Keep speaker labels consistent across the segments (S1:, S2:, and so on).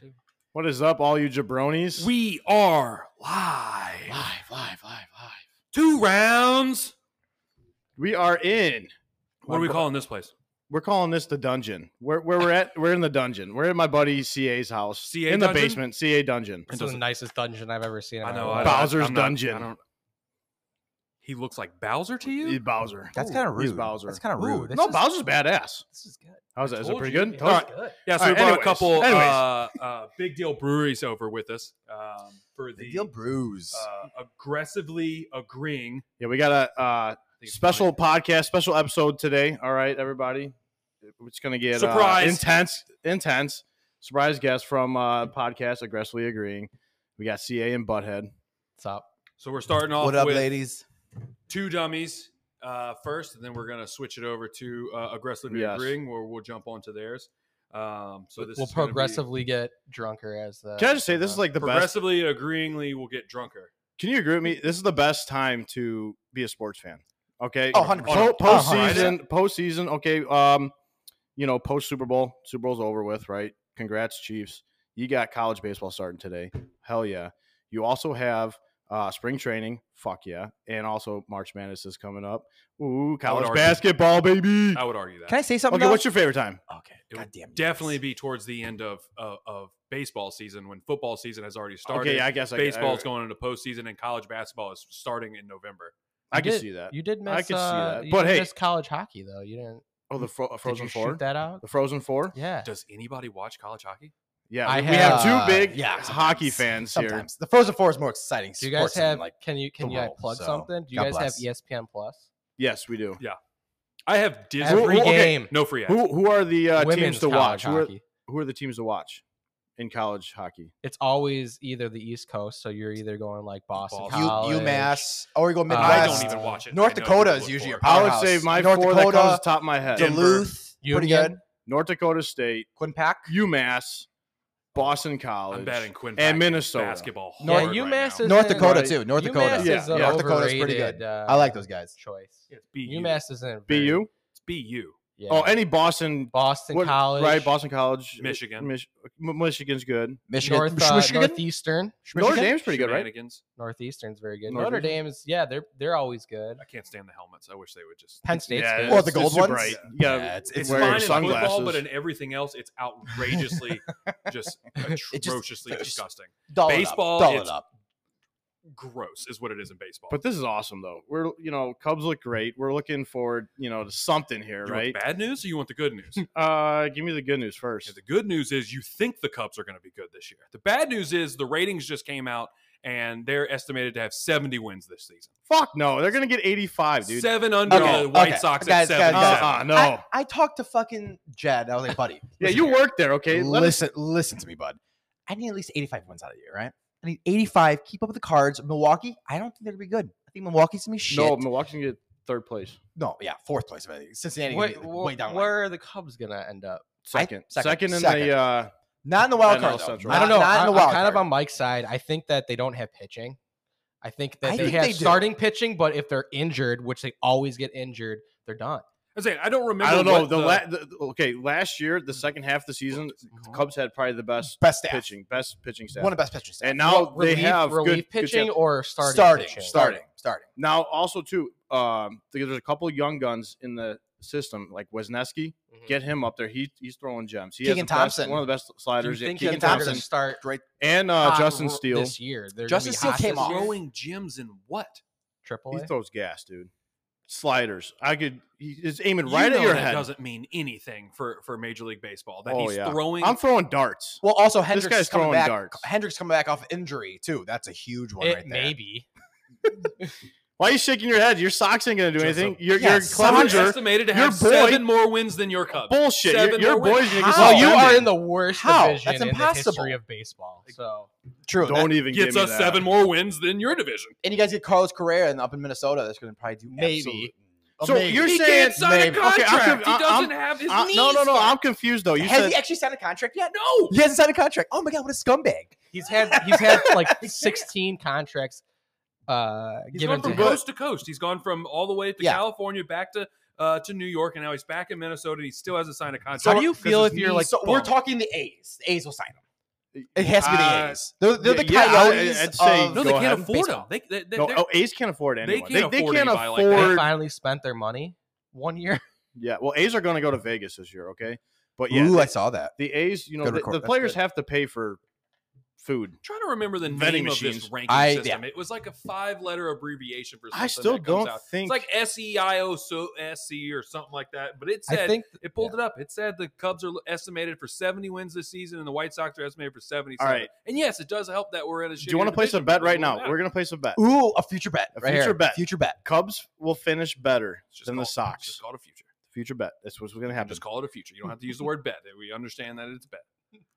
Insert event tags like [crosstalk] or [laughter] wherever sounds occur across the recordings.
S1: too.
S2: What is up, all you jabronis?
S1: We are live.
S2: live, live, live, live.
S1: Two rounds.
S2: We are in.
S1: What are we calling this place?
S2: We're calling this the dungeon. Where where we're at? We're in the dungeon. We're at my buddy CA's house.
S1: CA
S2: in the
S1: dungeon?
S2: basement. CA dungeon.
S1: It
S3: This is the
S1: doesn't-
S3: nicest dungeon I've ever seen. in
S1: I
S3: my
S1: know.
S3: life.
S1: I don't-
S2: Bowser's
S1: I'm not-
S2: dungeon.
S1: I don't. He looks like Bowser to
S2: He's
S1: you.
S2: Bowser.
S3: That's kind of
S2: He's
S3: rude.
S2: Bowser.
S3: That's kind of
S1: Ooh,
S3: rude. This
S2: no,
S3: is-
S2: Bowser's badass.
S3: This is good.
S2: How's that? Is it
S1: Told
S2: pretty
S1: you.
S2: good?
S1: Yeah.
S2: All right.
S3: good.
S1: Yeah, so
S2: All
S1: we
S2: right,
S1: brought
S2: anyways.
S1: a couple uh,
S2: Anyways.
S1: uh, big deal breweries over with us um, for the
S3: Deal brews.
S1: uh, aggressively agreeing.
S2: Yeah, we got a uh,
S1: I think it's
S2: special
S1: funny.
S2: podcast, special episode today. All right, everybody. We're just gonna get uh,
S1: Surprise.
S2: intense, intense surprise guest from uh, podcast aggressively agreeing. We got CA and Butthead.
S3: What's up?
S1: So we're starting off
S4: What up,
S1: with
S4: ladies?
S1: two dummies uh, first, and then we're gonna switch it over to uh, aggressively
S2: Yes.
S1: agreeing, where we'll jump onto theirs. Um, so this
S3: we'll
S1: is gonna be-
S3: progressively get drunker as the.
S2: Can I just say this is like the best?
S1: progressively agreeingly will get drunker.
S2: Can you agree with me? This is the best time to be a sports fan. Okay,
S4: Oh, 100%.
S2: Po- postseason,
S1: 100%.
S2: postseason. Okay, um, you know, post Super Bowl, Super Bowl's over with, right? Congrats, Chiefs. You got college baseball starting today. Hell yeah. You also have uh, spring training. Fuck yeah, and also March Madness is coming up. Ooh, college
S1: argue-
S2: basketball, baby.
S1: I would argue that.
S4: Can I say something?
S2: Okay, what's your favorite time?
S4: okay?
S1: It would
S4: Goddamn,
S1: definitely be towards the end of of, of baseball season when football season has already started.
S2: Okay, yeah, I guess I,
S1: Baseball's
S2: I,
S1: going into postseason and college basketball is starting in November.
S2: I,
S3: You
S2: can
S3: did-
S2: see that.
S3: You did miss.
S2: I could see
S3: uh,
S2: that.
S3: you
S2: But
S3: did
S2: hey-
S3: miss college hockey though. You didn't.
S2: Oh, the fro-
S3: Did
S2: Frozen
S3: you
S2: Four.
S3: shoot that out?
S2: The Frozen Four.
S3: Yeah.
S1: Does anybody watch college hockey?
S2: Yeah,
S3: I
S2: we, we have,
S3: have-
S2: two big
S4: yeah,
S2: hockey
S4: sometimes.
S2: fans here.
S4: Sometimes the Frozen Four is more exciting.
S3: Do you guys
S4: sports than,
S3: have?
S4: like
S3: can you can
S4: the
S3: you guys
S4: world,
S3: plug
S4: so
S3: something? Do you
S4: God
S3: guys
S4: bless.
S3: have ESPN Plus?
S2: Yes, we do.
S1: I have Disney.
S3: Every
S2: who- okay,
S3: game.
S1: No free ads.
S2: Who who are the uh, teams
S3: women's
S2: to
S3: college
S2: watch? Who are,
S3: hockey.
S2: who are the teams to watch in college hockey?
S3: It's always either the East Coast, so you're either going like Boston,
S1: Boston.
S4: U-
S3: College,
S4: UMass or we
S3: Uh,
S4: go Midwest.
S1: I don't
S3: West.
S1: even watch it.
S4: North
S1: I know you
S4: Dakota
S1: would
S4: is
S1: look
S4: usually
S1: for
S4: a
S1: it.
S2: I
S4: power-
S2: would
S4: Powerhouse.
S2: say my
S4: North
S2: four that
S4: Dakota,
S2: comes off the top of my head:
S1: Denver.
S4: Duluth, pretty
S3: Union?
S4: good.
S2: North Dakota State,
S4: Quinnipiac.
S2: UMass, Boston College.
S1: I'm batting Quinn
S2: And
S1: Packard
S2: Minnesota.
S1: basketball.
S3: Yeah,
S1: hard
S3: UMass
S1: right now.
S3: is-
S4: North
S3: Isn't-
S4: Dakota
S2: Right.
S4: too. North Dakota.
S3: UMass
S2: Yeah,
S3: is an
S2: yeah.
S4: North Dakota's pretty good.
S3: overrated, Uh,
S4: I like those guys.
S3: choice.
S1: It's BU.
S3: UMass isn't very-
S2: BU.
S1: BU.
S3: Yeah.
S2: Oh, any Boston,
S3: Boston
S2: what-
S3: College,
S2: right? Boston College,
S1: Michigan.
S2: Mich- M- Michigan's good.
S4: Michigan.
S3: North,
S4: Mich-
S3: uh,
S4: Michigan?
S3: Northeastern,
S2: Notre
S4: Michigan?
S2: Dame's pretty good, right?
S1: Shenanigans.
S3: Northeastern's very good.
S2: Northeastern?
S3: Notre Dame is, yeah, they're they're always good.
S1: I can't stand the helmets. I wish they would just.
S3: Penn State's
S2: yeah,
S3: good.
S4: Or the
S2: it's- it's
S4: gold
S2: super
S4: ones?
S2: bright. Yeah,
S4: Yeah, it's,
S1: It's
S4: it's
S2: Wear
S1: fine in
S2: sunglasses.
S1: football, but in everything else, it's
S2: [laughs]
S1: outrageously, just atrociously
S4: just-
S1: disgusting.
S4: dull
S1: baseball,
S4: It up. Dull
S1: it's-
S4: it up.
S1: Gross is what it is in baseball.
S2: but this is awesome though. We're you know Cubs look great. We're looking forward you know to something here,
S1: you
S2: right?
S1: want the bad news or you want the
S2: [laughs]
S1: good news?
S2: Uh, give me the good news first.
S1: Yeah, the good news is you think the Cubs are going to be good this year. The bad news is the ratings just came out and they're estimated to have 70 wins this season.
S2: Fuck no, they're gonna get eighty five, dude.
S1: Seven under
S4: Okay,
S1: the White
S4: okay.
S1: Sox
S4: Guys,
S1: at
S4: guys,
S1: 77.
S4: guys.
S2: Uh-uh, no.
S4: I, I talked to fucking Jed. I was like, buddy.
S2: yeah,
S4: listen
S2: you
S4: here.
S2: work there, okay? Let us-
S4: listen, listen to me, bud. I need at least 85 wins out of the year, right? I need 85. Keep up with the cards. Milwaukee, I don't think they're gonna be good. I think Milwaukee's gonna be
S2: [laughs]
S4: shit.
S2: no, Milwaukee's gonna get third place.
S4: No, yeah, fourth place. I think. Cincinnati gonna
S3: Wait,
S4: be way down. like-
S3: where are the Cubs gonna end up?
S2: Second,
S4: second,
S2: second in
S4: second.
S2: the uh,
S4: Not in the wild
S2: NL
S4: card. though.
S2: Central.
S4: Not-
S3: I don't know.
S4: Not
S3: I,
S4: in the
S3: am
S4: wild
S3: kind
S4: card.
S3: of on Mike's side. I think that they don't have pitching. I think that
S4: I
S3: they
S4: think
S3: have
S4: they do.
S3: starting pitching, but if they're injured, which they always get injured, they're done.
S1: I'm saying, I don't remember.
S2: I don't know
S1: what
S2: the, la- the okay last year the second half of the season the Cubs had probably the best
S4: best staff.
S2: pitching best pitching staff
S4: One of the best pitching staff.
S2: and now
S3: Relief,
S2: they have good-
S3: relief
S2: good
S3: pitching
S2: staff.
S3: or starting
S4: starting,
S3: pitching?
S4: starting, starting.
S2: now also too um because there's a couple young guns in the system like Wesneski
S3: Mhm.
S2: get him up there he he's throwing gems he
S4: Keegan
S2: has the best-
S4: Thompson.
S2: one of the best
S3: Do you
S2: sliders yeah,
S3: think
S2: Keegan
S3: that they're
S2: Thompson
S3: gonna start
S4: Great.
S2: and uh,
S4: Ah,
S3: hot
S2: Justin
S3: r-
S2: Steele
S3: this year? They're gonna
S4: Justin
S3: be
S4: Steele
S3: hot
S4: came
S3: this
S4: off.
S3: year?
S1: Throwing gyms in what?
S3: Triple
S2: he
S3: A?
S2: throws gas dude sliders I could he is aiming
S1: You
S2: right
S1: know
S2: at your
S1: that
S2: head
S1: doesn't mean anything for, for Major League Baseball. That
S2: Oh,
S1: he's
S2: yeah.
S1: throwing.
S2: I'm throwing darts
S4: Well, also Hendricks
S2: guy's
S4: is coming
S2: throwing
S4: back.
S2: darts.
S4: Hendricks coming back off injury too. That's a huge one
S3: It
S4: right there.
S3: may be.
S2: why are you shaking your head your socks ain't gonna do
S1: Just a-
S2: anything your
S4: Yeah,
S2: your
S4: someone
S1: Cubs are
S2: Clevenger
S1: estimated to
S2: Your
S1: have
S2: boy-
S1: seven more wins than your Cubs.
S2: bullshit your,
S1: Seven
S2: your
S1: more wins.
S2: boys gonna get
S4: How?
S3: Well, Oh, you are
S2: suspended.
S3: in the worst
S4: How?
S3: division
S4: That's
S3: in the
S4: impossible.
S3: history of baseball. So
S4: True.
S2: Don't e
S4: that-
S2: even give
S1: Gets
S2: me
S1: us
S2: that.
S1: seven more wins than your division.
S4: and you guys get Carlos Correa and up in Minnesota. That's going to probably do
S3: Maybe.
S4: absolute-
S2: So
S4: Amazing.
S2: you're
S1: he
S2: saying
S1: can't sign
S4: maybe.
S1: a
S2: Okay, I'm
S1: contract.
S2: conf-
S1: he doesn't
S2: I'm-
S1: have his
S2: Uh,
S1: knees.
S2: no, no, no.
S1: yet.
S2: I'm confused though. You
S4: has
S2: said
S4: he actually signed a contract yet?
S1: no.
S4: He hasn't signed a contract. Oh my god, what a scumbag!
S3: he's had he's had
S4: [laughs]
S3: like 16 contracts uh,
S1: He's
S3: given
S1: gone
S3: to
S1: from
S3: him.
S1: coast to coast. He's gone from all the way to
S4: Yeah.
S1: California, back to uh, to New York, and now he's
S2: Uh,
S1: back in Minnesota. and He still hasn't signed a contract.
S3: How do you
S1: because
S3: feel
S1: his
S3: if you're
S1: knees-
S3: like
S4: So we're talking the A's. The A's will sign him. It has to be the
S2: Uh,
S4: A's. They're, they're the
S2: yeah, yeah, I-
S4: Coyotes.
S2: I'd say
S4: of-
S1: No, they
S2: Go
S1: can't
S2: ahead.
S1: afford them. They, they, they,
S2: No,
S1: they're-
S2: oh, A's can't afford anyone. They
S1: can't
S2: they
S1: afford
S2: can't
S1: anybody like
S2: afford.
S1: that.
S3: They finally spent their money one
S4: [laughs]
S3: year.
S2: yeah, well, A's are going to go to Vegas this year. Okay, but yeah,
S4: Ooh,
S2: the,
S4: I saw that.
S2: the A's, you know,
S4: Good
S2: the,
S4: record.
S2: the
S4: That's
S2: players
S4: good.
S2: have to pay for food.
S1: trying to remember the
S2: Vending
S1: name of
S2: machines.
S1: this ranking
S4: I-
S1: system. It was like a five letter abbreviation for something.
S2: I still
S1: that comes
S2: don't
S1: out.
S2: think
S1: It's like S E I O so S E or something like that. But it said
S3: I think
S1: it pulled it up. It said the Cubs are estimated for 70 wins this season, and the White Sox are estimated for 77.
S2: All right.
S1: And yes, it does help that we're in a.
S2: Do you want to place a bet right now? We're going to place a bet.
S4: Ooh, a future bet.
S2: A
S4: right
S2: future
S4: here.
S2: bet.
S4: Future bet.
S2: Cubs will finish better than the
S1: Just
S2: Sox.
S1: call it a future.
S2: Future bet. That's what's going to happen.
S1: Just call it a future. You don't have to use the word bet. We understand that it's bet.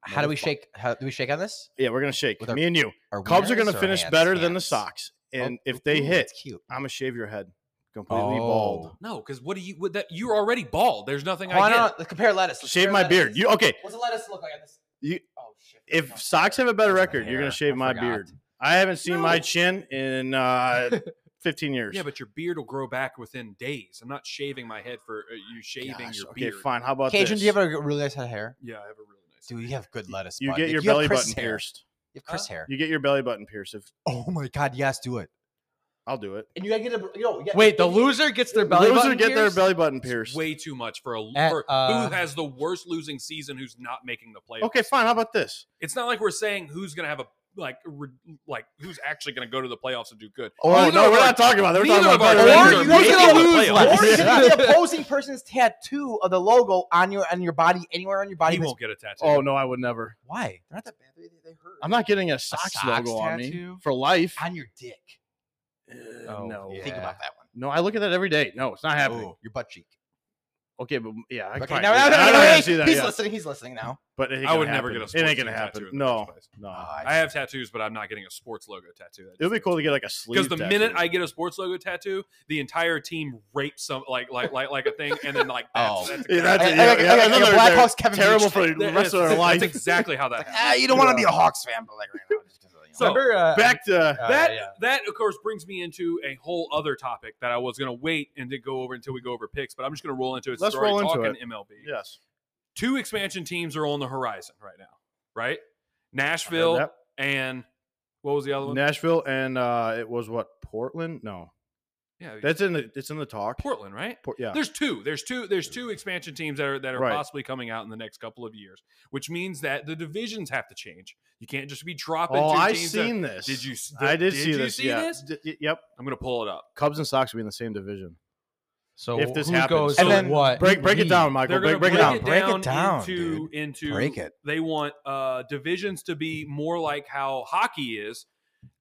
S4: How do we shake? How do we shake on this?
S2: Yeah, we're going to shake.
S4: With our-
S2: Me and you.
S4: Our
S2: Cubs are
S4: wieners
S2: going
S4: or
S2: to
S4: our
S2: finish
S4: hands?
S2: better than the
S4: Hands.
S2: Sox.
S4: Oh,
S2: And if they
S4: ooh,
S2: hit,
S4: that's cute.
S2: I'm going to shave your head completely bald.
S4: Oh.
S1: No, because what do you? What that you're already bald. There's nothing
S4: Why
S1: I get.
S4: not? Let's compare lettuce. Let's
S2: Shave
S4: compare
S2: my
S4: lettuce.
S2: beard. You okay?
S4: What's the lettuce look like on this?
S2: You-
S4: oh shit.
S2: If
S4: No.
S2: Sox have a better
S4: It's my
S2: record, you're
S4: hair.
S2: going to shave
S4: I
S2: my
S4: forgot.
S2: beard. I haven't seen my
S1: No.
S2: chin in uh, 15 years.
S1: Yeah, but your beard will grow back within days. I'm not shaving my head for uh, you shaving
S2: Gosh,
S1: your
S2: okay,
S1: beard.
S2: fine. How about
S4: Cajun,
S2: this?
S4: do you have a really nice head of hair?
S1: Yeah, I have a really nice.
S4: Dude, you have good lettuce.
S2: You
S4: bud.
S2: get
S4: Like,
S2: your
S4: have
S2: belly
S4: Chris
S2: button
S4: hair.
S2: pierced.
S4: You have Chris hair.
S2: You get your belly button pierced. If
S4: Oh my god, yes, do it.
S2: I'll do it.
S4: And you gotta get a you know, you gotta-
S3: Wait, the loser gets their belly
S2: Loser
S3: button
S2: get their
S3: pierced?
S2: belly button pierced.
S1: Way too much for a
S3: At,
S1: for
S3: uh,
S1: who has the worst losing season. Who's not making the playoffs?
S2: Okay, fine. How about this?
S1: It's not like we're saying who's going to have a like re, like who's actually going to go to the playoffs and do good.
S4: Or,
S2: Oh,
S1: Neither
S2: no,
S1: of
S2: we're
S1: our-
S2: not talking about. that. We're
S1: neither
S2: talking about
S1: of our
S2: better
S1: teams
S2: record.
S1: are
S4: or
S1: Who's
S4: you get
S1: gonna
S4: the-
S1: lose
S4: or
S1: less?
S4: you
S2: [laughs] Yeah.
S4: get the opposing person's tattoo of the logo on your on your body anywhere on your body.
S1: He won't get a tattoo.
S2: Oh no, I would never.
S4: Why? They're not that bad. They, they hurt.
S2: I'm not getting a Sox,
S4: Sox
S2: logo on me
S4: tattoo?
S2: for life.
S4: on your dick.
S2: Uh, no,
S4: Think
S3: Yeah.
S4: about that one.
S2: no, I look at that every day. No, it's not happening.
S4: Ooh, your butt cheek.
S2: Okay, but yeah, I,
S4: Okay,
S2: probably-
S4: no,
S2: I
S4: no, no, no,
S2: don't
S4: no,
S2: wanna
S4: hey,
S2: see that,
S4: He's
S2: yeah.
S4: listening. He's listening now.
S2: But it ain't
S1: I
S2: gonna
S1: would never get a
S2: happen.
S1: sports
S2: It ain't gonna
S1: team
S2: happen.
S1: tattoo in the
S2: No,
S1: first
S2: no.
S4: Ah,
S1: I have tattoos, but I'm not getting a sports logo tattoo. That
S2: it would be
S1: just-
S2: cool to get like a sleeve.
S1: because the minute
S2: tattoo.
S1: I get a sports logo tattoo, the entire team rapes some like like like like a thing, and then like that's,
S4: Oh.
S1: that's
S2: Yeah, that's
S4: I-
S2: it,
S4: I-
S2: yeah,
S4: I- I-
S2: yeah,
S4: I-
S2: and then
S4: I-
S2: they're-
S4: Blackhawks
S2: they're
S4: Kevin
S2: Terrible
S4: Beach.
S2: for the
S1: that-
S2: rest of their
S1: that's-
S2: life.
S1: that's exactly
S2: [laughs]
S1: how that.
S4: Like,
S1: happens.
S4: ah, you don't want to
S2: Yeah.
S4: be a Hawks fan, but like right now, just 'cause, you know.
S1: So-
S3: Remember, uh,
S2: Back to
S3: uh,
S1: that
S3: yeah.
S1: that of course brings me into a whole other topic that I was going to wait and to go over until we go over picks, but I'm just going to roll into it. since
S2: Let's
S1: we're already
S2: roll into
S1: talking MLB.
S2: yes.
S1: Two expansion teams are on the horizon right now, right? Nashville
S2: Yep.
S1: and what was the other one?
S2: Nashville and uh, it was what Portland? No,
S1: yeah,
S2: that's in the it's in the talk.
S1: Portland, right?
S2: Por- yeah,
S1: There's two. There's two. There's two expansion teams that are that are
S2: Right.
S1: possibly coming out in the next couple of years, which means that the divisions have to change. You can't just be dropping.
S2: Oh,
S1: two
S2: I
S1: teams that-
S2: seen this.
S1: Did you? s-
S2: I did, see
S1: you
S2: this. yeah.
S1: this?
S2: D- y- yep.
S1: I'm gonna pull it up.
S2: Cubs and Sox will be in the same division.
S3: So
S2: if this
S3: who
S2: happens.
S3: goes
S4: And
S3: to
S4: then
S3: what?
S2: Break break it
S4: league.
S2: down, Michael.
S1: They're
S2: Break,
S1: gonna
S2: break it
S1: break,
S2: down.
S1: it
S4: Break it
S1: down,
S4: down,
S1: into
S4: dude.
S1: into
S4: Break it.
S1: They want uh, divisions to be more like how hockey is,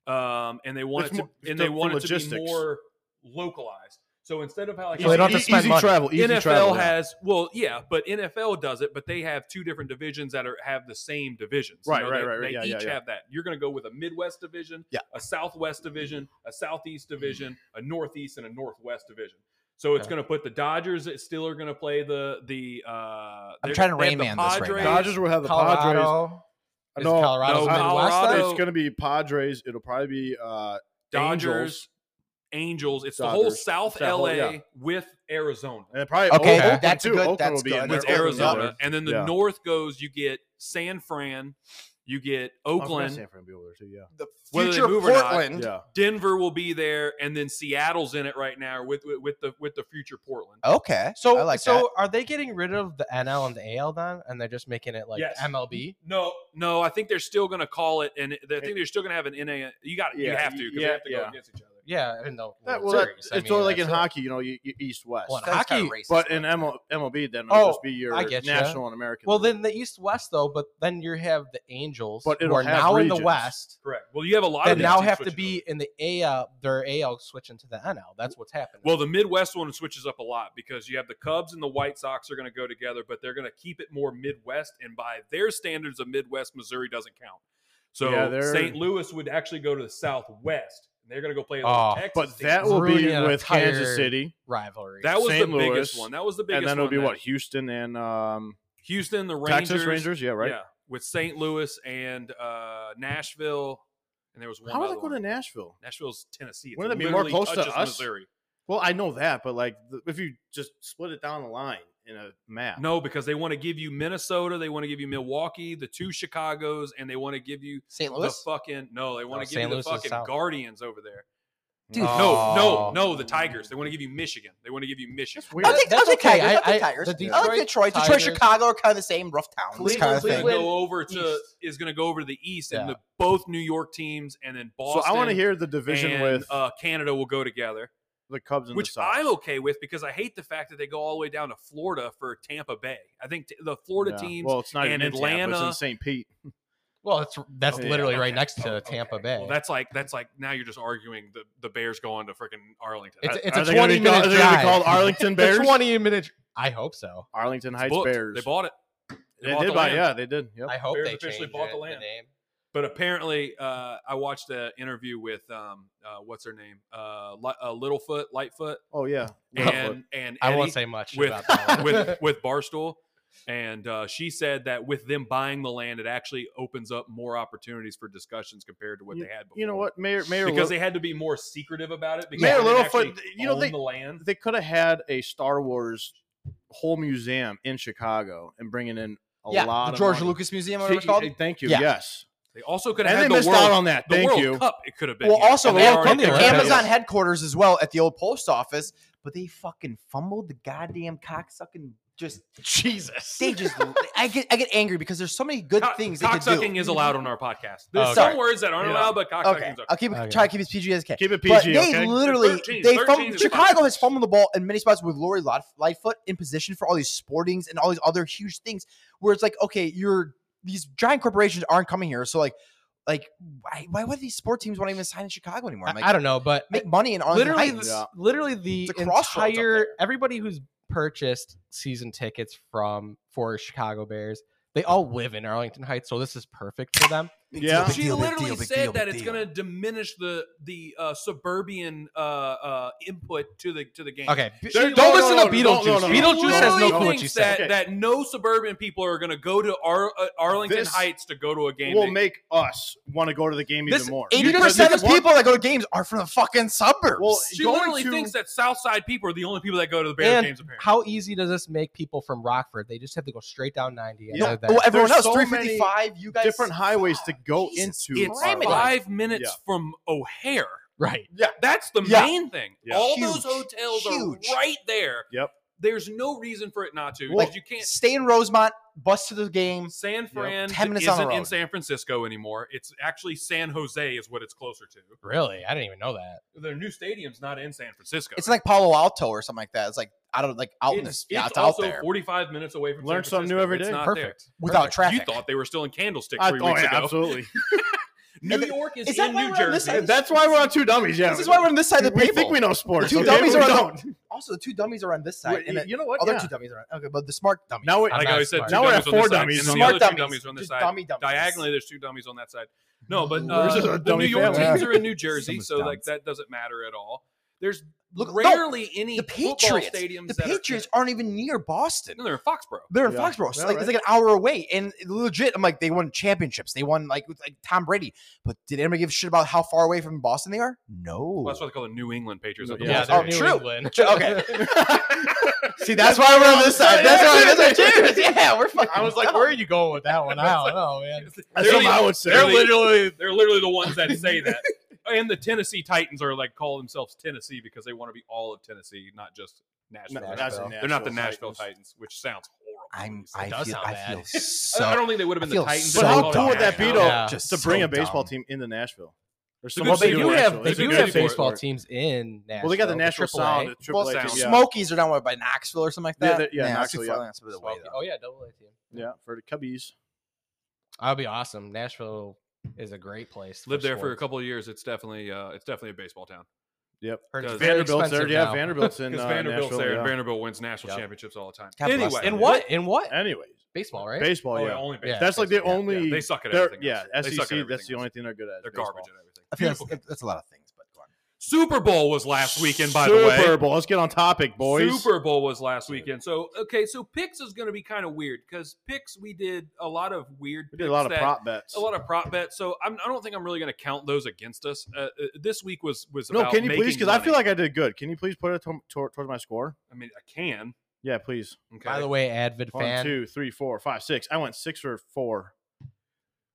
S1: um, and they want
S2: It's
S1: it to
S2: more-
S1: and
S2: for-
S1: they
S2: for
S1: want it to be
S2: logistics.
S1: more localized. So instead of how like
S3: So they don't have to
S2: E-
S3: spend
S2: easy
S3: money.
S2: travel. Easy
S1: NFL
S2: travel. yeah.
S1: has well, yeah, but NFL does it, but they have two different divisions that are have the same divisions.
S2: Right, right,
S1: they,
S2: right, right.
S1: They
S2: Yeah,
S1: each
S2: yeah, yeah.
S1: have that. You're going to go with a Midwest division,
S4: Yeah.
S1: a Southwest division, a Southeast division, a Northeast, and a Northwest division. So it's
S3: Okay.
S1: going to put the Dodgers that still are going to play the the. Uh, they're-
S4: trying to
S1: they have
S4: Rain
S1: the
S4: Man this right now.
S1: Padres.
S2: Midwest. Dodgers will have the Padres.
S3: Colorado. Is
S2: No,
S3: Colorado's
S1: no,
S3: Midwest
S1: Colorado-
S3: then?
S2: It's going to be Padres. It'll probably be uh,
S1: Dodgers, Angels. It's the whole
S2: Dodgers.
S1: South
S2: That whole-
S1: LA
S2: yeah.
S1: with Arizona.
S2: and probably
S4: Okay,
S2: Oakland,
S4: that's
S2: too.
S4: good,
S2: Oakland
S4: that's
S2: will be
S4: good.
S2: in there.
S1: with
S4: With They're
S2: Oakland's in
S1: Arizona,
S2: there.
S1: and then the
S2: Yeah.
S1: North goes. You get San Fran, you get
S2: Oh, I forgot
S1: Oakland,
S2: San Fran will be over there, too. Yeah.
S4: the
S1: Whether they
S4: future
S1: move or not,
S4: Portland.
S2: Yeah.
S1: Denver will be there, and then Seattle's in it right now with with, with the with the future Portland.
S2: Oh.
S4: Okay,
S3: So,
S4: I like
S3: so
S4: that.
S3: are they getting rid of the NL and the AL then, and they're just making it like
S1: Yes.
S3: MLB?
S1: No, no, I think they're still going to call it, and I think they're still going to have an NA. You got it. you
S2: Yeah,
S1: have to because
S2: yeah,
S1: they have to go
S2: yeah.
S1: against each other.
S3: Yeah, I didn't know.
S2: That,
S3: World
S2: well, that,
S3: Series.
S2: it's
S3: I mean,
S2: sort of like in
S3: that's it.
S2: hockey, you know, you, you, east west.
S3: Well, in
S4: That's kinda
S3: hockey,
S4: racist,
S2: But
S4: but-
S2: in ML, MLB, then it'll
S3: Oh,
S2: just be your
S3: I get ya.
S2: national and American.
S3: Well,
S2: League.
S3: then the East West though, but then you have the Angels,
S2: But
S3: who
S2: it'll
S3: are
S2: have
S3: now in
S2: regions.
S3: the West.
S1: Correct. Well, you have a lot
S3: That
S1: of these
S3: now
S1: teams
S3: have to
S1: switching
S3: be
S1: over.
S3: in the AL, their AL switching to the NL. That's what's happening.
S1: Well, the Midwest one switches up a lot because you have the Cubs and the White Sox are going to go together, but they're going to keep it more Midwest. And by their standards of Midwest, Missouri doesn't count. So
S2: Yeah, they're-
S1: St. Louis would actually go to the Southwest. and They're going to go play.
S3: Oh,
S1: Oh, Texas
S2: but
S1: teams.
S2: that will be
S3: Ruining an
S2: with Kansas
S3: entire-
S2: City,
S3: rivalry.
S1: that was
S2: St.
S1: the biggest
S2: Louis,
S1: one. That was the biggest.
S2: and then it'll
S1: one
S2: be
S1: that-
S2: what Houston and um,
S1: Houston, the Rangers,
S2: Texas Rangers. Yeah, right.
S1: yeah, with St. Louis and uh, Nashville, and there was one.
S2: How would
S1: other
S2: they go to
S1: one.
S2: Nashville?
S1: Nashville's Tennessee. It's
S2: Wouldn't that be more
S1: literally
S2: close to
S1: touches
S2: us?
S1: Missouri.
S2: Well, I know that, but like th- if you just split it down the line in a map.
S1: No, because they want to give you Minnesota, they want to give you Milwaukee, the two Chicago's, and they want to give you
S3: St.
S1: the
S3: Louis.
S1: fucking no, they want
S3: No,
S1: to give
S3: St.
S1: you the
S3: Louis is the
S1: fucking
S3: South.
S1: Guardians over there.
S4: Dude,
S1: No, no,
S4: Oh.
S1: no, the Tigers. They want to give you Michigan. They want to give you Michigan.
S2: Weird.
S4: I'll take, I'll
S3: That's
S4: take
S3: okay.
S4: Tigers. I'll
S3: I-
S4: take
S3: I-
S4: Tigers.
S3: the
S4: I like Detroit.
S3: Detroit
S4: Detroit,
S3: Tigers-
S4: Chicago are kind of the same rough towns.
S5: Cleveland-
S4: kind of thing.
S1: They
S5: Cleveland-
S1: go over to
S5: East.
S1: is going to go over to the East, and
S3: Yeah.
S1: the, both New York teams, and then
S2: So
S1: Boston.
S2: I want to hear the division
S1: and,
S2: with
S1: uh, Canada will go together,
S2: the Cubs and
S1: which
S2: the Sox.
S1: I'm okay with because I hate the fact that they go all the way down to Florida for Tampa Bay. I think t- the Florida
S2: Yeah.
S1: teams.
S2: Well, it's not
S1: and
S2: even in Tampa, it's in
S1: Atlanta.
S2: St. Pete.
S3: Well, that's that's
S2: Okay,
S3: literally
S1: yeah,
S3: right
S1: okay.
S3: next to
S1: Oh, okay.
S3: Tampa Bay.
S1: Well, that's like that's like now you're just arguing the the Bears going to freaking Arlington.
S3: It's
S1: I-
S3: a- it's a
S2: Are they gonna be
S3: 20
S2: called-
S3: minute
S2: Are they gonna be
S3: drive.
S2: called Arlington Bears?
S3: [laughs] The 20 minute. I hope so.
S2: Arlington
S1: it's
S2: Heights
S1: booked.
S2: Bears.
S1: They bought it.
S2: They
S1: bought
S2: did
S1: the
S2: buy.
S1: land.
S2: Yeah, they did. Yep.
S3: I hope
S1: Bears
S3: they
S1: officially
S3: change
S1: bought
S3: it,
S1: the land.
S3: name.
S1: But apparently, uh, I watched an interview with um, uh, what's her name, uh, Li- uh, Littlefoot, Lightfoot,
S2: Oh yeah.
S1: and and
S3: I won't
S1: [laughs] Eddie
S3: say much
S1: with-
S3: about that.
S1: [laughs] with with Barstool, and uh, she said that with them buying the land, it actually opens up more opportunity for discussions compared to what they had. before.
S2: You know what, Mayor Mayor
S1: Because
S2: Lit-
S1: they had to be more secretive about it. Because
S2: Mayor
S1: they didn't
S2: Littlefoot,
S1: actually
S2: you know,
S1: own
S2: they-
S1: the land.
S2: they could have had a Star Wars whole museum in Chicago and bringing in a
S4: yeah,
S2: lot
S4: the
S2: of
S4: George
S2: money.
S4: Lucas Museum, whatever it's called.
S2: Hey, Thank you.
S4: Yeah.
S2: Yes.
S1: They also could
S2: and
S1: have
S2: they
S1: had the
S2: missed out
S1: World,
S2: on that.
S1: the
S2: Thank
S1: World
S2: you.
S1: Cup. It could have been.
S4: Well,
S1: here.
S4: also
S1: And
S4: they
S1: they
S4: had
S1: already-
S3: Columbia
S1: they
S3: Olympics.
S1: already-
S4: Amazon headquarters as well at the old post office, but they fucking fumbled the goddamn cocksucking. Just
S3: [laughs] Jesus.
S4: they just I get I get angry because there's so many good
S1: Cock-
S4: things they could do. Uh,
S1: Cocksucking is allowed on our podcast.
S3: Oh,
S1: There's
S3: okay.
S1: some words that aren't
S2: Yeah.
S1: allowed, but
S4: Okay,
S1: cocksucking's okay.
S4: I'll keep it,
S3: Okay.
S4: try to keep it PG as I can.
S2: Keep it
S4: But
S2: PG,
S4: they
S2: okay?
S4: literally,
S1: 13,
S4: they
S1: 13
S4: fumbled,
S1: is
S4: Chicago
S1: fine.
S4: has fumbled the ball in many spots with Lori Lot- Lightfoot in position for all these sportings and all these other huge things. Where it's like, okay, you're these giant corporations aren't coming here, so like, like why why would these sport teams want to even sign in Chicago anymore?
S3: I,
S4: I'm like,
S3: I don't know, but
S4: make money in Arlington
S3: literally,
S4: Heights.
S3: this,
S2: Yeah.
S3: literally the
S4: It's a crossroads up
S3: entire
S4: there.
S3: everybody who's purchased season tickets from for Chicago Bears, they all live in Arlington Heights, so this is perfect for them.
S2: Yeah.
S1: She literally said that it's going to diminish the the uh, suburban uh, uh, input to the to the game.
S3: Okay,
S1: She
S2: There-
S3: don't
S2: no, no,
S3: listen
S2: no,
S3: to
S2: no,
S3: Beetlejuice.
S2: no, no, no.
S3: Beetlejuice has no
S1: literally
S3: clue what
S1: thinks
S3: you said.
S1: That, that no suburban people are going to go to Ar- uh, Arlington
S2: This
S1: Heights to go to a game.
S2: Will
S1: that-
S2: make us want to go to the game
S4: This
S2: even more.
S4: Eighty percent of people that go to games are from the fucking suburbs.
S2: Well,
S1: she
S2: going
S1: literally
S2: to-
S1: thinks that Southside people are the only people that go to the Bears
S3: And
S1: games. Apparently,
S3: How easy does this make people from Rockford? They just have to go straight down ninety. and
S2: No,
S3: they're there.
S4: Oh, well, everyone
S2: there's so
S4: else, three
S2: many
S4: fifty five. You guys,
S2: different highways to go
S4: Jesus
S2: into.
S1: it's
S2: our
S4: Criminy.
S2: life.
S1: five minutes
S2: Yeah.
S1: from O'Hare.
S3: right.
S1: That's the
S4: Yeah.
S1: main thing.
S2: Yeah.
S1: All
S4: Huge.
S1: those hotels
S4: Huge.
S1: are right there.
S2: Yep.
S1: There's no reason for it not to.
S4: Well,
S1: because you can't.
S4: stay in Rosemont, bus to the game.
S1: San Fran
S4: 10 minutes down the
S1: isn't in
S4: road.
S1: San Francisco anymore. It's actually San Jose is what it's closer to.
S3: Really, I didn't even know that.
S1: Their new stadium's not in San Francisco.
S4: It's like Palo Alto or something like that. It's like I don't like out in
S1: It's-
S4: this, yeah,
S1: it's
S4: it's out
S1: also
S4: there
S1: 45 minutes away from
S2: Learn
S1: San
S2: something new
S1: Francisco.
S2: every
S1: It's
S2: day.
S1: not there.
S3: Perfect.
S4: without
S1: You
S4: traffic.
S1: thought they were still in Candlestick
S2: I-
S1: three
S2: oh,
S1: weeks
S2: yeah,
S1: ago.
S2: absolutely.
S1: New
S4: And-
S1: York is,
S4: is that
S1: in
S4: why
S1: New
S4: we're on this
S1: Jersey.
S4: side?
S2: That's why we're on two dummies. Yeah.
S4: this is why we're on this side of the
S2: we
S4: table.
S2: think we know sports.
S4: two
S2: okay?
S4: dummies
S2: But
S4: are
S2: we
S4: on-
S2: don't.
S4: also, the two dummies are on this side, and
S2: You-
S4: the
S2: You know what?
S4: other
S2: Yeah.
S4: two dummies are on. Okay, but the smart dummy.
S2: Now we-
S1: I like
S3: not
S1: how he said
S3: smart.
S1: two
S2: Now we're
S1: dummies
S2: at
S1: on
S2: four
S1: this side,
S2: dummies.
S1: and then
S4: Smart
S1: the other two
S4: dummies.
S1: dummies are on this
S4: Just
S1: side.
S4: dummy dummies.
S1: Diagonally, there's two dummies on that side. No, but
S2: We're just a
S1: uh, well,
S2: dummy
S1: New York
S2: family.
S1: teams are
S4: [laughs]
S1: in New Jersey,
S4: Someone's
S1: so like
S4: dummies.
S1: that doesn't matter at all. There's
S4: Look, no,
S1: rarely any
S4: the
S1: football
S4: Patriots.
S1: stadiums.
S4: The
S1: that
S4: Patriots
S1: Are,
S4: aren't even near Boston.
S1: no, they're in Foxborough.
S4: They're in
S2: Yeah.
S4: Foxborough. So
S2: Yeah,
S4: like, It's
S2: right.
S4: like an hour away. And legit, I'm like, they won championships. They won like with, like Tom Brady. But did anybody give a shit about how far away from Boston they are? No.
S1: Well, that's why they call the New England Patriots.
S2: No,
S1: at the
S2: yeah,
S1: Boston.
S4: they're- Oh,
S3: New
S4: true. [laughs]
S3: England.
S1: [laughs]
S4: okay. See, that's why we're on this side. That's why we're on this side. Cheers. Yeah, we're fucking.
S3: I was like,
S4: dumb.
S3: where are you going with that one? I don't know, man.
S2: That's
S1: They're
S2: what I
S1: the-
S2: would say.
S1: They're literally [laughs] they're literally the ones that say that. And the Tennessee Titans are like call themselves Tennessee because they want to be all of Tennessee, not just Nashville.
S2: No,
S3: Nashville.
S2: that's
S3: They're
S1: They're not the
S2: Nashville
S1: Nashville
S2: Titans.
S1: Titans, which sounds horrible.
S4: I'm.
S1: I,
S4: I
S3: does
S4: feel.
S3: sound
S4: I
S3: bad.
S4: feel
S1: [laughs]
S4: so.
S1: I don't think they would
S4: I
S1: have been
S4: feel
S1: the Titans.
S4: so
S1: if
S2: But
S1: they
S2: how
S1: called
S2: cool
S1: it
S2: would that be,
S1: Nashville.
S2: though,
S3: Yeah.
S4: Just
S2: to
S4: so
S2: bring a baseball
S4: dumb.
S2: team into Nashville? There's
S1: It's a
S2: some
S1: good
S3: Well, they
S1: city
S3: do
S1: for it,
S3: have
S1: actually.
S3: they
S1: It's a
S3: do
S1: good
S3: have
S1: city for it.
S3: baseball teams in Nashville.
S2: Well, they got the Nashville
S3: Nashville
S2: Sound. The
S4: Well,
S2: AAA
S1: Sound.
S2: team,
S1: Yeah.
S4: Smokies are down what, by Knoxville or something like
S2: Yeah,
S4: that.
S2: they- yeah, Knoxville, yeah.
S4: that's a bit of the way, though.
S3: Oh yeah, double A team.
S2: Yeah. yeah, for the Cubbies.
S3: That'd be awesome. Nashville is a great place.
S1: Lived there for a couple of years. It's definitely uh, it's definitely a baseball town.
S2: Yep.
S1: Because
S3: Very
S2: Vanderbilt's there.
S3: expensive
S2: Yeah,
S3: now.
S2: Vanderbilt's in
S1: Because
S2: uh,
S1: Vanderbilt's
S2: Nashville,
S1: there, and
S2: yeah.
S1: Vanderbilt wins national
S3: Yep.
S1: champions all the time.
S4: God bless
S1: anyway,
S3: [laughs]
S4: them.
S3: In what? In what?
S2: Anyways,
S3: Baseball, right?
S2: baseball,
S1: Oh, yeah,
S2: yeah.
S1: only
S3: Yeah.
S1: baseball.
S2: That's like the
S3: baseball, yeah.
S1: Yeah,
S2: only.
S1: they suck at
S2: they're-
S1: everything.
S2: Yeah,
S1: else. They suck at
S2: SEC, that's
S1: everything
S2: the
S1: else.
S2: only thing they're good at. is
S1: They're
S2: baseball.
S1: garbage at everything.
S4: I feel
S1: Beautiful
S4: that's,
S1: game.
S4: that's a lot of things, but go on.
S1: Super Bowl was last weekend, by the way.
S2: Super Bowl. Let's get on topic, boys.
S1: Super Bowl was last weekend. So okay, so picks is going to be kind of weird because picks we did a lot of weird.
S2: We did a
S1: picks
S2: lot of
S1: that-
S2: prop bets.
S1: A lot of prop bets. So I'm, I don't think I'm really going to count those against us. Uh, uh, this week was was
S2: No,
S1: about
S2: can you please?
S1: making
S2: Because I
S1: money.
S2: feel like I did good. Can you please put it to, toward, towards my score?
S1: I mean I can.
S2: Yeah, please.
S1: Okay.
S3: By the way, Advid
S2: One,
S3: fan. [laughs]
S2: two, three, four, five, six. I went six or four.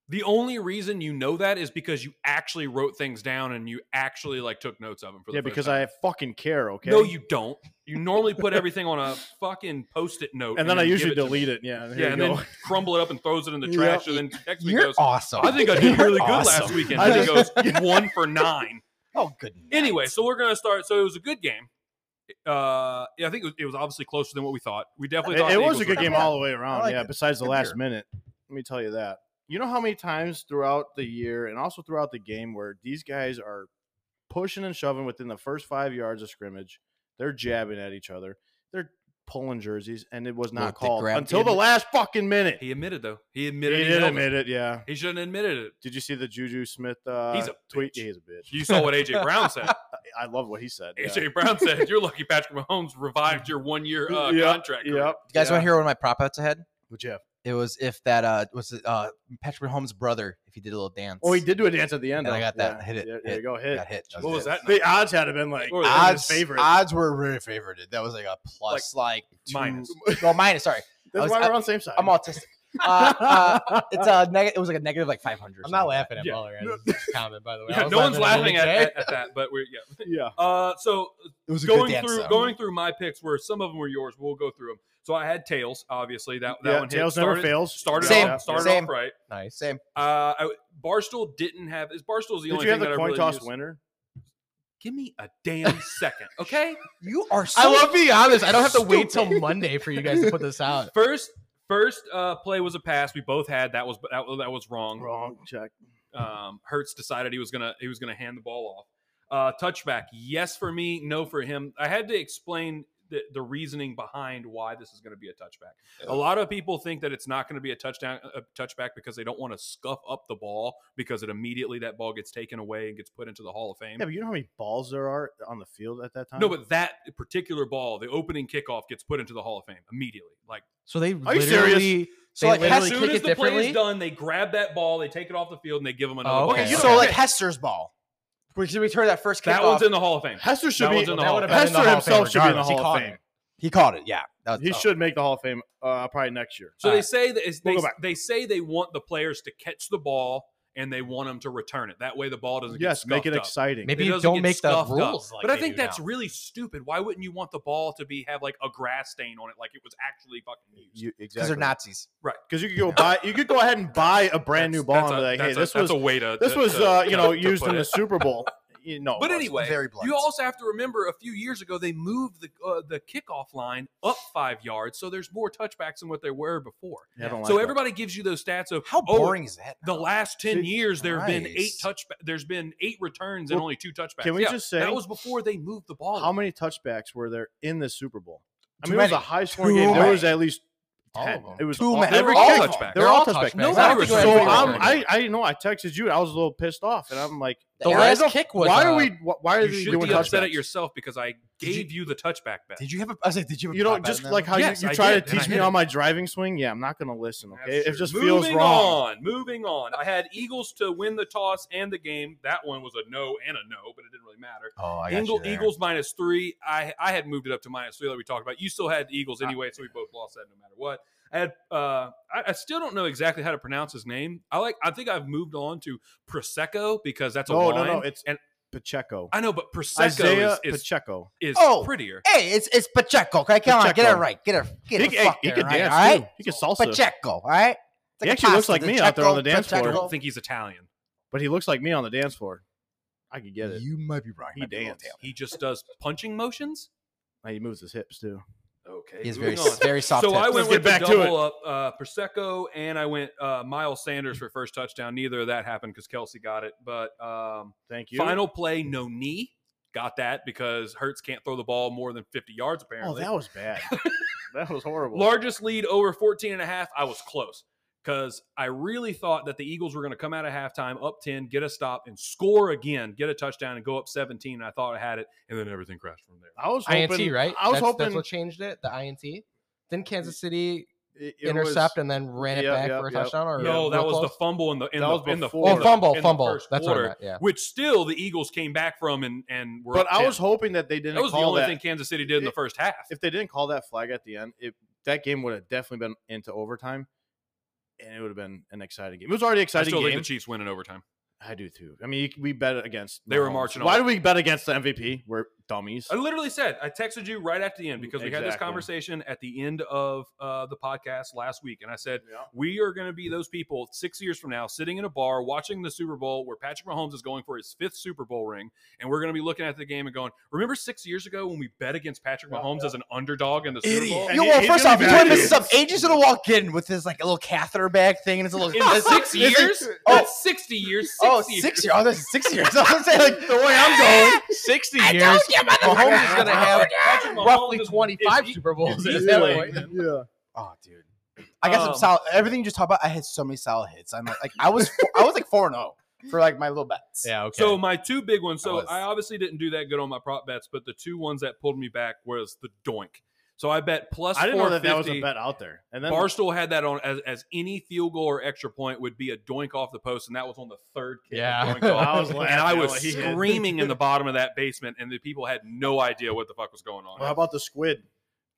S1: The only reason you know that is because you actually wrote things down and you actually like took notes of them. For the
S2: Yeah,
S1: first
S2: because
S1: time.
S2: I fucking care. Okay.
S1: No, you don't. You normally put everything on a fucking post-it note,
S2: And then I
S1: you give
S2: usually
S1: it to me.
S2: delete it. Yeah. here
S1: Yeah,
S2: you
S1: and
S2: go.
S1: then [laughs] crumble it up and throws it in the
S4: Yep.
S1: trash, and then text me
S4: You're
S1: goes,
S4: awesome.
S1: "I think I did
S4: You're
S1: really good last
S4: awesome.
S1: weekend."
S2: I
S1: And he goes, [laughs] "One for nine.
S4: Oh, good.
S1: Anyway, so we're gonna start. So it was a good game. Uh, yeah, I think it was, it was obviously closer than what we thought. We definitely thought
S2: It, it
S1: the
S2: was a good
S1: Eagles were-
S2: game all the way around.
S4: like
S2: yeah,
S4: it.
S2: besides the
S4: Good
S2: last
S4: beer.
S2: minute. Let me tell you that. You know how many times throughout the year and also throughout the game where these guys are pushing and shoving within the first five yards of scrimmage? They're jabbing at each other. They're pulling jerseys, and it was not
S4: Look, they
S2: called
S4: grabbed
S2: until
S4: him.
S2: the last fucking minute. He,
S1: He admitted though. He admitted. He,
S2: did
S1: held
S2: admit it. Yeah.
S1: It. He shouldn't have admitted it.
S2: Did you see the Juju Smith uh,
S1: He's a
S2: tweet?
S1: bitch.
S2: He's a bitch.
S1: You saw what AJ
S2: [laughs]
S1: Brown said.
S2: I love what he said. yeah.
S1: AJ Brown said, "You're lucky Patrick Mahomes revived your one-year uh,
S2: Yep,
S1: contract." career."
S2: Yep.
S4: You guys want to hear one of my prop bets ahead?
S2: Which yeah.
S4: It was if that uh was it, uh Patrick Mahomes' brother if he did a little dance.
S2: Oh, he did do a dance at the end.
S4: And I
S2: though.
S4: got that.
S2: Yeah.
S4: Hit it.
S2: There,
S4: Hit.
S2: there you go. Hit.
S4: got hit.
S1: What was
S4: good.
S1: that?
S2: The odds had to have been like
S1: What were they?
S2: his
S4: Odds
S2: favorite.
S4: odds were very favored. That was like a plus like, two,
S1: minus.
S4: Well, minus. Sorry,
S2: That's
S4: I was-
S2: why we're
S4: I-
S2: on the same side. [laughs]
S4: I'm autistic. Uh, uh, it's a neg- It was like a negative like 500.
S3: I'm not laughing at
S1: Yeah.
S3: Muller. It's
S4: [laughs]
S3: a comment, by the way. I
S1: Yeah,
S3: was
S1: no one's
S3: at
S1: laughing
S3: Willie
S1: at,
S3: J.
S1: at, at that, but we're yeah.
S2: yeah.
S1: Uh, so
S4: It was a
S1: going
S4: good dance,
S1: through
S4: though.
S1: going through my picks, where some of them were yours, we'll go through them. So I had tails, obviously. That that
S2: yeah,
S1: one hit.
S2: tails
S1: started,
S2: never fails.
S1: Started
S4: Same,
S1: off, started
S4: same.
S1: off right.
S3: Nice.
S4: Same.
S1: Uh, I, Barstool didn't have. Is Barstool's the
S2: Did
S1: only
S2: you have the
S1: thing that I
S2: coin
S1: really
S2: toss
S1: used.
S2: winner?
S1: Give me a damn
S2: [laughs]
S1: second, okay?
S4: You are.
S3: [laughs]
S4: So
S3: I love being honest. I don't have to wait till
S4: Stupid.
S3: Monday for you guys to put this out.
S1: First, first uh, play was a pass. We both had that was that, was- that was wrong.
S2: Wrong. Check.
S1: um, Hertz decided he was gonna he was gonna hand the ball off. Uh, touchback, yes for me, no for him. I had to explain the, the reasoning behind why this is going to be a touchback. A lot of people think that it's not going to be a touchdown a touchback because they don't want to scuff up the ball because it immediately that ball gets taken away and gets put into the Hall of Fame.
S2: Yeah, but you know how many balls there are on the field at that time?
S3: uh,
S1: no, but that particular ball, the opening kickoff gets put into the Hall of Fame immediately. Like
S3: So they
S2: you serious?
S3: literally
S4: So
S3: they
S4: like,
S1: as
S3: literally
S4: Hester,
S1: soon
S3: kick
S1: as
S3: it
S1: the play
S3: differently?
S1: is done, they grab that ball, they take it off the field, and they give them another.
S3: Oh,
S1: ball.
S3: okay.
S4: okay,
S1: You
S4: so
S1: don't
S4: like
S1: get-
S4: Hester's ball. We we turned that first
S1: that
S4: kickoff.
S1: one's in the Hall of Fame.
S2: Hester should
S1: That
S2: be.
S1: one's in the Hall of
S3: That would've
S1: Fame.
S3: been in the
S2: Hester
S3: Hall of Fame
S2: himself should be in the
S3: regardless. He
S2: Hall
S3: caught
S2: of Fame.
S3: it.
S4: he caught it. Yeah, that was,
S2: He
S4: oh.
S2: should make the Hall of Fame uh, probably next year.
S1: So
S3: All
S1: they
S3: right.
S1: say that it's,
S2: We'll
S1: they,
S2: go back.
S1: they say they want the players to catch the ball and they want them to return it. That way the ball doesn't
S2: Yes,
S1: get
S2: make it
S1: scuffed up.
S2: exciting.
S3: Maybe
S1: It
S3: you
S1: doesn't
S3: don't
S1: get
S3: make the
S1: scuffed up.
S3: rules. Like
S1: but I
S3: they
S1: think
S3: do
S1: that's
S3: now.
S1: really stupid. Why wouldn't you want the ball to be have like a grass stain on it, like it was actually fucking used?
S2: You,
S4: because
S2: exactly. [laughs]
S4: they're Nazis.
S2: Because you could go buy. You could go ahead and buy a brand new ball and
S1: That's
S2: be
S1: a-
S2: like, "Hey,
S1: that's a-
S2: this
S1: that's
S2: was
S1: a way to
S2: this
S1: to-
S2: was
S1: to-
S2: uh, you
S1: to-
S2: know
S1: to
S2: used
S1: put
S2: in the
S1: it.
S2: Super
S1: [laughs]
S2: Bowl." You know,
S1: But
S2: it wasn't.
S1: anyway,
S4: Very blunt.
S1: you also have to remember a few years ago they moved the uh, the kickoff line up five yards, so there's more touchbacks than what there were before.
S2: Yeah, I don't like
S1: so
S2: that.
S1: everybody gives you those stats of
S4: How
S1: oh,
S4: boring is that?
S1: the last 10
S2: Jesus
S1: years there have been eight
S4: Christ.
S1: touch there's been eight returns and
S2: Well,
S1: only two touchbacks
S2: can we
S1: Yeah,
S2: just say-
S1: that was before they moved the ball
S2: How many touchbacks were there in the Super Bowl? I
S4: Too
S2: mean, it was a
S4: many.
S2: high scoring
S4: Too
S2: game. There
S4: many.
S2: was at least
S3: All
S2: ten.
S3: of them.
S2: It was
S4: Too
S2: all,
S4: many.
S1: they were
S2: Every
S1: all
S2: kick,
S1: touchbacks
S2: They were all
S3: They're all
S2: touchbacks.
S3: touchbacks.
S2: I
S1: No,
S2: was
S1: they were
S2: so
S1: touchbacks.
S2: I'm, I, I know I texted you. I was a little pissed off, and I'm like,
S4: The
S3: The
S2: why
S3: last
S2: the-
S3: kick was.
S2: why
S3: uh,
S2: are we? Why are
S1: you
S2: they
S1: should
S2: doing
S1: be upset
S2: touchbacks?
S1: at yourself because i
S4: you-
S1: gave you, the touchback bet
S4: [laughs] Did you have? A, I was like, did you? Have a
S2: You know,
S4: prop bet
S2: just
S4: in that
S2: like
S4: one?
S2: how
S1: Yes,
S2: you,
S1: I
S2: you try
S1: did,
S2: to
S1: and I
S2: teach me
S1: hit
S2: on
S1: it.
S2: my driving swing. Yeah, I'm not gonna listen.
S1: That's
S2: Okay, it
S1: true.
S2: just
S1: moving
S2: feels wrong.
S1: on moving on i had eagles to win the toss and the game that one was a no and a no but it didn't really matter
S4: Oh, I got
S1: Eagle,
S4: you there.
S1: eagles minus three i i had moved it up to minus three like we talked about you still had the eagles
S2: Ah.
S1: anyway so we both lost that no matter what I had uh, I, I still don't know exactly how to pronounce his name. I like I think I've moved on to Prosecco because that's a
S2: No, no,
S1: wine.
S2: no, it's-
S1: and
S2: Pacheco,
S1: I know, but Prosecco
S2: Isaiah
S1: is, is,
S2: Pacheco.
S1: is
S4: Oh.
S1: prettier.
S4: Hey, it's it's Pacheco. Okay, come on, get
S2: Pacheco.
S4: it right. Get it. Get
S2: He,
S4: it.
S2: hey,
S4: fuck
S2: he
S4: there,
S2: can
S4: right?
S2: dance
S4: all right?
S2: too. He can salsa,
S4: Pacheco. All right. It's
S2: He
S4: a
S2: actually looks
S4: pasta,
S2: like me out there on the dance
S1: I
S2: floor.
S1: don't think he's Italian.
S2: but he looks like me on the dance floor. I could get it.
S4: You might be right.
S2: He
S4: might be a little
S2: danced.
S4: tail.
S1: He just does punching motions.
S2: He moves his hips too.
S1: Okay,
S4: He is very
S1: moving on.
S4: very soft.
S1: So I went
S4: hips.
S2: Let's get
S1: with back
S2: back to
S1: double up uh, Prosecco, and I went uh, Miles Sanders for first touchdown. Neither of that happened because Kelsey got it. But um,
S2: Thank you.
S1: final play, no knee. Got that because Hertz can't throw the ball more than 50 yards,
S2: Oh,
S1: apparently.
S2: that was bad. [laughs] that was horrible.
S1: largest lead over 14 and a half i was close because i really thought that the eagles were going to come out of halftime up 10 get a stop and score again get a touchdown and go up 17 and i thought i had it and then everything crashed from there
S2: I was hoping.
S3: INT, right?
S2: I was
S3: that's,
S2: hoping.
S3: that's what changed it. The INT. Then Kansas City
S2: it- it was-
S3: intercept and then ran it
S2: Yep,
S3: back
S2: yep,
S3: for a
S2: yep.
S3: touchdown? Or
S1: no,
S3: real
S1: that was the
S3: close?
S1: fumble in the in
S2: That
S1: the
S2: was
S1: in the
S2: before
S1: fourth-
S2: that.
S3: oh fumble,
S1: in the
S3: fumble.
S1: first
S3: That's what I
S1: quarter,
S3: meant. Yeah,
S1: which still the Eagles came back from and and were.
S2: But
S1: up
S2: I
S1: 10.
S2: was hoping that they didn't
S1: that was the
S2: call
S1: only
S2: that.
S1: thing Kansas City did in the
S2: It-
S1: first half.
S2: If they didn't call that flag at the end, it, that game would have definitely been into overtime, and it would have been an exciting game. It was already an
S1: I
S2: exciting
S1: still
S2: game.
S1: think the Chiefs win in overtime.
S2: I do too. I mean, you- we bet against.
S1: They were
S2: Mahomes.
S1: marching
S2: Why
S1: all-
S2: do we bet against the MVP? We're dummies.
S1: I literally said I texted you right after the end because we had this
S2: Exactly.
S1: conversation at the end of uh, the podcast last week, and I said we are going to be those people six years from now sitting in a bar watching the Super Bowl where Patrick Mahomes is going for his fifth Super Bowl ring, and we're going to be looking at the game and going, "Remember six years ago when we bet against Patrick Mahomes as an underdog in the Super Bowl?"
S2: Idiot.
S4: Yo,
S2: he-
S4: well,
S2: he's
S4: first
S2: gonna
S4: off,
S2: be
S4: you want to
S2: back.
S4: mess this up. Agent's gonna walk in with his like a little catheter bag thing, and it's a little.
S1: In six
S4: It's-
S1: years?
S4: Oh.
S1: That's sixty years. Six
S4: oh,
S1: years.
S4: six years. Oh, that's six years. [laughs] I was saying like the way I'm going.
S3: sixty years. Mahomes is going to have
S1: Patrick Mahomes
S3: roughly
S1: is-
S3: twenty-five
S1: if he-
S3: Super
S1: [laughs]
S3: Bowls [laughs]
S1: if
S3: at
S1: he's
S3: that
S1: playing,
S3: point.
S1: then-
S4: Yeah. [laughs] Oh, dude. I got
S1: Um,
S4: some solid. Everything you just talked about, I had so many solid hits. I'm like, like I was, I was like four and zero for like my little bets.
S3: Yeah. Okay.
S1: So my two big ones. So
S4: That was-
S1: I obviously didn't do that good on my prop bets, but the two ones that pulled me back was the doink. So I bet [laughs] plus
S2: I didn't know that that was a
S1: 450.
S2: bet out there. And then
S1: Barstool had that on as, as any field goal or extra point would be a doink off the post, and that was on the third kick. of
S3: Yeah. [laughs]
S1: doink off.
S2: I was
S1: [laughs] and I
S2: laughing at
S1: was
S2: what he did.
S1: screaming
S2: [laughs]
S1: in the bottom of that basement, and the people had no idea what the fuck was going on.
S2: Well, how about the squid?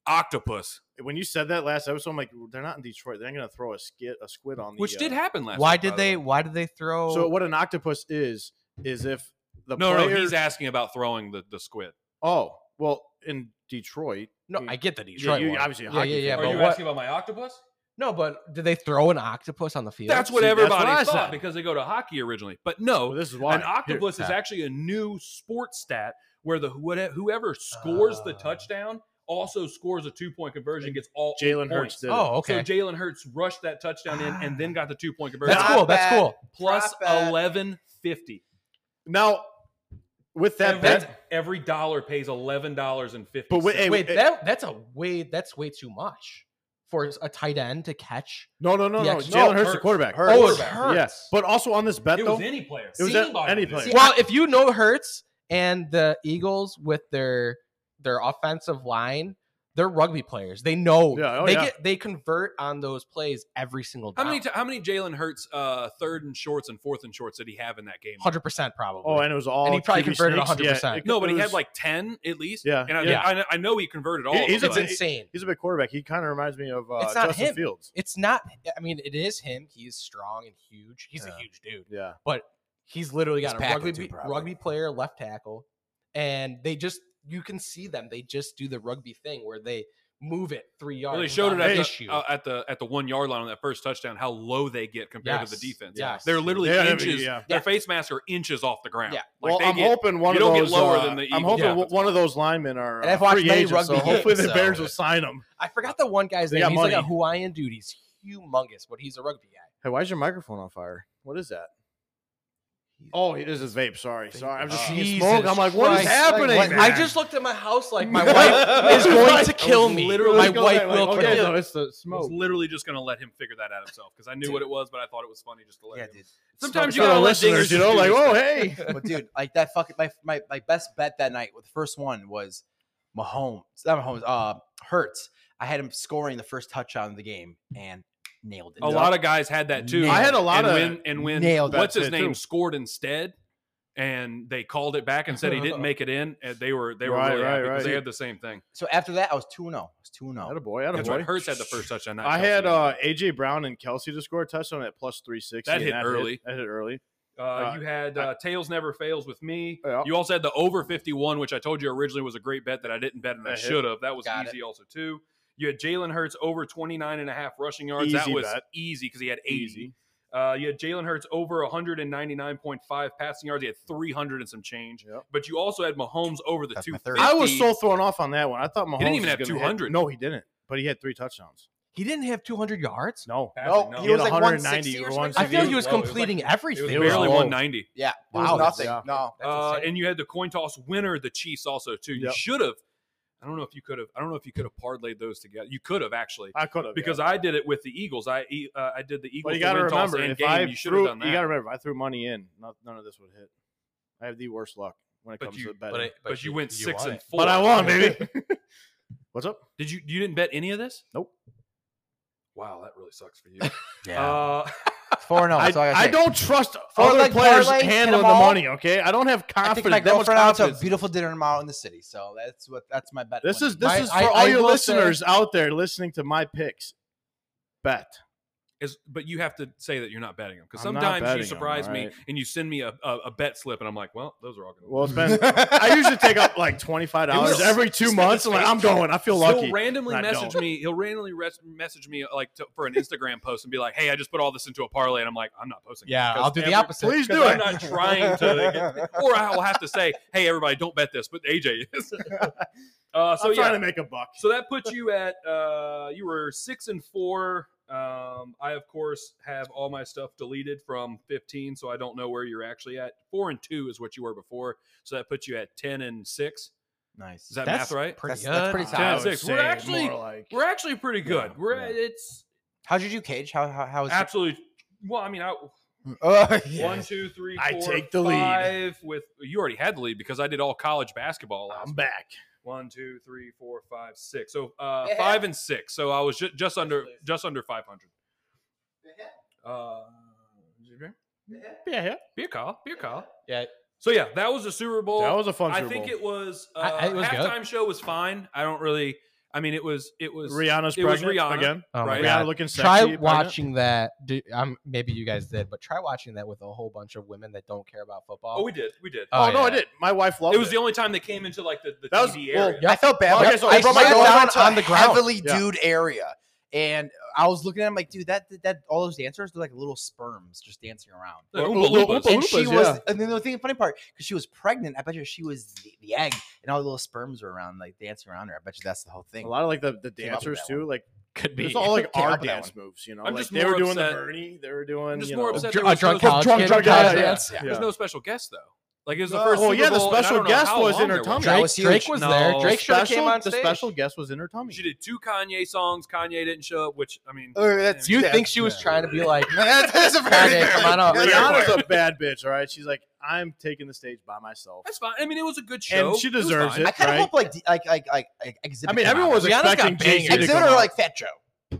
S1: Octopus,
S2: When you said that last episode, I'm like, they're not in Detroit. They're not going to throw a skit, a squid on the.
S1: which did
S2: uh,
S1: happen last.
S3: why
S1: week,
S3: did
S1: by the
S3: they?
S1: way.
S3: Why did they throw?
S2: So what an octopus is is if the
S1: No,
S2: player.
S1: no, he's asking about throwing the, the squid.
S2: oh well, in Detroit.
S3: no,
S2: you-
S3: I get the
S2: you-
S3: Detroit
S2: you-
S3: one.
S2: obviously a
S3: yeah,
S2: hockey
S3: yeah, yeah.
S2: fan.
S1: Are
S3: But
S1: you
S3: what?
S1: asking about my octopus?
S3: no, but did they throw an octopus on the field?
S1: That's what
S2: See, that's what
S1: everybody
S2: I said.
S1: thought because they go to hockey originally. But no,
S2: Well, this is why
S1: An octopus is
S3: yeah.
S1: actually a new sports stat where the whate- whoever scores the
S2: Uh.
S3: Ah.
S1: touchdown also scores a two point conversion gets all eight
S2: Jalen Hurts
S1: points.
S2: did. it.
S3: Oh, okay.
S1: So Jalen Hurts rushed that touchdown in and
S2: Ah.
S1: then got the two point conversion.
S3: that's
S4: Not
S3: cool. That's
S4: bad.
S3: cool.
S1: Plus
S4: Not bad.
S1: eleven fifty.
S2: now with that
S1: Every,
S2: bet,
S1: every dollar pays eleven dollars and fifty.
S2: But wait, hey,
S3: Wait,
S2: it-
S3: that that's a way that's way too much for a tight end to catch.
S2: no, no, no,
S3: The
S2: no.
S3: extra-
S2: Jalen
S3: No,
S2: Hurts, the
S1: Hurts.
S2: quarterback.
S1: Hurts. Oh, it's
S3: Hurts.
S2: Yes, but also on this bet
S1: it
S2: though,
S1: was any player.
S2: it was
S1: Seen
S2: a-
S1: by
S2: any
S1: him.
S2: player.
S3: Well, if you know Hertz and the Eagles with their their offensive line, they're rugby players. They know
S2: Yeah, oh,
S3: they
S2: yeah.
S3: get they convert on those plays every single
S1: How
S3: time.
S1: many t- how many Jalen Hurts uh, third and shorts and fourth and shorts did he have in that game?
S3: Hundred percent probably.
S2: oh, and it was all.
S3: And he probably
S2: QB
S3: converted
S2: sneaks.
S3: 100%.
S2: Yeah, it-
S1: No, but
S2: it
S1: he had
S2: was-
S1: like ten at least.
S2: Yeah,
S1: and uh, I,
S3: yeah.
S1: I, I know he converted all.
S2: He-
S1: of
S2: he's
S1: them,
S2: a
S1: but-
S3: it's
S2: big-
S3: insane.
S2: He's a big quarterback. He kind of reminds me of uh,
S3: It's not
S2: Justin
S3: him.
S2: Fields.
S3: It's not. I mean, it is him. He's strong and huge. He's
S2: Yeah.
S3: a huge dude.
S2: Yeah.
S3: He's literally
S4: He's
S3: got a
S4: packing
S3: rugby
S4: too,
S3: be-
S4: probably.
S3: rugby player, left tackle, and they just you can see them. They just do the rugby thing where they move it three yards.
S1: Well, they showed it
S3: without
S1: at
S3: an
S1: the,
S3: issue.
S1: uh, at the at the one yard line on that first touchdown how low they get compared to the
S3: Yes,
S1: defense.
S3: yes.
S1: they're literally
S2: Yeah, I mean,
S1: inches.
S2: yeah.
S1: Their
S3: Yeah.
S1: face masks are inches off the ground.
S3: Yeah.
S1: Like
S2: well,
S1: they
S2: I'm
S1: get-
S2: hoping one
S1: you
S2: of
S1: don't get
S2: those.
S1: lower
S2: uh,
S1: than the E
S2: I'm
S1: Eagles.
S2: hoping
S1: Yeah.
S2: w- one of those linemen are.
S3: And
S2: Uh,
S3: I've watched
S2: free
S3: many
S2: agents,
S3: rugby
S2: [laughs] so hopefully
S3: games,
S2: the Bears
S3: so-
S2: will sign him.
S3: I forgot the one guy's
S2: Uh, They
S3: name.
S2: got
S3: He's like a
S2: money.
S3: Hawaiian dude. He's humongous, but he's a rugby guy.
S2: Hey, why is your microphone on fire? What is that? Oh, it is his vape. Sorry, sorry. I'm just seeing
S3: Jesus
S2: smoke. I'm like, what is
S3: Christ.
S2: happening?
S4: Like, what-
S3: I just looked at my house like my wife is going to kill me.
S2: Literally
S3: my
S2: goes
S3: wife
S2: that way.
S3: will
S2: Okay,
S3: kill
S2: no,
S3: me.
S2: it's the
S1: I was
S2: smoke.
S1: literally just going to let him figure that out himself because I knew what it was, but I thought it was funny just to let him.
S4: dude.
S1: Sometimes
S2: It's
S1: you
S2: not
S1: got
S2: our
S1: to let
S2: listeners,
S1: dingers
S2: you know,
S1: do
S2: like,
S1: this
S2: oh
S1: thing.
S2: hey,
S4: but dude, like that fucking my, my my best bet that night with the first one was Mahomes. Not Mahomes. Uh, Hurts. I had him scoring the first touchdown of the game and nailed it.
S1: A lot of guys had that too.
S4: I
S2: had a lot
S1: and
S2: of
S1: when, and when
S4: nailed
S1: what's
S2: bets
S1: his
S2: too.
S1: name scored instead, and they called it back and said he didn't make it in. And they were they were
S2: Right,
S1: really
S2: right,
S1: happy because
S2: right.
S1: they had the same thing.
S4: So after that, I was two and zero. I was two and oh.
S2: had
S4: zero.
S2: a boy, had a
S1: That's right.
S2: boy.
S1: Hurts had the first touchdown. not
S2: I had
S1: Kelsey.
S2: uh, AJ Brown and Kelsey to score a touchdown at plus three sixty.
S1: That hit early.
S2: That hit early.
S1: Uh,
S2: Uh,
S1: you had uh, Tails Never Fails with me.
S2: Yeah.
S1: You also had the over 51, which I told you originally was a great bet that I didn't bet and I
S2: That hit.
S1: should have. That was
S4: Got
S1: easy also, too. You had Jalen Hurts over 29 and a half rushing yards. that
S2: Easy
S1: was
S2: bet.
S1: easy because he had 80.
S2: Easy.
S1: Uh, you had Jalen Hurts over 199.5 passing yards. He had 300 and some change.
S2: Yep.
S1: But you also had Mahomes over the
S4: That's my
S1: 250.
S4: third. Oh,
S2: I was so thrown off on that one. I thought Mahomes
S1: didn't even
S2: was
S1: have
S2: gonna hit-
S1: 200.
S2: No, he didn't. But he had three touchdowns.
S3: He didn't have 200 yards.
S2: No,
S1: Passing,
S4: No,
S1: no.
S4: he
S2: He had
S4: was like
S2: 190
S4: 160
S2: or
S4: or something.
S3: I
S4: I
S3: feel
S4: feel
S3: he was
S1: low. It was like-
S3: completing
S1: It was
S3: everything.
S2: It was
S1: barely
S2: low.
S1: 190.
S4: Yeah, it
S2: Wow.
S4: was nothing.
S2: Yeah.
S4: No,
S3: That's
S1: Uh,
S3: insane.
S1: and you had the coin toss winner, the Chiefs also too. You
S2: Yep.
S1: should have. I don't know if you could have. I don't know if you could have parlayed those together. You could have actually
S2: I could have
S1: because I did it with the Eagles. I uh, I did the
S2: But
S1: Eagles.
S2: you
S1: the
S2: got to
S1: win toss
S2: remember,
S1: and
S2: if
S1: game.
S2: I
S1: you should
S2: threw,
S1: have done that.
S2: you got to remember, if I threw money in. Not, none of this would hit. I have the worst luck when it
S1: But
S2: comes
S1: you-
S2: to betting.
S3: but,
S2: But,
S3: it-
S1: but, you, went six
S3: won
S1: and
S3: it.
S2: [laughs]
S1: four. [laughs]
S2: I won, baby. What's up?
S1: Did you? You didn't bet any of this?
S2: Nope.
S1: Wow, that really sucks for you.
S5: Yeah.
S1: uh,
S4: Four and oh.
S2: I,
S4: that's all gotta
S2: I
S4: say.
S2: don't trust
S4: Four
S2: other
S4: leg
S2: players
S4: parlays, hit 'em
S2: handling the
S4: all.
S2: money. Okay, I don't have
S4: I
S2: confidence.
S4: think my
S2: that much
S4: girlfriend out to a
S2: confidence.
S4: beautiful dinner tomorrow in the city. So that's what that's my bet.
S2: This
S4: winner.
S2: is this
S3: My-
S2: is for
S3: I-
S2: all
S3: I
S2: your
S3: will say-
S4: [laughs]
S2: listeners out there listening to my picks. Bet.
S1: is but you have to say that you're not betting them because
S2: I'm not
S1: sometimes
S2: betting
S1: you
S2: 'em,
S1: surprise me
S2: alright.
S1: and you send me a, a, a bet slip and I'm like, well, those are all going to
S2: Well, it's
S4: [laughs]
S2: been. I usually take up like twenty five
S1: It
S2: dollars
S1: was-
S2: every two months. I'm like, I'm going. I feel lucky.
S1: He'll randomly
S2: I don't.
S1: message me. He'll randomly res- message me like to, for an Instagram post and be like, "Hey, I just put all this into a parlay," and I'm like, "I'm not posting." it
S3: Yeah,
S1: because
S3: I'll do the
S1: every-
S3: opposite.
S2: Please do
S1: because I'm
S2: it.
S1: not trying [laughs] to, or I will have to say, "Hey, everybody, don't bet this," but AJ
S2: [laughs]
S1: is. [laughs] uh, so
S2: I'm
S1: yeah,
S2: trying to make a buck.
S1: so that puts you at uh, you were six and four. Um, I of course have all my stuff deleted from 15, so I don't know where you're actually at. Four and two is what you were before, so that puts you at 10 and six.
S4: nice.
S1: Is that
S3: That's
S1: math right?
S3: Pretty good.
S4: That's- that's pretty
S1: Ten and
S4: solid.
S2: I would
S1: six. We're
S2: say
S1: actually
S2: more like-
S1: we're actually pretty good.
S2: Yeah,
S1: we're
S2: yeah.
S1: it's
S4: How'd you do, Cage? How how how is
S1: absolutely. Well, I mean, I,
S4: Oh, yeah.
S1: one, two, three,
S2: I
S1: four,
S2: take the lead.
S1: five With you already had the lead because I did all college basketball. Last
S2: I'm back.
S1: one, two, three, four, five, six. So uh,
S4: Yeah.
S1: five and six. So I was ju- just under just under five hundred. Uh,
S2: Yeah, yeah.
S1: beer call, beer call.
S3: Yeah.
S1: So yeah, that was the Super Bowl.
S2: That was a fun
S1: I
S2: Super
S1: think
S2: Bowl.
S1: it was. Uh,
S3: I- I- it was good.
S1: halftime show was fine. I don't really. I mean, it was. It was.
S2: Rihanna's
S1: it was
S2: pregnant
S1: Rihanna.
S2: again.
S3: Oh my
S1: Right.
S2: Rihanna
S3: God.
S2: looking sexy.
S3: try
S2: pregnant.
S3: watching that. Do, um, maybe you guys did, but try watching that with a whole bunch of women that don't care about football.
S1: Oh, we did. We did.
S2: Oh, no,
S3: yeah.
S2: I did. My wife loved
S1: it was the only time they came into like the, the
S2: That was-
S1: TV
S2: well,
S1: area.
S3: Yeah.
S4: I felt bad.
S2: Okay,
S4: because
S2: so
S4: I
S2: I
S4: brought my
S2: sat
S4: girlfriend
S3: down
S4: to on
S3: on
S4: the
S3: the ground.
S4: heavily
S2: Yeah.
S4: dude area, and I was looking at him like, dude, that that, that- all those dancers, they're like little sperms just dancing around.
S1: The
S2: Well,
S1: Oompa
S2: well,
S1: Loompas.
S2: well,
S4: and she
S2: Chalupas,
S4: was,
S2: yeah.
S4: and then the thing, funny part, because she was pregnant, I bet you she was the, the egg, and all the little sperms were around, like dancing around her. I bet you that's the whole
S2: A
S4: thing.
S2: lot of like the, the
S4: Came up with
S2: dancers
S4: that
S2: too. Like
S3: could
S2: it's all like
S4: Came
S2: our
S4: up with that
S2: dance moves. You know,
S1: I'm
S2: like
S1: just
S2: they
S1: more
S2: were doing the
S1: upset-
S2: Bernie. They were doing.
S1: I'm just
S2: you
S1: more
S2: know,
S1: upset.
S3: Dr-
S1: there
S3: a
S1: was
S3: drunk
S1: no-
S3: college
S2: drunk-
S3: kid.
S2: drunk
S3: college
S2: college
S3: kid.
S2: dance.
S3: Yeah.
S2: Yeah.
S1: There's no special guest though. Like it was the
S2: No.
S1: first.
S2: Oh,
S1: Super
S2: yeah, the
S1: Bowl, and I
S2: special
S1: don't know
S2: guest
S1: how
S2: was in
S1: long
S2: her
S1: there
S2: tummy.
S1: was.
S4: That
S3: Drake,
S4: was huge.
S3: Drake was there.
S1: No.
S3: Drake
S2: the
S3: should have came
S2: special-
S3: on
S2: the
S3: stage.
S2: special guest was in her tummy.
S1: She did two Kanye songs. Kanye didn't show up, which I mean,
S4: Oh, that's
S1: Do
S3: you
S4: that's-
S3: think she was trying to be like? [laughs]
S4: that's, [laughs] that's a very
S3: Kanye,
S4: good-
S3: come on up.
S4: that's a
S1: Yeah.
S4: very-
S2: Rihanna's a bad bitch. All right, she's like, I'm taking the stage by myself.
S1: that's fine. I mean, it was a good show,
S2: And she
S1: It was
S2: deserves it.
S1: fine.
S4: I kind of
S2: Right.
S4: hope like d- like like like, like exhibit.
S2: I mean,
S4: came
S2: everyone
S4: out.
S2: was
S3: Rihanna's got
S2: expecting
S3: bangers.
S2: Jay-Z to
S4: exhibit
S2: come
S4: or
S2: out.
S4: like Fat Joe.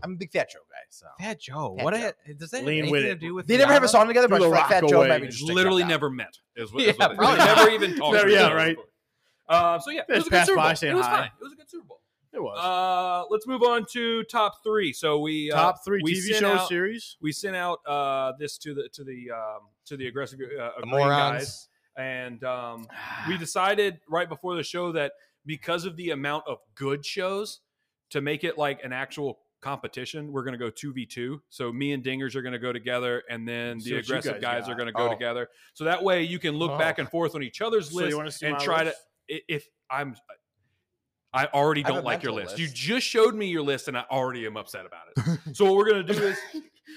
S4: I'm a big Fat Joe guy, so.
S3: Fat Joe.
S4: Fat
S3: What
S4: Joe.
S3: a, does that have
S2: Lean
S3: anything
S2: with
S3: to
S2: it.
S3: do with?
S4: They never have a
S3: Rihanna?
S4: song together,
S2: Threw
S4: but
S2: the
S4: like
S2: rock
S4: Fat Joe
S2: away.
S4: might be just
S1: Literally never
S4: never.
S1: met. Is what,
S3: Yeah,
S1: is what it is.
S3: probably.
S1: never even talked.
S2: Yeah,
S1: to each
S2: yeah,
S1: other
S2: right.
S1: before. Um, so yeah, it
S2: Just
S1: was a good
S2: passed
S1: Super
S2: by
S1: Bowl.
S2: saying
S1: It was
S2: hi.
S1: fine. It was a good Super Bowl.
S2: It was
S1: Uh, let's move on to top three. So we uh,
S2: top three
S1: we
S2: TV
S1: sent
S2: show
S1: out-
S2: series.
S1: We sent out uh, this to the to the um, to the aggressive uh,
S3: The
S1: agreeing guys,
S3: morons.
S1: and um, we decided right before the show that because of the amount of good shows to make it like an actual competition we're going to go 2v2 so me and dingers are going to go together and then
S2: See
S1: the
S2: what you
S1: aggressive
S2: guys
S1: guys, are
S2: got.
S1: going to go
S4: Oh.
S1: together so that way you can look
S3: Oh.
S1: back and forth on each other's
S2: So
S1: list
S2: you want to see
S1: and
S2: my
S1: try
S2: list?
S1: to i- if i'm i already
S4: I have
S1: don't
S4: a
S1: like your
S4: mental
S1: list. you
S4: list.
S1: just showed me your list and i already am upset about it so what we're going to do is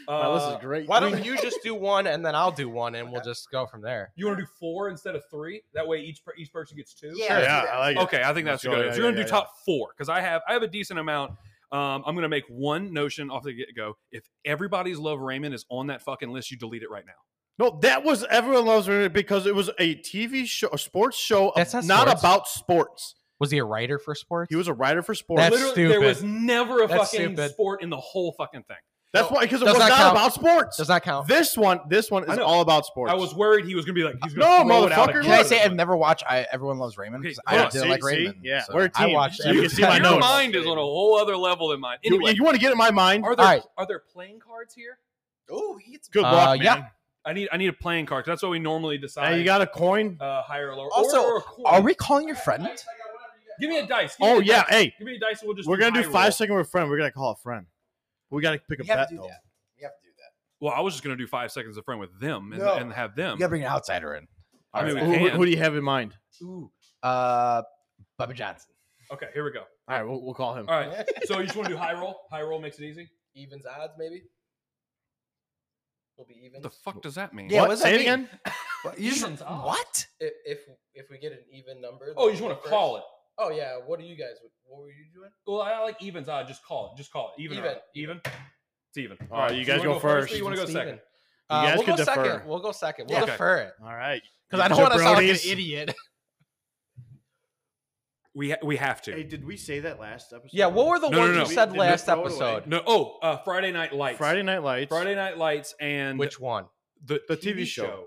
S1: uh,
S2: Wow, this is
S3: [laughs]
S2: great.
S3: Why don't you just do one and then I'll do one and we'll just go from there.
S1: you want to do four instead of three that way each per- each person gets two
S4: Yeah.
S2: Yeah, yeah, I like it.
S1: Okay, I think
S2: Let's
S1: that's
S2: go.
S1: good.
S2: Yeah,
S1: so you're gonna
S2: yeah,
S1: do
S2: yeah,
S1: top four because I have I have a decent amount. Um, I'm gonna make one notion off the get go. If everybody's love Raymond is on that fucking list, you delete it right now.
S2: No, that was everyone loves Raymond because it was a TV show, a sports show,
S3: That's
S2: ab-
S3: not
S2: not,
S3: sports.
S2: about sports.
S3: Was he a writer for sports?
S2: He was a writer for sports.
S3: That's-
S1: Literally, there
S3: stupid.
S1: was never a
S3: That's
S1: fucking
S3: stupid.
S1: sport in the whole fucking thing.
S2: That's why because it
S3: Does
S2: was
S3: not
S2: not
S3: count.
S2: about sports.
S3: Does that count?
S2: This one, this one
S1: I
S2: is
S1: know.
S2: all about sports.
S1: I was worried he was gonna be like, he's
S2: No,
S1: gonna throw it out.
S2: motherfucker,
S4: Can I say I've
S1: again.
S4: never watched I, Everyone Loves Raymond? Because
S1: Okay,
S4: I
S1: yeah,
S4: didn't
S2: see-
S4: like
S2: see?
S4: Raymond.
S2: Yeah,
S4: so
S2: we're a
S4: I
S2: team.
S4: watched
S2: You can see my
S1: [laughs] Your
S2: notes.
S1: mind is on a whole other level than mine.
S2: You-
S1: Anyway,
S2: you, want to get in my mind?
S1: are there
S3: Alright.
S1: are there playing cards here?
S4: Oh, he gets
S2: Good
S3: Uh,
S2: luck, man.
S3: yeah.
S1: I need I need a playing card. 'cause That's what we normally decide.
S2: Hey, you got a coin?
S1: uh, higher or lower.
S4: Also,
S1: Or- or a coin.
S4: Are we calling your friend?
S1: Give me a dice. Give me
S2: Oh
S1: a
S2: yeah.
S1: dice.
S2: Hey,
S1: Give me a dice. And we'll just
S2: we're gonna
S1: high
S2: do
S1: roll.
S2: five second with a friend. We're gonna call a friend. We gotta pick a
S4: We have
S2: bet
S4: to do
S2: though.
S4: that. We have to do that.
S1: Well, I was just gonna do five seconds of friend with them and,
S4: No.
S1: and have them.
S4: You gotta bring an outsider in.
S1: I mean,
S2: Who,
S1: we
S2: who-
S1: can.
S2: who do you have in mind? [laughs]
S4: Ooh, uh, Bubba Johnson.
S1: Okay, here we go.
S2: All right, we'll, we'll call him.
S1: All right. So you just want to do high roll? High roll makes it easy.
S3: Evens odds, maybe. We'll be even.
S1: What the fuck does that mean?
S4: Yeah,
S2: what?
S4: what does
S2: Say
S4: that
S2: it
S4: mean?
S2: again.
S4: What? You just,
S1: Even's off.
S4: what?
S3: If, if if we get an even number.
S1: Oh, you just want to call it?
S3: Oh yeah. What do you guys? What were you doing?
S1: Well, I like evens. I just call it. Just call it. Even. or
S3: Even.
S1: odd? Even. It's even.
S2: Oh, you guys
S1: wanna
S2: go
S1: or
S2: first.
S1: you want to go
S3: It's
S1: second?
S3: even. Uh,
S2: guys
S3: we'll
S2: could
S3: go second.
S2: defer.
S3: We'll go second. We'll
S1: Yeah.
S3: defer it
S2: All right.
S3: because I
S2: You
S3: don't want to sound like an
S2: jabronis.
S3: idiot.
S1: We ha- we have to.
S2: Hey, did we say that last episode?
S3: Yeah, what were the
S1: No, no,
S3: ones
S1: no.
S3: you said
S2: Did we
S3: last
S2: throw it away?
S3: episode?
S1: no. Oh, uh, Friday Night Lights.
S2: Friday Night Lights.
S1: Friday Night Lights and
S3: Which one?
S1: the,
S2: the TV show.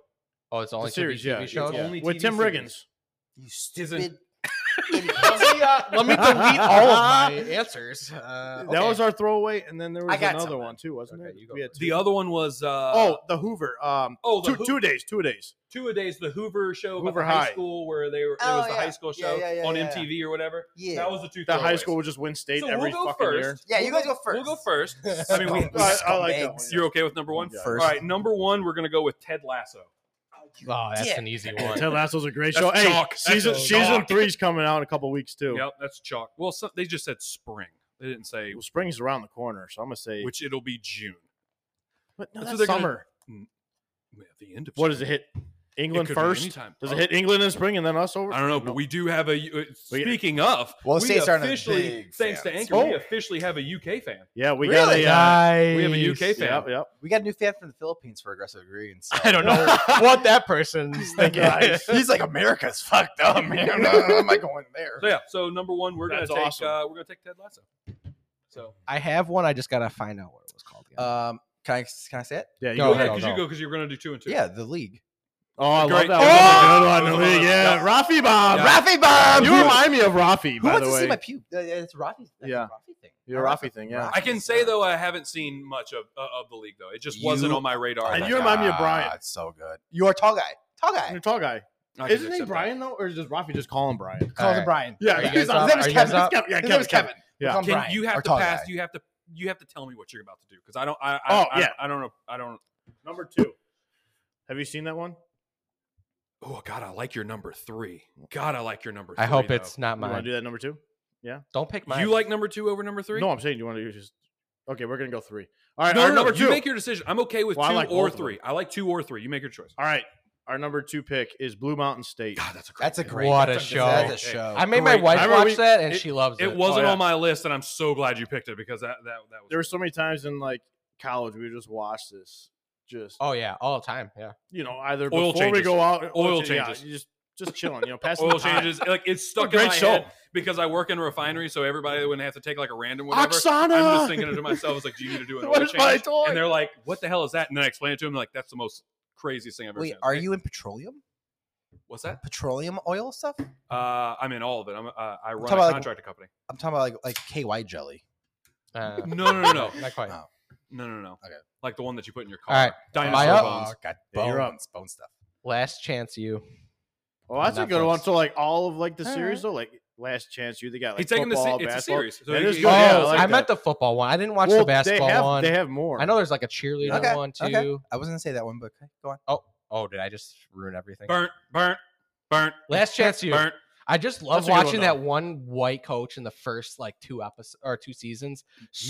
S3: Oh, it's only
S2: the series,
S3: TV,
S2: yeah,
S3: shows.
S1: It's
S3: [laughs]
S2: yeah.
S1: only
S2: with
S1: TV
S2: Tim
S1: series.
S2: Riggins.
S4: You
S1: Isn't-
S4: stupid.
S3: let, me, uh, let me delete all of my
S2: [laughs]
S3: answers. Uh,
S2: That
S3: okay.
S2: was our throwaway, and then there was
S4: I got
S2: another
S4: something.
S2: one too, wasn't
S3: Okay,
S2: it?
S3: you go
S2: We had
S1: The
S2: two.
S1: other one was uh,
S2: oh, the Hoover. Um,
S1: oh the
S2: two,
S1: Hoo-
S2: two days, two days.
S1: two a days the Hoover show about
S2: Hoover
S1: the high
S2: High.
S1: school where they were it
S4: Oh,
S1: was the
S4: yeah.
S1: high school
S4: Yeah,
S1: show
S4: yeah, yeah,
S1: on
S4: yeah,
S1: MTV or whatever.
S4: Yeah.
S1: That was the two.
S2: The high
S1: throwaways.
S2: school would just win state
S1: So
S2: every
S1: we'll go
S2: fucking year.
S1: first.
S4: Yeah,
S1: We'll
S4: you guys go
S1: We'll go
S4: first.
S3: [laughs]
S1: first. I mean, we,
S2: [laughs] Oh, I- I like that
S4: Scumbags.
S2: one, yeah.
S1: you're okay with number one.
S2: Yeah.
S1: All
S4: First.
S1: right, number one, we're gonna go with Ted Lasso.
S3: Oh, that's
S4: Yeah.
S3: an easy
S2: Yeah,
S3: one.
S2: Ted Lasso's a great
S1: That's
S2: show. Hey,
S1: chalk. That's
S2: season
S1: chalk.
S2: season three's coming out in a couple weeks too.
S1: Yep, that's chalk. Well, some, they just said spring. They didn't say
S2: Well, spring's around the corner, so I'm gonna say
S1: which it'll be June.
S2: But no, that's
S1: That's what they're gonna-
S2: summer.
S1: Man, the end of
S2: What does it
S1: spring.
S2: hit?
S1: It
S2: England
S1: could be
S2: first.
S1: anytime.
S2: Does it hit England in spring and then us over?
S1: I don't know, but we do have a. Uh,
S2: We-
S1: speaking of,
S4: Well,
S1: we
S4: States aren't a
S1: officially,
S4: big
S1: thanks to
S4: fans.
S1: Anchor, we
S2: Oh.
S1: officially have a UK fan.
S2: Yeah, we
S4: Really?
S2: got
S1: We have a UK
S2: a. Uh,
S1: fan.
S2: yep, yep.
S4: We got a new fan from the Philippines for aggressive agreeance.
S2: [laughs]
S3: I don't know [laughs] what that person's
S4: [laughs]
S3: thinking.
S2: Nice.
S4: He's like America's fucked up,
S2: [laughs]
S4: man. [laughs] I'm not going there.
S1: So yeah, so number one, we're gonna
S2: That's
S1: take
S2: awesome.
S1: uh, we're gonna take Ted Lasso. So
S3: I have one. I just gotta find out what it was called.
S2: Uh,
S3: again.
S4: Um, can I can I say it?
S2: Yeah, you
S3: Go
S2: go
S1: oh, yeah,
S3: ahead.
S1: because you
S3: no.
S1: go because you're gonna do two and two.
S4: Yeah, the league.
S2: Oh, I love
S1: Great.
S2: that.
S1: Oh!
S2: one. That was a good one.
S1: That was a good
S2: Yeah, Rafi Bob.
S1: Yeah.
S4: Rafi Bob.
S2: You remind me of Rafi,
S4: Who
S2: by
S4: wants
S2: the
S4: to see
S2: way.
S4: my pube? Uh, It's Rafi. that's
S2: Yeah.
S4: a Rafi thing.
S2: Yeah, Rafi thing, yeah.
S1: I can say though I haven't seen much of uh, of the league though. It just wasn't
S4: You-
S1: on my radar.
S2: And
S1: that
S2: Uh, you
S1: much.
S2: remind me of Brian.
S4: It's so good. You're a tall guy. Tall
S2: You're
S4: guy.
S2: a tall guy.
S1: I can
S2: Isn't he
S1: accept that.
S2: Brian though, or does Rafi just call him
S1: [laughs]
S2: Brian?
S4: Calls
S3: All
S4: him
S3: right.
S4: Brian.
S2: Yeah,
S3: Are you
S2: he's
S3: guys
S2: not-
S3: up?
S4: His name is
S2: Are you
S4: Kevin.
S2: guys up? Yeah,
S4: His
S2: Kevin.
S4: name is Kevin.
S2: Yeah.
S4: Become
S1: Can
S4: Brian,
S1: you
S4: or
S1: have to
S4: tall
S1: pass?
S4: guy.
S1: You have to you have to tell me what you're about to do because I don't. I, I,
S2: Oh,
S1: I,
S2: yeah.
S1: I don't know. I don't.
S2: Number two. Have you seen that one?
S1: Oh God, I like your number three. God, I like your number. three,
S3: I hope
S1: though.
S3: it's not
S2: You want to
S3: mine.
S2: do that number two?
S3: Don't pick mine.
S1: You like number two over number three?
S2: No, I'm saying you want to do just. Okay, we're gonna go three. All right,
S1: no,
S2: our
S1: no, no,
S2: number two.
S1: You make your decision. I'm okay with
S2: Well, I
S1: two
S2: like
S1: or
S2: both of
S1: three. I like two or three. You make your choice.
S2: All right, our number two pick is Blue Mountain State.
S1: God, that's a great.
S4: That's a
S1: pick.
S4: great.
S3: What a
S4: that's
S3: show.
S4: That's a
S1: Hey,
S4: show.
S3: I made my
S1: Great.
S3: wife
S2: I remember
S3: watch
S2: we-
S3: that, and she loves it.
S1: It wasn't
S2: Oh, yeah.
S1: on my list, and I'm so glad you picked it because that that that was.
S2: There were so many times in like college we would just watch this. Just
S3: Oh yeah, all the time. Yeah.
S2: you know, either
S1: Oil
S2: before
S1: changes.
S2: we go out,
S1: Oil
S2: cha- yeah,
S1: changes.
S2: you just just chilling. You
S1: [laughs]
S2: know, passing
S1: oil
S2: the time.
S1: changes. Like it's stuck in
S2: Great
S1: my
S2: show.
S1: head because I work in a refinery, so everybody wouldn't have to take like a random whatever.
S2: Oksana.
S1: I'm just thinking
S2: [laughs]
S1: to myself, it's like, do you need to do an oil
S2: Where's my
S1: change?
S2: toy?
S1: And they're like, what the hell is that? And then I explain it to them, like, that's the most craziest thing I've ever
S4: Wait,
S1: seen.
S4: are
S1: Hey,
S4: you in petroleum?
S1: What's that?
S4: Petroleum oil stuff?
S1: Uh, I'm in all of it. I'm, uh, I run
S4: Talk
S1: a
S4: about, like,
S1: contractor company.
S4: I'm talking about like like KY jelly.
S3: Uh,
S2: [laughs]
S1: No, no,
S3: [laughs]
S1: no, no,
S3: not quite.
S4: Oh,
S1: no, no, no.
S4: Okay.
S1: Like the one that you put in your car.
S3: All right,
S1: Dinosaur
S3: Am I up?
S1: bones.
S4: Oh, God,
S2: Yeah, you're up.
S4: bones, bone stuff.
S3: last chance, you.
S2: Oh, that's a good
S3: Netflix.
S2: one. So like all of like the
S4: All
S2: series though, like Last Chance You, they got like
S1: He's taking the se-
S2: football,
S1: it's a
S2: basketball.
S1: series, so
S2: That
S1: he-
S2: is
S1: he-
S2: good. [laughs] yeah,
S3: oh,
S2: like
S3: I meant
S2: that.
S3: the football one. I didn't watch the
S2: Well,
S3: basketball
S2: they have,
S3: one.
S2: They have more.
S3: I know there's like a cheerleader
S4: Okay,
S3: one too.
S4: okay. I wasn't gonna say that one, but okay, go on.
S3: Oh, oh, did I just ruin everything?
S1: Burnt, burnt, burnt,
S3: Last chance, you.
S1: burnt.
S3: I just
S2: That's
S3: love
S2: a good one,
S3: watching
S2: though.
S3: that one white coach in the first like two episodes or two seasons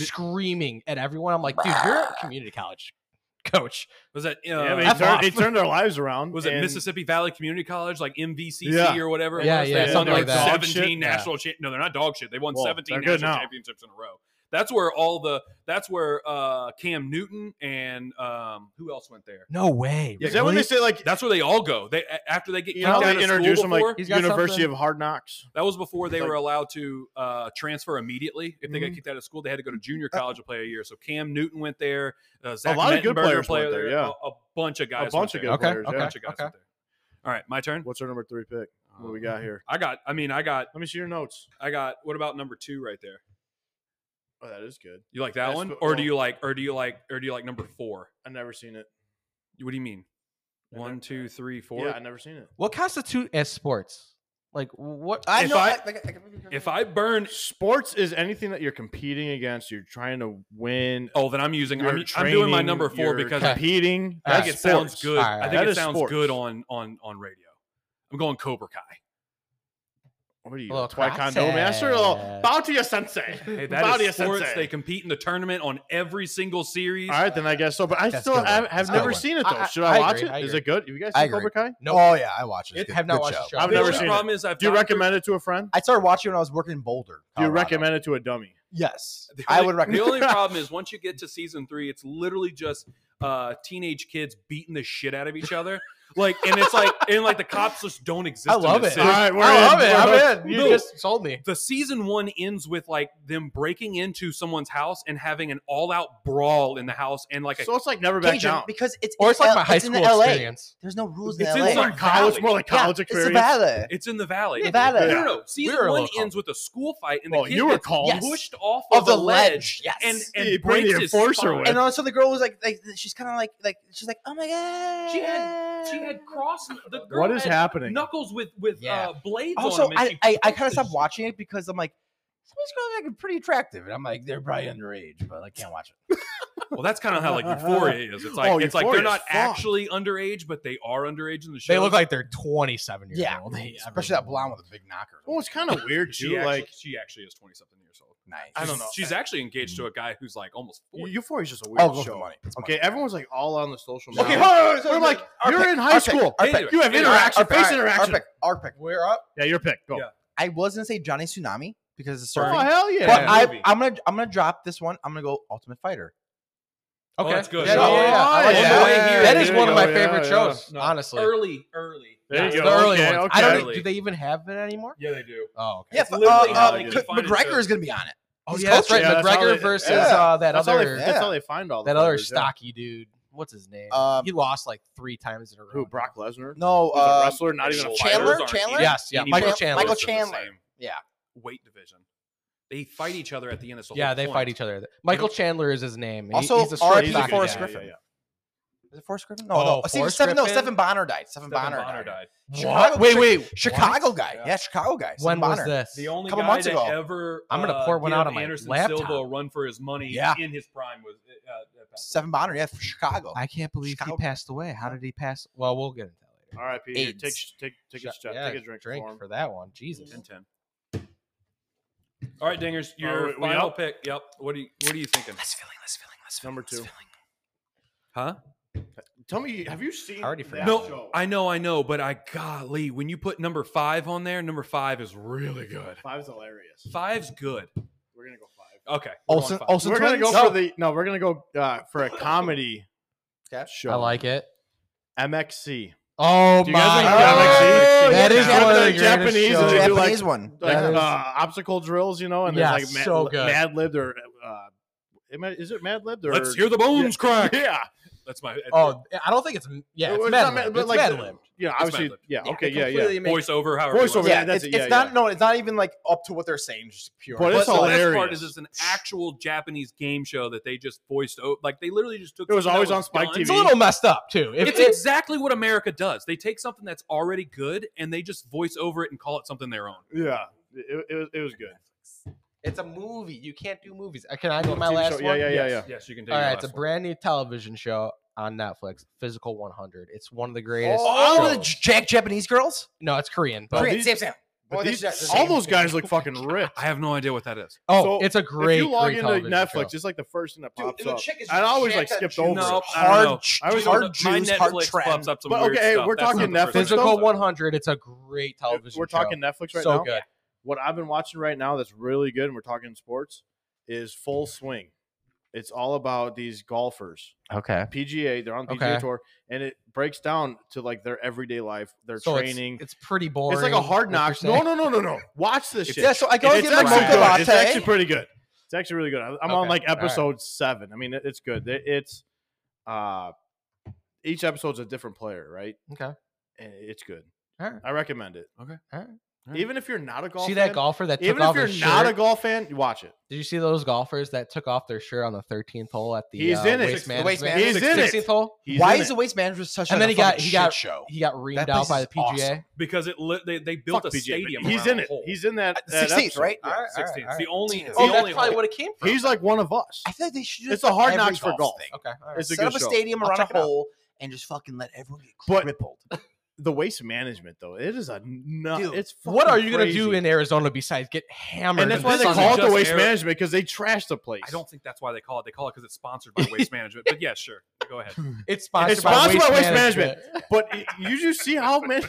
S3: screaming at everyone. I'm like, dude, you're a community college [laughs] coach.
S1: Was that, uh,
S2: Yeah, they,
S3: F
S2: turned, they
S3: off.
S2: turned their lives around.
S1: was it
S2: and-
S1: Mississippi Valley Community College, like MVCC
S2: Yeah.
S1: or whatever? it
S3: Yeah,
S1: was?
S3: yeah,
S1: They won
S3: something
S1: like
S3: like that.
S2: Dog shit.
S1: 17
S3: Yeah.
S1: national cha- No, they're not dog shit. They won
S2: Well,
S1: 17
S2: they're good
S1: national
S2: now.
S1: championships in a row. That's where all the that's where uh, Cam Newton and um, who else went there?
S3: No way.
S2: Is that when they
S3: really?
S2: say like
S1: That's where they all go. They a- after they get
S2: you
S1: kicked
S2: know
S1: out
S2: they
S1: of
S2: introduce
S1: school
S2: them like
S1: before-
S3: He's got
S2: University
S3: something.
S2: of Hard Knocks?
S1: that was before they
S2: Like- Mm-hmm.
S1: were allowed to uh, transfer immediately. If they got
S4: Mhm.
S1: kicked out of school, they had to go to junior college to play a year. So Cam Newton went there. Uh, Zach
S2: lot of good
S1: Mettenberger
S2: players
S1: played
S2: went there, yeah.
S1: a, a bunch of guys.
S2: a bunch of good
S1: went there.
S3: Okay,
S2: players.
S1: A
S2: yeah.
S1: bunch of guys
S3: Okay.
S1: went there. All right, my turn.
S2: What's our number three pick? What
S1: Uh,
S2: do we got here?
S1: I got. I mean, I got.
S2: Let me see your notes.
S1: I got. What about number two right there?
S2: Oh, that is good.
S1: You like that
S2: That's
S1: one,
S2: what-
S1: or do
S2: well-
S1: you like, or do you like, or do you like number four?
S2: I've never seen it.
S1: What do you mean?
S2: I never-
S1: One, two, three, four.
S2: Yeah, I've never seen it.
S3: what constitute as sports? Like what?
S4: I
S1: If
S4: know.
S1: I-
S4: I- like, I-
S1: If I burn,
S2: Sports is anything that you're competing against. You're trying to win.
S1: oh, then I'm using.
S2: you're
S1: I'm, I'm doing my
S2: training,
S1: number four
S2: you're
S1: because I
S2: competing. [laughs]
S3: I
S1: think
S2: That's
S1: it sounds
S2: sports.
S1: good.
S3: All right,
S1: I think
S2: that
S1: it
S2: is
S1: sounds
S2: sports.
S1: good on on on radio. I'm going Cobra Kai.
S2: What are you,
S3: A little
S2: Twi Kondo
S3: karate.
S2: master? A little bow to your sensei.
S1: Hey,
S2: bow
S1: that
S2: to
S1: is
S2: your
S1: sports.
S2: sensei.
S1: They compete in the tournament on every single series.
S2: All right, then I guess so. But I
S4: That's
S2: still
S4: good one.
S2: have, have
S4: That's a
S2: never
S4: good one.
S2: seen it though.
S3: I- I-
S2: Should I,
S3: I
S2: watch
S3: agree,
S2: it?
S3: I
S2: Is
S3: agree.
S2: it good? Have you guys
S4: I
S2: seen Cobra
S4: agree.
S2: Kai?
S3: no.
S4: oh yeah, I watch it. It's
S3: It-
S4: good-
S3: have not
S4: good
S3: watched
S4: show.
S3: the show.
S2: I've
S1: The
S2: never
S1: only
S2: seen it.
S1: problem is I've
S2: Do you
S1: gotten
S2: recommend it to a friend?
S4: I started watching it when I was working in Boulder.
S2: Do you
S4: Colorado.
S2: recommend it to a dummy?
S4: Yes,
S1: through- the
S4: I
S1: only-
S4: [laughs] would recommend.
S1: The only problem is once you get to season three, it's literally just uh, teenage kids beating the shit out of each other. Like, and it's like, and like the cops just don't exist.
S3: I
S1: in
S3: love
S1: this
S3: it.
S1: city.
S2: All right, we're
S3: I love
S2: in.
S3: it.
S2: We're both-
S3: Oh, I'm in. You
S1: No.
S3: just sold me.
S1: The season one ends with like them breaking into someone's house and having an all-out brawl in the house, and like a
S2: So it's like never back
S4: Cajun,
S2: down.
S4: because it's
S3: Or
S4: in
S3: it's like
S4: L-
S3: my high
S4: it's in the
S3: school
S4: LA.
S3: experience.
S4: There's no rules
S1: It's
S4: in
S1: in
S4: LA.
S1: some
S2: college,
S1: valley.
S2: more like college
S4: yeah,
S2: experience.
S4: It's Nevada.
S1: [laughs] It's in the valley.
S4: Yeah, Nevada.
S1: No, no, no. Season
S3: were
S1: one
S3: local.
S1: ends with a school fight, and the
S2: Well,
S1: kid
S2: you were
S1: gets
S2: called.
S4: Yes.
S1: pushed off
S4: Of
S1: of, a
S4: the
S1: ledge,
S4: ledge, yes.
S1: and
S2: He
S1: and
S2: bring the
S1: breaks his
S2: enforcer
S1: spine.
S2: with.
S4: And also the girl was like, like she's kind of like, like she's like, oh my god.
S1: She had she had cross the girl
S2: What is
S1: had
S2: happening?
S1: knuckles with with
S3: Yeah.
S1: uh, blades.
S4: Also,
S1: on them, and
S4: I
S1: she
S4: I, I
S1: pushed
S4: kind of
S1: the
S4: stopped watching it because I'm like,
S5: Some of these girls are like, pretty attractive, and I'm like, they're probably underage, but I can't watch it.
S1: Well, that's kind of how like Euphoria is. It's like
S2: Oh,
S1: it's like they're
S2: Euphoria's
S1: not
S2: fun.
S1: actually underage, but they are underage in the show.
S3: They look like they're 27 years
S5: Yeah,
S3: [laughs] old. They-
S5: especially that blonde with the big knocker.
S2: Well, Oh, it's kind of weird
S1: she
S2: too.
S1: actually,
S2: Like
S1: she actually is twenty something years old.
S5: nice.
S2: I don't know.
S1: She's actually engaged to a guy who's like almost forty.
S2: Euphoria is just a
S4: Oh,
S2: weird
S5: I'll go for the
S2: show.
S5: money. It's
S2: Okay,
S5: money.
S2: everyone's like all on the social.
S5: Okay,
S2: media.
S5: hold on, hold on,
S2: But I'm
S5: hold on.
S2: like,
S5: Our
S2: you're
S5: pick,
S2: in
S5: our
S2: high
S5: pick,
S2: school.
S5: our
S1: Hey,
S5: pick.
S2: You have interaction,
S5: Our pick,
S2: face
S5: all right,
S2: interaction.
S5: Our pick. Our pick. We're up.
S2: Yeah, your pick. Go.
S1: Yeah.
S4: I was gonna say Johnny Tsunami because it's
S2: Oh
S4: surfing,
S2: hell yeah!
S4: but I
S1: movie.
S4: I'm gonna I'm gonna drop this one. I'm gonna go Ultimate Fighter.
S1: Oh, that's good.
S3: Yeah, yeah, yeah, yeah. I like
S1: Oh,
S3: that.
S1: yeah. here,
S3: That is
S1: there
S3: one of
S1: you
S3: my
S1: go,
S3: favorite shows,
S1: No,
S3: honestly.
S1: Early, early.
S2: There
S3: Yes,
S2: you
S3: the
S2: go.
S3: early
S2: Okay,
S3: ones. I don't
S1: okay.
S3: think, do they even have it anymore?
S1: Yeah, they do.
S3: Oh, okay.
S4: Yeah,
S1: It's
S4: uh,
S1: literally how
S4: uh,
S1: they
S4: C-
S1: find it,
S4: McGregor
S1: so-
S4: is gonna be on it.
S3: Oh,
S4: He's
S3: yeah, that's right.
S4: coaching.
S2: Yeah, that's how
S3: McGregor
S2: they-
S3: versus
S2: yeah.
S3: uh, that
S2: That's how they-
S3: other
S2: That's how they find all the
S3: that other
S2: players, yeah.
S3: stocky dude. What's his name?
S4: Um,
S3: he lost like three times in a row.
S2: Who? Brock Lesnar?
S4: No,
S2: Who's a
S4: uh,
S2: wrestler, not even a
S1: Fighters
S2: fighter.
S4: Chandler?
S1: aren't
S4: Chandler?
S1: any-
S3: Yes, yeah,
S1: any
S3: Michael
S1: fighters
S3: Chandler.
S1: in the
S4: Michael
S1: same
S4: Chandler. Yeah.
S1: weight division. They fight each other at the end of the
S3: Yeah, they fight each other. Michael Chandler is his name. He-
S4: Also,
S3: he's a
S4: R.I.P.
S3: short,
S2: He's
S4: Back
S2: a
S3: stocky
S2: good
S4: Forrest
S2: guy,
S3: guy.
S4: Griffin.
S2: yeah, yeah.
S4: Is it Forrest Griffin? No,
S3: Oh,
S4: no. Stephen,
S3: Forrest
S4: Stephen, no,
S3: Griffin?
S4: Stephen Bonner died. Stephen, Bonner,
S1: Bonner
S4: died.
S1: died.
S4: Chicago-
S3: What? Wait, wait. what?
S4: Chicago guy.
S1: Yeah.
S4: Yeah. Chicago guy. Stephen
S3: When was
S4: Bonner.
S3: this?
S1: The only
S4: Couple
S1: guy
S4: months
S1: that
S4: ago.
S1: ever
S3: I'm gonna
S1: uh,
S3: pour one
S1: give
S3: out on my
S1: Anderson
S3: laptop.
S1: Silva a run for his money
S4: Yeah.
S1: in his prime was uh, uh, that-
S4: Stephen Bonner, yeah, for Chicago.
S3: I can't believe
S4: Chicago-
S3: he passed away. How did he pass? Well, we'll get into that later.
S2: R.I.P. Here, Take
S4: AIDS.
S2: take take a
S3: Shut-
S2: step.
S3: yeah,
S2: Take a drink.
S3: drink
S2: for him.
S3: for that one. Jesus.
S1: 10 10. All right, Dingers, your
S2: we- we
S1: final
S2: up?
S1: pick. Yep. What do you What are you thinking?
S4: Less feeling, less feeling, less feeling.
S2: Number two.
S1: Huh?
S2: Tell me, have you seen?
S3: I already
S2: that
S3: forgot.
S1: no,
S2: show?
S1: I know, I know, but I golly, when you put number five on there, number five is really good.
S2: Five's hilarious.
S1: Five's good.
S2: We're gonna go five.
S1: Okay. we're going
S4: Olsen,
S1: five.
S4: Olsen
S2: we're gonna
S4: twins?
S2: go for the no. We're gonna go uh, for a comedy
S4: [laughs] Okay.
S2: show.
S3: I like it.
S2: MXC.
S3: Oh
S2: Do you
S3: my
S2: guys like
S3: god.
S2: MXC?
S3: That
S4: yeah.
S3: is one of the
S2: Japanese
S3: greatest
S2: and
S3: shows.
S2: they do, like-
S4: Japanese one.
S2: Like
S3: That is-
S2: uh, obstacle drills, you know, and
S3: Yeah,
S2: there's like Mad,
S3: so good.
S2: Mad Libbed or uh, am I- is it Mad Libbed or
S1: Let's hear the bones
S3: [laughs]
S1: crack.
S2: Yeah,
S1: That's my
S3: Oh, I don't think it's yeah,
S2: Well,
S3: it's
S2: it's
S3: Mad
S2: not
S3: Lib.
S2: but
S3: It's
S2: like
S3: Mad
S2: the-
S3: Lib.
S2: Yeah,
S1: It's
S2: obviously.
S1: Mad Lib.
S2: Yeah,
S3: Yeah,
S2: okay,
S3: it
S2: yeah, yeah.
S3: completely makes-
S1: voiceover. However, you
S2: Voiceover.
S1: want it.
S2: Yeah,
S4: yeah,
S2: that's
S4: it's,
S2: it,
S4: it's
S2: yeah,
S4: not
S2: yeah.
S4: no, it's not even like up to what they're saying, just pure.
S2: But it's
S1: But the best part
S2: hilarious.
S1: is it's an actual Japanese game show that they just voiced over. Like they literally just took.
S2: It was
S1: something that
S2: always on Spike
S1: done.
S2: TV.
S3: It's a little messed up too. If
S1: it's
S3: it-
S1: exactly what America does. They take something that's already good and they just voice over it and call it something their own.
S2: Yeah, it, it, was, it was good.
S3: it's a movie. You can't do movies. Uh, Can I do my
S2: TV show,
S3: last one?
S2: Yeah, yeah, yeah,
S1: yes, yes, you can take.
S3: All
S1: your
S3: right,
S1: last
S3: it's a
S1: one.
S3: brand new television show on Netflix, Physical 100. It's one of the greatest.
S2: Oh!
S4: All of the
S3: shows.
S4: Jack Japanese girls?
S3: no, it's Korean, but
S4: Korean,
S2: these-
S4: same, same.
S2: But
S4: Well,
S2: these-
S4: that's- that's the
S2: all
S4: same
S2: those
S4: thing.
S2: guys
S4: [laughs]
S2: look fucking ripped.
S1: I have no idea what that is.
S3: oh,
S2: So,
S3: it's a great.
S2: if you log
S3: great
S2: into
S3: television
S2: Netflix,
S3: show.
S2: it's like the first thing that
S4: Dude,
S2: pops
S4: and the
S2: up.
S4: chick is
S2: I always
S4: jacked
S2: like
S4: up
S2: skipped
S4: juice.
S2: over.
S1: No,
S2: it.
S1: I don't know.
S4: hard, j-
S2: I always-
S4: hard
S1: my
S4: juice, hard
S1: Netflix
S4: trend.
S1: pops up some
S2: But,
S1: weird
S2: okay,
S1: stuff.
S2: we're
S1: That's not
S2: talking
S1: the first
S2: Netflix,
S1: thing.
S3: Physical
S2: though?
S3: 100. It's a great television.
S2: We're
S3: show.
S2: talking Netflix right
S3: so
S2: now.
S3: good.
S2: What I've been watching right now that's really good, and we're talking sports, is Full Swing. It's all about these golfers.
S3: Okay.
S2: PGA, they're on the PGA
S3: Okay.
S2: tour, and it breaks down to like their everyday life, their
S3: So it's-
S2: training. It's,
S3: It's, pretty boring.
S2: like a hard
S3: what you're
S2: knocks. No,
S3: saying.
S2: no, no, no, no. Watch this shit.
S4: Yeah, so I go
S2: it's,
S4: get my
S2: actually
S4: mocha
S2: good.
S4: latte.
S2: it's actually pretty good. It's actually really good. I- I'm
S3: Okay.
S2: on like
S3: All right.
S2: episode seven. I mean, it- it's good. It- It's uh, each episode's a different player, right?
S3: Okay.
S2: And it's good.
S3: All right.
S2: I recommend it.
S1: Okay.
S3: All right.
S1: All right.
S2: Even if you're not a golf,
S3: See
S2: fan,
S3: that golfer that took
S2: Even
S3: off
S2: if you're
S3: his
S2: not a
S3: shirt?
S2: golf fan, you watch it.
S3: Did you see those golfers that took off their shirt on the 13th hole at the
S2: He's
S3: uh,
S2: in it.
S3: waste
S2: The
S3: management?
S4: waste
S2: He's in it.
S3: 16th hole.
S2: He's
S4: Why
S2: in it.
S4: is the waste management such
S3: And
S4: a
S3: then he got-
S4: fucking
S3: he got-
S4: shit show?
S3: He got reamed
S4: That
S3: out
S4: place
S3: by
S4: is
S3: the PGA.
S4: awesome.
S1: because it li- they, they built
S2: Fuck
S1: a
S2: PGA,
S1: stadium.
S2: but He's
S1: around
S2: in
S1: the
S2: it.
S1: hole.
S2: He's in that. that
S4: 16th,
S2: episode.
S4: right?
S3: All right, all right,
S1: 16th.
S3: all
S1: the
S3: right.
S1: only.
S4: Oh,
S1: the
S3: Oh,
S1: only
S3: that's probably
S1: hole.
S3: what it came from.
S2: He's like one of us.
S4: I feel like they should.
S2: It's
S4: Just
S2: a
S4: do
S2: hard
S4: every
S2: knocks for golf.
S4: Thing.
S3: okay. All right.
S2: It's a
S4: Set
S2: good
S4: up a
S2: show.
S4: stadium
S2: I'll
S4: around a
S2: check it out.
S4: hole and just fucking let everyone get
S2: But- [laughs]
S4: crippled.
S2: The waste management though, it is a nut.
S4: Dude,
S2: it's
S3: what
S2: fucking
S3: are you going to do
S2: crazy.
S3: in Arizona besides get hammered?
S2: And that's
S3: in
S2: why
S3: the
S2: they
S3: sun?
S2: call it the
S1: Just
S2: waste
S1: air-
S2: management because they trash the place.
S1: I don't think that's why they call it. They call it because it's sponsored
S2: [laughs]
S1: by Waste Management. But yeah, sure. Go ahead.
S3: It's sponsored,
S2: It's sponsored
S3: by,
S2: by
S3: waste
S2: Waste
S3: management.
S2: But it- you just see
S3: [laughs]
S2: how many.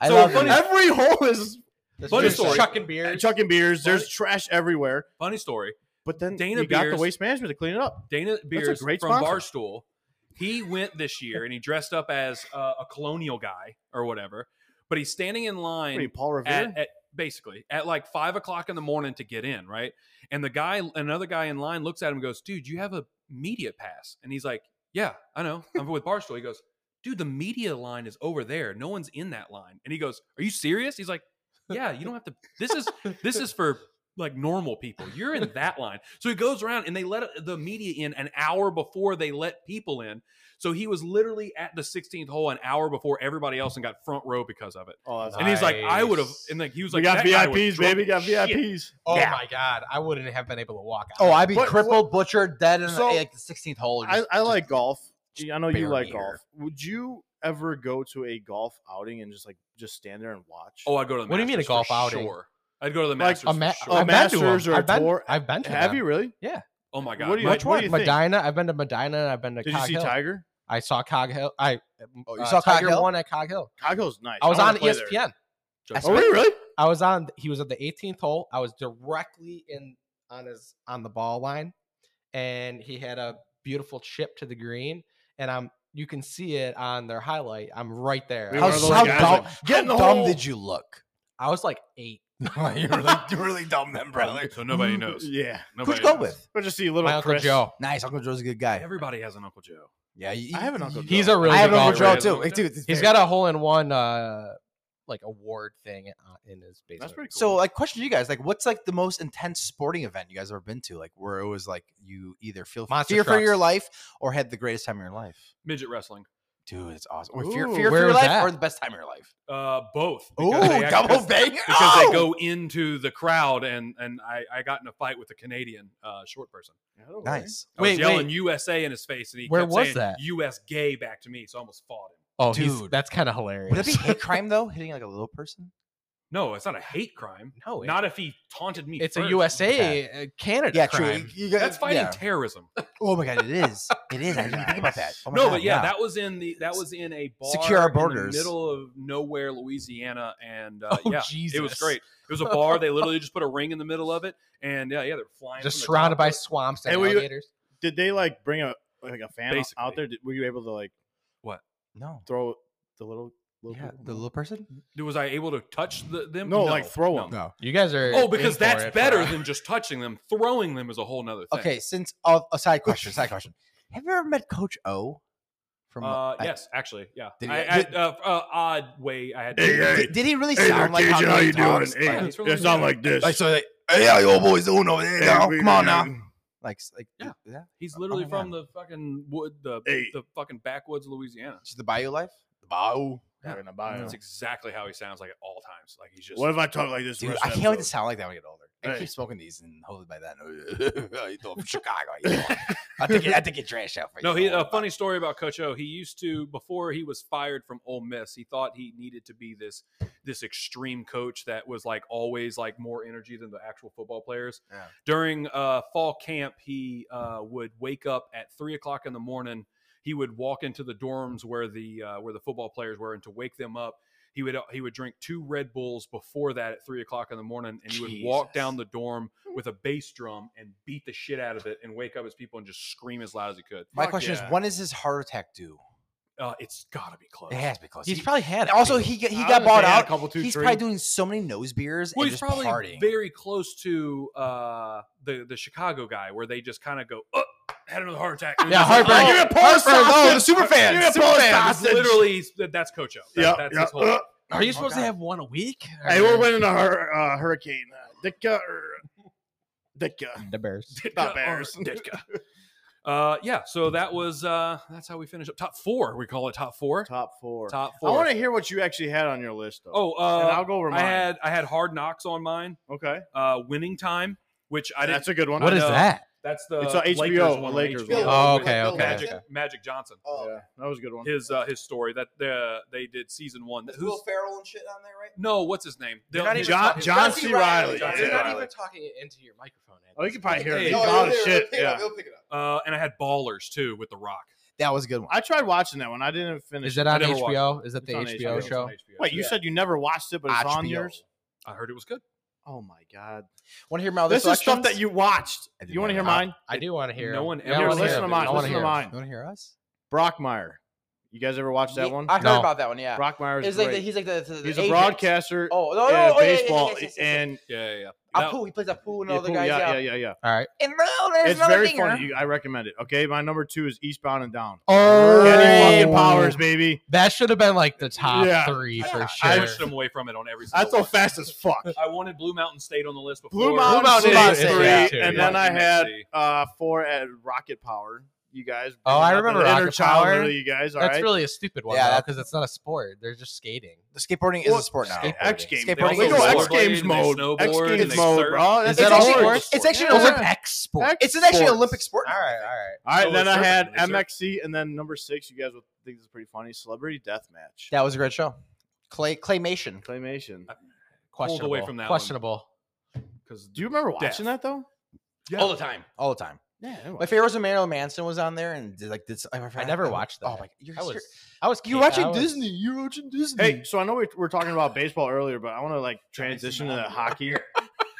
S4: I
S1: So
S4: love
S1: funny-
S4: it.
S2: Every hole is
S1: Funny
S3: Just
S1: story.
S3: Chucking beers.
S2: chucking beers. There's trash everywhere.
S1: Funny story.
S2: But then
S1: Dana
S2: you got the
S1: Beers-
S2: waste management to clean it up.
S1: Dana Beers
S2: great
S1: from
S2: sponsor.
S1: Barstool He went this year and he dressed up as uh, a colonial guy or whatever, but he's standing in
S2: What are you,
S1: line
S2: Paul Revere?
S1: at, at basically at like five o'clock in the morning to get in, right? And the guy, another guy in line, looks at him and goes, "Dude, you have a media pass?" And he's like, "Yeah, I know. I'm with Barstool." He goes, "Dude, the media line is over there. No one's in that line." And he goes, "Are you serious?" He's like, "Yeah, you don't have to. This is this is for." Like normal people, you're in that line. So he goes around and they let the media in an hour before they let people in. So he was literally at the 16th hole an hour before everybody else and got front row because of it.
S2: oh, that's
S1: And he's like, I would have,
S3: Nice.
S1: and like he was
S2: we
S1: like,
S2: got
S1: that guy was
S2: VIPs,
S1: drunk
S2: baby. Got
S1: as shit.
S2: VIPs.
S3: Oh
S4: Yeah.
S3: my god, I wouldn't have been able to walk. out.
S4: Oh, I'd be
S2: But-
S4: crippled, butchered, dead in
S2: So-
S4: like the 16th hole.
S2: I,
S4: Just-
S2: I like golf. Gee, I know you
S4: bare
S2: like
S4: beer.
S2: golf. Would you ever go to a golf outing and just like just stand there and watch?
S1: Oh, I'd go to the.
S3: What do you mean a
S1: Masters
S3: golf
S1: for
S3: outing?
S1: Sure. I'd go to the
S2: Like,
S1: Masters.
S3: a ma-
S1: for sure.
S2: a
S3: I've been to 'em.
S2: Masters or a
S3: I've been,
S2: tour?
S3: I've been to
S2: have
S3: them.
S2: you really?
S1: Oh my god!
S2: What do you,
S1: My-
S2: what, what do you think?
S3: Medina. I've been to Medina and I've been to
S2: Did you
S3: Cog
S2: see
S3: Hill.
S2: Tiger?
S3: I saw Cog Hill. I
S4: oh, you
S3: uh,
S4: saw
S3: Tiger
S4: Tiger Hill?
S3: one at Cog Hill.
S2: Tiger's nice.
S3: I was
S2: wanna
S3: on E
S2: play
S3: ESPN.
S2: there.
S1: Just-
S2: Oh, really? really?
S3: I was on. He was at the 18th hole. I was directly in on his on the ball line, and he had a beautiful chip to the green. And I'm you can see it on their highlight. I'm right there.
S2: We
S3: I
S2: were
S4: how
S2: one of
S3: was
S2: those
S4: how
S3: like-
S2: guys
S4: dumb,
S2: that- Get in the
S4: how dumb
S2: hole.
S4: did you look? [laughs]
S3: I was like eight. [laughs]
S1: [laughs]
S5: you're really, you're really dumb, then, brother.
S1: Um, So nobody
S2: [laughs]
S1: knows.
S2: Yeah.
S1: Nobody
S4: Who'd you go
S1: knows.
S4: with?
S2: But just see little
S3: My uncle
S2: Chris.
S3: Joe.
S4: Nice, Uncle Joe's a good guy.
S1: Everybody has an Uncle Joe.
S4: Yeah, you,
S2: I have an Uncle
S3: He's
S2: Joe.
S3: a really
S4: I have an
S3: good
S4: Uncle
S3: golfer.
S4: Joe
S1: golfer.
S4: too. Like, dude, it's
S3: He's
S4: very-
S3: got a hole in one uh like award thing uh, in his basement.
S2: That's pretty cool.
S4: So, uh, like, question to you guys: like, what's like the most intense sporting event you guys ever been to? Like, where it was like you either feel
S3: Monster
S4: fear for
S3: trucks.
S4: your life or had the greatest time of your life.
S1: Midget wrestling.
S4: Dude, it's awesome. Or fear,
S2: Ooh,
S4: fear for
S3: where
S4: your
S3: was
S4: life
S3: that?
S4: or the best time of your life.
S1: Uh, both.
S4: Ooh,
S1: because they act-
S4: double
S1: because-
S4: bang!
S1: Because
S4: Oh!
S1: they go into the crowd, and and I, I got in a fight with a Canadian uh, short person.
S4: nice.
S1: I was
S3: Wait,
S1: yelling
S3: wait.
S1: USA in his face, and he
S3: Where
S1: kept
S3: was
S1: saying,
S3: that?
S1: US gay back to me, so I almost fought him.
S3: Oh, he's-
S4: Dude.
S3: that's kind of hilarious.
S4: Would that be
S3: [laughs]
S4: hate crime though? Hitting like a little person?
S1: No, it's not a hate crime.
S3: no, it-
S1: Not if he taunted me.
S3: it's a
S1: first.
S3: USA uh, Canada
S4: Yeah,
S3: crime.
S4: true. You- you got-
S1: That's fighting
S4: yeah.
S1: terrorism.
S4: Oh my god, it is. It is. I didn't even think about that. Oh my
S1: no,
S4: God,
S1: but yeah, that was in the that was in a bar
S4: Secure our
S1: in the
S4: borders.
S1: middle of nowhere, Louisiana, and uh,
S3: Oh,
S1: yeah,
S3: Jesus.
S1: it was great. It was a bar. They literally just put a ring in the middle of it, and yeah, yeah, they're flying.
S3: Just
S1: from the
S3: surrounded
S1: top
S3: by
S1: of it.
S3: swamps and
S2: Hey, will you-
S3: alligators.
S2: Did they like bring a like a fan
S1: Basically.
S2: out there? Did, were you able to like
S4: no.
S2: throw the little little
S4: Yeah,
S2: people?
S4: the little person.
S1: Was I able to touch the, them?
S2: No, like throw 'em.
S4: No.
S3: You guys are
S1: Oh,
S3: in
S1: because
S3: for
S1: that's
S3: it,
S1: better
S3: bro.
S1: than just touching them. Throwing them is a whole nother thing.
S4: Okay, since uh, a side question, side question. Have you ever met Coach O? From
S1: Uh,
S4: I-
S1: yes, actually, yeah.
S4: Did-
S1: I, I,
S4: did-
S1: uh, uh, odd way I had.
S5: Hey, hey.
S4: Did, did he really
S5: Hey there,
S4: sound like
S5: Cajun, how
S4: he
S5: you
S4: talks?
S5: doing?
S1: Hey,
S4: Like,
S1: it's really good.
S2: this.
S5: Like, so, like, hey, yo, boys, uno, hey, now, come on now.
S4: like, like
S1: Yeah.
S4: yeah.
S1: He's literally
S4: my
S1: from the fucking wood, the
S5: Hey.
S1: the fucking backwoods, of Louisiana.
S4: Just the Bayou life.
S5: Bow.
S2: We're gonna buy 'em.
S1: That's exactly how he sounds like at all times. Like he's just.
S5: What if I talk like this?
S4: Dude,
S5: rest
S4: I
S5: of the
S4: can't wait to
S5: episode?
S4: sound like that when I get older. I
S5: Hey.
S4: keep smoking these, and hopefully by [laughs] then, how you doing from Chicago?
S2: [laughs]
S4: how you doing? I think I think your trash out for you.
S1: No, he
S4: Don't
S1: a
S4: worry
S1: funny story about Coach O. He used to before he was fired from Ole Miss, he thought he needed to be this this extreme coach that was like always like more energy than the actual football players.
S4: Yeah.
S1: During uh, fall camp, he uh, would wake up at three o'clock in the morning. He would walk into the dorms where the uh, where the football players were, and to wake them up, he would he would drink two Red Bulls before that at three o'clock in the morning, and he would walk
S4: Jesus.
S1: down the dorm with a bass drum and beat the shit out of it, and wake up his people and just scream as loud as he could.
S4: My
S5: Fuck
S4: question
S5: yeah.
S4: is, when is his heart attack due?
S1: Uh, it's got to be close.
S4: It has to be close.
S3: He's
S4: He-
S3: probably had
S4: and
S3: it.
S4: also
S3: too.
S4: he got, he
S2: I was
S4: got
S2: gonna
S4: bought
S2: say, I had a
S4: out.
S2: couple, two,
S4: he's
S2: three.
S4: probably doing so many nose beers
S1: Well,
S4: and
S1: he's
S4: just
S1: probably
S4: partying.
S1: very close to uh, the the Chicago guy, where they just kind of go, oh, had another heart attack. And
S3: Yeah,
S1: it's
S3: heartburn.
S1: like,
S3: You're
S2: a Paul
S4: Oh, the super fan,
S2: You're a
S4: super
S2: Paul
S4: fan.
S1: that's
S2: Oh, Sausage.
S1: literally that- that's Coach O. That-
S2: Yeah,
S1: that's
S2: yeah.
S1: his whole. [laughs]
S2: Uh,
S3: Are you
S4: Oh,
S3: supposed
S4: God.
S3: to have one a week?
S2: Hey,
S3: Or-
S2: we're winning a hur- uh, hurricane. Uh, Ditka or Ditka.
S3: the Bears.
S1: Ditka
S2: Not
S1: or [laughs]
S2: Bears.
S1: Ditka. Uh, yeah, so that was uh, that's how we finish up top four. We call it top four. Top,
S2: Top four.
S1: four.
S2: I want to hear what you actually had on your list. Though.
S1: oh,
S2: and I'll
S1: uh,
S2: go over
S1: I
S2: mine.
S1: had I had hard knocks on mine.
S2: okay.
S1: Uh, winning time, which I didn't.
S2: That's a good one.
S3: What
S1: I
S3: is
S1: know.
S3: that?
S1: That's the
S2: It's on HBO,
S1: Lakers one. on
S2: Lakers
S1: HBO.
S2: one.
S3: Oh, okay,
S1: With
S3: okay,
S1: Magic
S3: okay.
S1: Magic Johnson.
S6: Oh,
S2: Yeah, that was a good one.
S1: his uh, his story that uh, they did season one. Who's
S4: Farrell and shit on there, right?
S1: no? What's his name?
S4: They're
S1: They'll-
S4: not even
S1: John-
S4: talking-
S2: John C. Riley.
S1: John C.
S2: Yeah.
S1: Riley.
S3: talking it into your microphone.
S2: Oh, you can probably hear
S1: Hey.
S2: it. He's
S1: No,
S2: loud
S4: Oh,
S2: as shit.
S6: [laughs]
S2: Yeah.
S1: uh, and I had Ballers too with The Rock.
S4: That was a good one.
S2: I tried watching that one. I didn't finish.
S3: Is that
S2: it.
S3: on
S1: never watched
S3: HBO? Is that the
S2: It's on
S3: HBO,
S2: HBO.
S3: show?
S2: Wait, you said you never watched it, but it's on
S4: HBO.
S2: yours.
S1: I heard it was good.
S2: Oh my god!
S4: Want to hear my other
S2: This is stuff that you watched.
S4: I did
S2: You want to
S4: not
S2: hear
S4: know.
S2: mine?
S3: I do want to hear.
S1: No
S3: him.
S1: one
S3: Yeah, I
S1: ever
S2: Here,
S3: wanna
S1: said
S2: listen
S3: hear
S2: to
S3: him.
S1: that it
S2: mine.
S3: I
S1: was
S3: wanna
S2: Listen to
S3: hear him.
S2: mine.
S4: want to hear us?
S2: Brockmeyer. You guys ever watch that
S6: Ye-
S2: one?
S6: I heard
S3: No.
S6: about that one. Yeah,
S2: Brockmeyer
S6: it was
S2: is
S6: like the,
S2: great.
S6: he's like the, the- the
S2: he's a
S6: agent.
S2: broadcaster
S6: Oh no, no, oh,
S2: in
S6: yeah, yeah, yeah,
S2: baseball,
S6: yes, yes, yes, yes.
S2: and
S1: Yeah, yeah, yeah.
S6: I'll
S1: That-
S6: put- he plays Apu and
S2: yeah,
S6: all the
S2: cool,
S6: guys.
S2: yeah,
S6: Yeah,
S2: yeah, yeah, yeah.
S3: All right.
S6: And now there's
S2: It's
S6: another
S2: very
S6: dinger.
S2: funny. You- I recommend it. Okay, my number two is Eastbound and Down.
S3: Oh,
S2: Kenny fucking Powers, baby.
S3: That should have been like the top
S2: Yeah.
S3: three for
S6: Yeah.
S1: I
S3: sure.
S1: pushed him away from it on every. Single
S2: That's so
S1: one.
S2: fast as fuck.
S1: I wanted Blue Mountain State on the list before.
S2: Blue Mountain,
S3: Mountain
S2: State's
S3: State,
S2: three,
S3: yeah.
S2: and
S3: Yeah.
S2: then I
S1: Yeah.
S2: had
S1: Yeah.
S2: uh, four at Rocket Power. You guys.
S3: Oh, I
S2: bringing up
S3: remember
S2: the Inner
S3: Rocket
S2: child,
S3: Power.
S2: little you guys, all
S3: That's
S2: right.
S3: really a stupid one,
S4: Yeah,
S3: yeah,
S4: that-
S3: because it's not a sport. They're just skating.
S4: The skateboarding is
S2: Well,
S4: a sport now.
S3: skateboarding.
S2: X Games.
S4: Skateboarding
S2: They
S4: is
S2: go
S4: a
S2: X
S4: sport.
S2: Games
S1: They
S2: mode. X
S1: snowboard and
S2: Games
S1: they
S2: mode,
S1: surf.
S2: bro.
S3: Is
S2: That's
S3: that
S4: it's,
S3: all
S4: actually,
S3: sports?
S4: it's actually an
S3: Those are
S4: Olympic.
S3: X sports.
S2: X
S4: It's an actually
S2: sports.
S4: Olympic sport.
S3: all right, all
S2: All right,
S1: So
S2: then
S1: it's
S2: I had
S1: surfing, like
S2: MXC, and then number six. You guys will think this is pretty funny. Celebrity Deathmatch.
S4: That was a great show. Clay claymation.
S2: Claymation.
S3: right.
S1: Pulled away from that one.
S3: Questionable.
S1: because
S2: Do you remember watching that
S1: Death.
S2: though?
S6: all the time.
S4: all the time.
S2: Yeah. I
S4: My
S2: watched it.
S4: favorite was when Marilyn Manson was on there and did like this. I,
S3: I never watched that.
S4: Oh my god, you're,
S3: I was,
S4: you're,
S3: I was. kid-
S4: you're
S3: I
S4: watching
S3: was-
S4: Disney. You're watching Disney.
S2: Hey, so I know we we're talking about baseball earlier, but I want to like transition to hockey.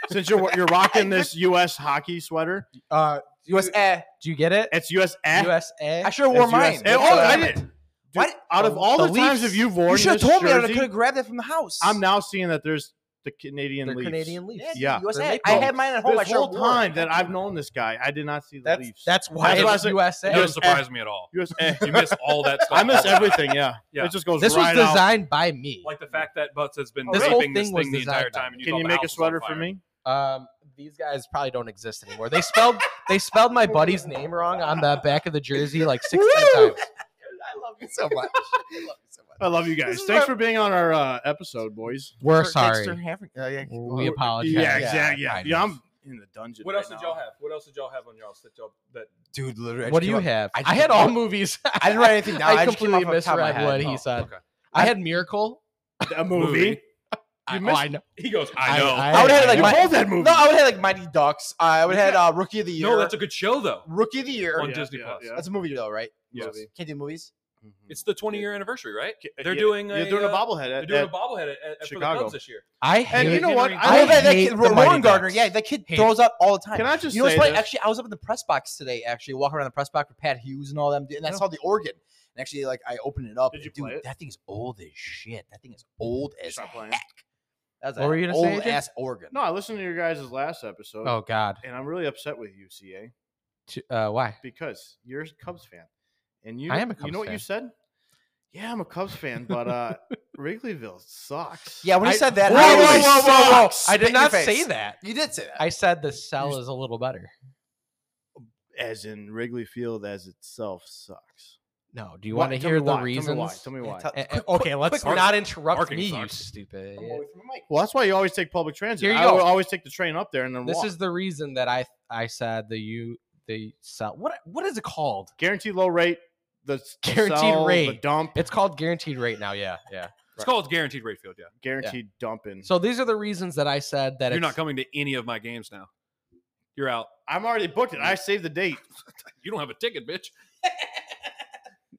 S2: Since you're you're rocking this U.S. hockey sweater,
S3: Uh,
S4: USA.
S3: do you get it?
S2: it's eh, U.S.
S3: USA.
S4: I should have worn
S2: It's
S4: mine.
S2: US. Oh, I did.
S4: Why
S2: Dude,
S4: did-
S2: out of all the,
S4: the
S2: times
S4: Leafs.
S2: if you've worn
S4: You should have
S2: this
S4: told me. I
S2: jersey,
S4: could have grabbed that from the house.
S2: I'm now seeing that there's the Canadian
S3: They're
S2: Leafs.
S3: Canadian Leafs.
S2: Yeah.
S3: They're
S4: USA.
S3: Maple
S4: I
S3: Leafs.
S4: had mine
S2: Oh,
S4: at
S2: This
S4: home. Oh, I should
S2: whole
S4: have worn.
S2: time that I've known this guy, I did not see the
S3: That's
S2: Leafs.
S3: that's why
S2: That's why I
S3: it's USA.
S2: said-
S1: It
S2: It
S1: doesn't
S2: was-
S1: surprise me at all.
S2: US
S1: You miss all that stuff.
S2: Eh. [laughs] I miss
S1: all the time.
S2: everything. Yeah.
S1: Eh. Yeah.
S2: it just goes
S3: This was
S2: right out.
S3: designed by me.
S1: Like the fact that Butts has been
S2: This whole
S1: raping this
S3: thing was
S1: thing the entire
S3: designed by
S1: time. And you
S2: Can
S1: thought
S2: you
S1: the
S2: make
S1: house
S2: a
S1: was on
S2: sweater for
S1: fire.
S2: me?
S3: Um, these guys probably don't exist anymore. They spelled they spelled my buddy's name wrong on the back of the jersey like sixteen
S4: Woo!
S3: times.
S4: [laughs] I love you so much. [laughs] I love you so much.
S2: I love you guys.
S4: This is
S2: Thanks
S4: my-
S2: for being on our uh, episode, boys.
S3: We're
S4: For
S3: sorry.
S4: Dexter Haver- uh, yeah.
S3: We apologize.
S2: Yeah, exactly. Yeah,
S3: I
S2: yeah.
S3: know.
S2: I'm in the dungeon.
S1: What
S2: right
S1: else did y'all
S2: now.
S1: have? What else did y'all have on y'all that y'all that
S4: Dude, literally. I
S3: What
S4: just
S3: do you
S4: came up-
S3: have?
S4: I
S3: I,
S4: just-
S3: had all movies.
S4: [laughs] I didn't write anything down.
S3: I
S4: I just came
S3: completely
S4: off the top of my
S3: misread
S4: head.
S3: what
S4: Oh,
S3: he said.
S1: okay.
S3: I had Miracle.
S2: A movie.
S1: Movie.
S3: I,
S2: missed-
S3: oh, I know.
S1: He goes, I
S3: I-
S1: know.
S3: I-
S4: I would have had like
S2: you
S4: my.
S2: hold that movie.
S4: No, I would have had like Mighty Ducks. I would have had uh, Rookie of the Year.
S1: no, that's a good show though.
S4: Rookie of the Year.
S2: Oh,
S1: on Disney Plus.
S4: That's a movie though, right?
S1: Yes.
S2: Movie.
S4: Can't do movies.
S3: Mm-hmm.
S1: It's the 20 year anniversary, right?
S2: Yeah,
S1: They're doing
S2: You're
S1: a,
S2: doing a
S1: uh,
S2: bobblehead.
S1: They're
S2: At,
S1: doing a
S2: at,
S1: bobblehead at, at, for the
S2: Chicago.
S1: Cubs this year.
S3: I
S2: and
S3: hate.
S2: you know what?
S1: Henry-
S2: I
S4: love that, that
S3: hate
S4: kid,
S3: the
S4: Rowan
S3: Mighty
S4: Gardner.
S3: Ducks.
S4: Yeah, that kid
S3: Hate
S4: throws up all the time.
S2: can I just
S4: you know what's
S2: say
S4: funny?
S2: this?
S4: Actually, I was up in the press box today. Actually, walking around the press box with Pat Hughes and all them, and I saw the organ. And actually, like I opened it up.
S2: Did you
S4: and, dude,
S2: play it?
S4: That thing's old as shit. That thing is old as
S2: Stop playing.
S4: heck. That's
S3: What were you gonna say,
S4: old
S3: Adrian?
S4: ass organ.
S2: no, I listened to your guys' last episode,
S3: oh God.
S2: and I'm really upset with you, CA,
S3: T- Uh, why?
S2: because you're a Cubs fan, and you.
S3: I am a
S2: You
S3: Cubs
S2: know what you
S3: fan.
S2: said? Yeah, I'm a Cubs fan, but uh Wrigleyville sucks.
S4: Yeah, when he
S3: I-
S4: said that,
S2: Whoa,
S4: I
S2: whoa,
S4: was-
S2: whoa, whoa, whoa.
S4: Spit
S3: I
S4: in
S3: did
S4: your
S3: not
S4: face.
S3: say that.
S4: You did say that.
S3: I said the cell
S2: s-
S3: is a little better.
S2: as in Wrigley Field as itself sucks.
S3: No. Do you
S2: Why-
S3: want to
S2: tell
S3: hear
S2: me
S3: the
S2: why,
S3: reasons?
S2: Tell me why. Tell
S4: Tell-
S2: me
S3: A-
S2: why.
S3: a- okay, let's
S1: quick,
S3: not interrupt
S1: barking
S3: me, you
S1: sucks.
S3: stupid.
S2: Well, that's why you always take public transit.
S3: Here you
S2: I
S3: go.
S2: will always take the train up there and then
S3: This
S2: walk.
S3: is the reason that I I said the you the cell. What what is it called?
S2: guaranteed low rate. The s- the
S3: Guaranteed
S2: sell, The
S3: rate.
S2: dump.
S3: It's called guaranteed rate now. Yeah, yeah.
S1: It's called Guaranteed Rate Field. Yeah,
S2: Guaranteed dumping.
S3: So these are the reasons that I said that
S1: you're
S3: it's,
S1: not coming to any of my games now. You're out.
S2: I'm already booked it. I saved the date.
S1: You don't have a ticket, bitch.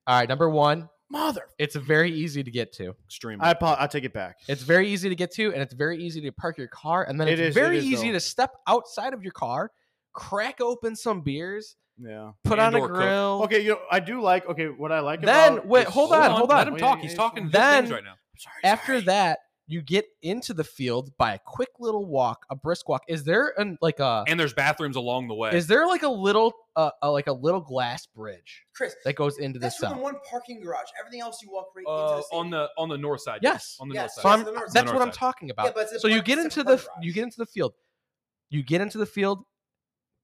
S3: All right, number one,
S2: Mother.
S3: it's very easy to get to.
S1: Extremely.
S2: I apo- I take it back.
S3: It's very easy to get to, and it's very easy to park your car, and then
S2: It
S3: it's
S2: is- it
S3: very
S2: is,
S3: easy to
S2: though.
S3: step outside of your car, crack open some beers,
S2: yeah.
S3: put on a
S1: And/or cook.
S3: grill.
S2: Okay, you know, I do like okay, what I like
S3: Then,
S2: about
S3: wait,
S2: this-
S3: hold on, hold
S1: Let
S3: on.
S1: him talk. He's talking good
S3: Then-
S1: things right now.
S2: Sorry,
S3: After
S2: sorry.
S3: that, you get into the field by a quick little walk, a brisk walk. Is there an like a
S1: And there's bathrooms along the way.
S3: is there like a little uh, uh, like a little glass bridge
S4: Chris,
S3: that goes into the
S4: that's from
S3: cell?
S4: the one parking garage. Everything else you walk right
S1: uh,
S4: into the
S1: on the on the north side.
S3: Yes.
S1: on the
S4: Yes.
S1: north
S3: So
S1: side.
S3: I'm,
S4: the north
S3: that's
S4: side.
S1: The
S3: what
S1: north
S3: I'm
S1: side.
S3: talking about.
S4: Yeah, but it's a
S3: so you
S4: park-
S3: get
S4: it's a
S3: into the
S4: park
S3: f-
S4: garage.
S3: you get into the field. You get into the field.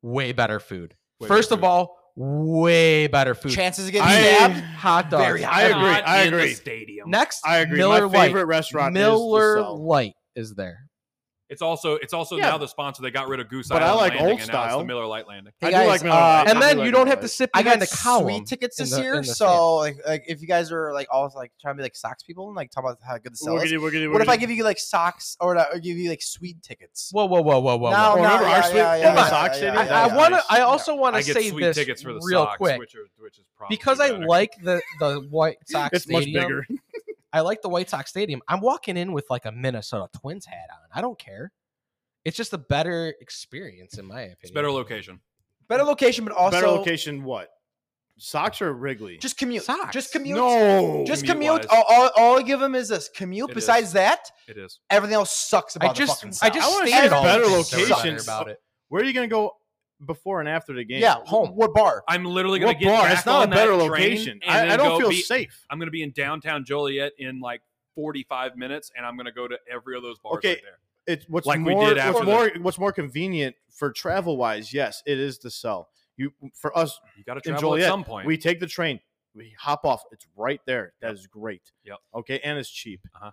S3: Way better food.
S1: Way
S3: First
S1: better
S3: of
S1: food.
S3: all, way better food.
S4: chances of
S2: I-
S4: getting
S3: Stabbed
S4: stabbed.
S3: hot dogs.
S4: Very hot.
S2: I agree.
S1: Not
S2: I
S1: in the
S2: agree.
S1: stadium.
S3: Next,
S2: I agree.
S3: Miller
S2: My favorite
S3: Light.
S2: restaurant
S3: Miller
S2: is the Cell.
S3: Light is there.
S1: It's also it's also
S2: Yeah.
S1: now the sponsor. They got rid of Goose
S2: But I
S1: Island
S2: like
S1: Landing,
S2: old
S1: and now it's
S2: style.
S1: the Miller Light Landing.
S4: Hey,
S2: I do
S4: guys,
S2: like Miller
S4: uh,
S2: Light. I
S3: and
S2: do
S3: then
S2: like
S3: you don't
S2: Miller
S3: have to
S2: Light.
S3: sit
S4: I
S3: behind
S4: got
S3: the column.
S4: sweet tickets
S3: in
S4: this
S3: the-
S4: year,
S3: in the
S4: so like, like if you guys are like all like trying to be like socks people and like talk about how good the sell
S2: We're
S4: is,
S2: gonna- we're gonna-
S4: what
S2: we're
S4: if I
S2: gonna-
S4: give you like socks or, or give you like sweet tickets?
S3: Whoa, whoa, whoa, whoa, whoa.
S4: No,
S3: whoa.
S2: Oh,
S4: no,
S2: remember our
S4: yeah,
S2: sweet-
S4: yeah,
S2: in
S4: yeah,
S2: the
S4: yeah,
S2: socks
S4: yeah,
S2: they
S4: yeah,
S2: did?
S3: I, I
S2: Yeah.
S3: want to.
S2: Nice.
S3: I also want
S1: I
S3: to
S1: get
S3: say
S1: sweet
S3: this
S1: tickets for the
S3: real
S1: Sox,
S3: quick
S1: which are which is probably
S3: because I
S1: better.
S3: like the the White Sox
S2: It's much
S3: stadium.
S2: bigger.
S3: I like the White Sox stadium. I'm walking in with like a Minnesota Twins hat on. I don't care. It's just a better experience, in my opinion.
S1: it's better location.
S4: Better location, but also
S2: Better location. What? Socks or Wrigley?
S4: Just commute.
S3: Socks.
S4: Just commute.
S2: no.
S4: Just
S1: Commute-wise.
S4: commute. All, all, all I give him is this commute.
S1: It
S4: Besides
S1: is.
S4: that,
S1: it is.
S4: everything else sucks about
S3: I
S4: the
S3: just
S4: fucking
S3: I
S4: Sox.
S3: just
S2: I wanna see
S3: stated
S2: a
S3: all
S2: better
S3: this stuff
S2: location.
S3: about it.
S2: Where are you going to go before and after the game?
S4: yeah, home. What bar?
S1: I'm literally going
S2: What
S1: to get
S2: bar?
S1: back
S2: It's not a
S1: on that
S2: better
S1: train
S2: location.
S1: and
S2: I, I
S1: then
S2: don't
S1: go
S2: feel
S1: be-
S2: safe.
S1: I'm going to be in downtown Joliet in like 45 minutes, and I'm going to go to every of those bars
S2: Okay,
S1: right there.
S2: It's what's
S1: Like we
S2: more,
S1: did after
S2: what's more, what's more convenient for travel wise. Yes, it is the cell. You for us,
S1: You got to
S2: in
S1: travel
S2: Joliet,
S1: at some point.
S2: we take the train, we hop off. It's right there. That
S1: Yep.
S2: is great.
S1: Yep.
S2: Okay, and it's cheap.
S1: Uh-huh.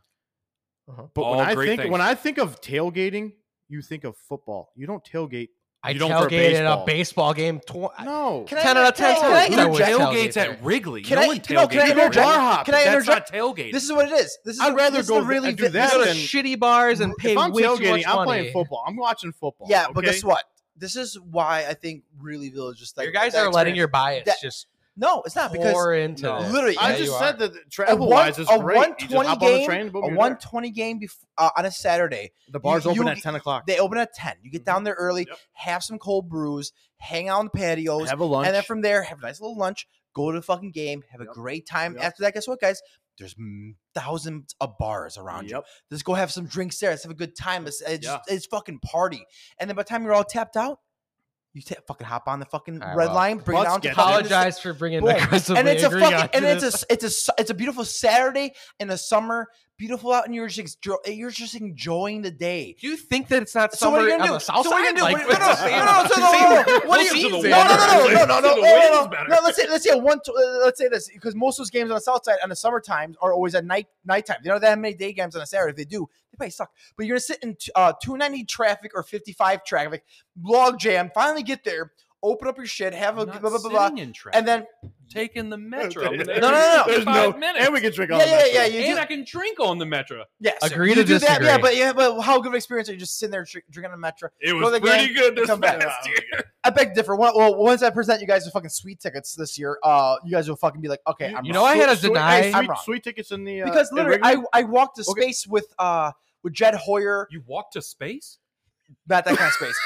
S3: Uh-huh.
S2: But
S1: All
S2: when I
S1: great
S2: think
S1: things.
S2: when I think of tailgating, you think of football. You don't tailgate.
S3: I
S2: You don't
S3: tailgated
S2: for baseball.
S3: a baseball game. Tw-
S2: No.
S4: Can I-
S3: 10 out of 10
S4: can I
S3: times I would
S4: interject?
S3: tailgate
S1: tailgates
S3: there.
S1: at Wrigley.
S4: Can
S1: no
S4: I-
S1: one
S4: no,
S1: tailgates
S4: can I
S1: at
S2: go
S1: Wrigley.
S4: interject?
S2: bar hop.
S4: Can I
S1: That's
S4: interject?
S1: not tailgating.
S4: This is what it is. This is.
S2: I'd
S4: the-
S2: rather
S4: this is
S2: go
S4: the
S2: th-
S4: really
S2: do
S4: vi-
S2: that
S4: this
S3: go
S4: is-
S3: to
S2: than-
S3: shitty bars and pay
S2: if I'm
S3: way too
S2: tailgating,
S3: much
S2: I'm
S3: money.
S2: playing football. I'm watching football.
S4: Yeah, but
S2: okay?
S4: guess what? This is why I think really Village just like
S3: you guys
S4: that
S3: are letting
S4: experience-
S3: your bias
S4: that-
S3: just
S4: no, it's not because
S3: pour into
S1: No.
S3: this.
S4: Literally,
S2: I
S4: Yeah,
S2: just
S3: you
S2: said
S3: are.
S2: that the travel
S4: one-
S2: wise is
S4: a
S2: great. You just
S4: 120
S2: hop on the
S4: game,
S2: train, boom,
S4: a
S2: you're
S4: one
S2: there.
S4: twenty game before, uh, on a Saturday.
S2: The bar's
S4: you-
S2: open
S4: you-
S2: at ten o'clock.
S4: They open at ten.
S2: Mm-hmm.
S4: You get down there early,
S1: Yep.
S4: have some cold brews, hang out on the patios,
S2: Have a lunch.
S4: and then from there have a nice little lunch. Go to the fucking game, have a
S2: Yep.
S4: great time.
S2: Yep.
S4: After that, guess what, guys? There's mm, thousands of bars around you.
S2: Yep.
S4: Let's go have some drinks there. Let's have a good time. It's, it's,
S1: Yeah.
S4: it's fucking party. And then by the time you're all tapped out, you ta- fucking hop on the fucking
S3: All right,
S4: red
S3: well,
S4: line, bring it
S2: let's
S4: down to
S2: get
S4: fucking-
S3: apologize for bringing
S4: Boom.
S3: the aggressively
S4: and it's a
S3: agreeing
S4: fucking
S3: onto
S4: and it's a
S3: this.
S4: s- it's a s- it's a beautiful Saturday in the summer, beautiful out, and you're just exjo- you're just enjoying the day.
S3: Do you think that it's not
S4: So what are you
S3: summer
S4: gonna
S3: on
S4: do?
S3: the south
S4: so what are you
S3: side?
S4: gonna do?
S3: Like,
S4: What-
S3: it's
S4: no,
S3: the
S4: no,
S3: same-
S4: no, no,
S3: it's the
S4: no, no,
S3: same-
S4: no, no. What are
S1: Closer
S4: you-
S1: to
S4: no,
S1: the
S4: no,
S1: water.
S4: no, no, no, no, no,
S1: Closer to the
S4: no,
S1: water
S4: no,
S1: is
S4: no.
S1: better.
S4: No, let's say let's say one. tw- uh, Let's say this because most of those games on the south side on the summer times are always at night nighttime. They don't have that many day games on a Saturday. If they do, they probably suck. But you're gonna sit in t- uh, 290 traffic or 55 traffic, log jam. Finally get there, open up your shit, have a
S1: I'm not
S4: blah blah blah, blah,
S1: sitting in traffic.
S4: and then
S1: taking
S2: [laughs]
S1: the metro. I'm
S2: no,
S1: there
S2: no,
S4: no, no.
S1: in
S2: There's no,
S1: 55 minutes.
S2: and we can drink
S4: yeah
S2: on the
S4: yeah
S2: metro.
S4: yeah you do
S1: and I can drink on the metro.
S4: Yes. sir.
S3: Agree
S4: you
S3: to
S4: do That, yeah,
S3: disagree.
S4: but yeah, but how good of an experience are you just sitting there dr- drinking on a metro?
S1: It
S4: Go
S1: was
S4: to the
S1: pretty
S4: game,
S1: good this
S4: come
S2: [laughs]
S4: back.
S1: past
S2: Oh,
S1: year.
S4: I beg differ. One- Well, once I present you guys with fucking sweet tickets this year, uh, you guys will fucking be like, okay, I'm
S3: You
S4: wrong.
S3: know, I had a
S2: Sweet-
S3: deny-
S2: hey,
S4: I'm
S2: Sweet,
S4: wrong.
S2: sweet tickets in the uh,
S4: because
S2: in
S4: literally,
S2: Wrigley?
S4: I, I walked to
S2: Okay.
S4: space with uh with Jed Hoyer,
S1: You walked to space?
S4: not that kind
S2: [laughs]
S4: of space.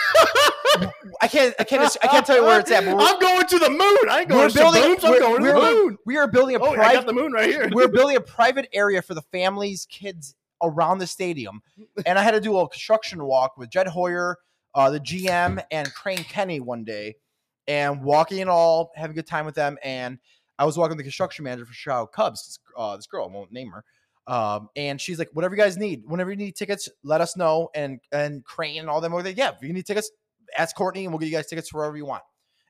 S4: I can't I can't just- I can't tell you where it's at. But we're,
S2: I'm going to the moon. I ain't going
S4: we're
S2: to
S4: building.
S2: Shabooms. I'm
S4: we're-
S2: going to the
S4: we're-
S2: moon.
S4: We are building a
S2: Oh, I got
S4: private.
S2: the moon right here.
S4: we're building a private area for the families, kids around the stadium, and I had to do a construction walk with Jed Hoyer, uh, the GM, and Crane Kenny one day, and walking and all, having a good time with them. And I was walking with the construction manager for Chicago Cubs. This, uh, this girl, I won't name her, um, and she's like, "Whatever you guys need, whenever you need tickets, let us know." And and Crane and all them were like, "Yeah, if you need tickets, ask Courtney, and we'll get you guys tickets for wherever you want."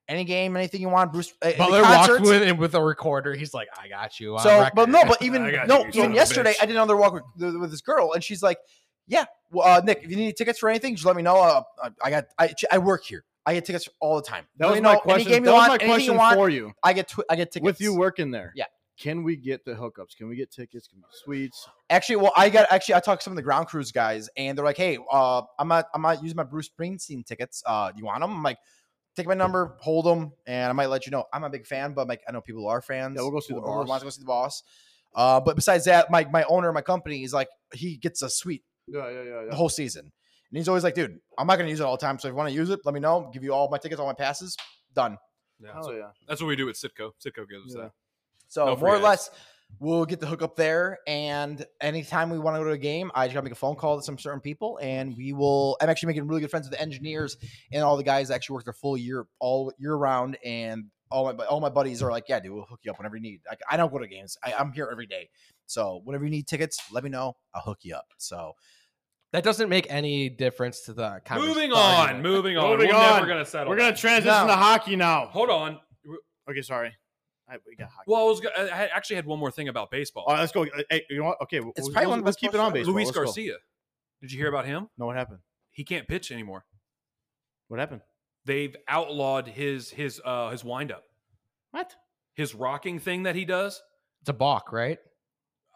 S4: Any game, anything you want, Bruce. uh, any
S3: Butler walked
S4: concerts."
S3: with and with a recorder. He's like, "I got you." on
S4: So,
S3: record."
S4: but no, but even
S1: I got
S4: no,
S1: you, you son of
S4: even
S1: a
S4: yesterday
S1: bitch.
S4: I did another walk with, th- with this girl, and she's like, "Yeah, well, uh, Nick, if you need tickets for anything, just let me know. Uh, I- I got, I, I work here. I get tickets all the time.
S2: That
S4: Let
S2: was
S4: me
S2: my
S4: know
S2: question.
S4: Any game you
S2: That was
S4: want,
S2: my
S4: anything
S2: question
S4: you want,
S2: for you.
S4: I get, tw- I get tickets
S2: With you working there,
S4: Yeah.
S2: Can we get the hookups? Can we get tickets? Can we get suites?
S4: Actually, well, I got actually I talked to some of the ground crews guys, and they're like, "Hey, uh, I'm not, I'm not using my Bruce Springsteen tickets. Uh, do you want them? I'm like." Take my number, hold them, and I might let you know. I'm a big fan, but like I know people who are fans.
S2: Yeah, we'll go see the
S4: who- who
S2: boss.
S4: Wants to go see the boss. Uh, but besides that, my my owner, of my company is like he gets a suite
S2: Yeah, yeah, yeah.
S4: the whole season. And he's always like, dude, I'm not going to use it all the time. So if you want to use it, let me know. Give you all my tickets, all my passes. Done.
S1: Yeah,
S2: Hell yeah.
S1: That's what we do at Sitco. Sitco gives us
S2: Yeah.
S1: that.
S4: So
S1: No free
S4: more or
S1: ads.
S4: less, we'll get the hookup there. And anytime we want to go to a game, I just got to make a phone call to some certain people. And we will, I'm actually making really good friends with the engineers and all the guys that actually work their full year, all year round. And all my, all my buddies are like, yeah, dude, we'll hook you up whenever you need. Like, I don't go to games. I, I'm here every day. So whenever you need tickets, let me know. I'll hook you up. So
S3: that doesn't make any difference to the conversation.
S1: Moving on, moving on.
S2: Moving
S1: We're never
S2: on.
S1: going to settle.
S2: We're gonna
S1: that.
S2: transition
S4: No.
S2: to hockey now.
S1: Hold on.
S2: Okay, sorry. I, we got hockey.
S1: Well, I was go- I had- actually had one more thing about baseball.
S2: All right, let's go. uh, Hey, you know what? Okay, we'll,
S4: It's
S2: we'll-
S4: probably one of the
S2: let's
S4: best
S2: keep it on
S4: sports
S2: baseball.
S1: Luis
S2: Let's go.
S1: Garcia. Did you hear about him?
S2: No, what happened?
S1: He can't pitch anymore.
S2: What happened?
S1: They've outlawed his his uh his windup,
S2: What?
S1: his rocking thing that he does.
S3: It's a balk, right?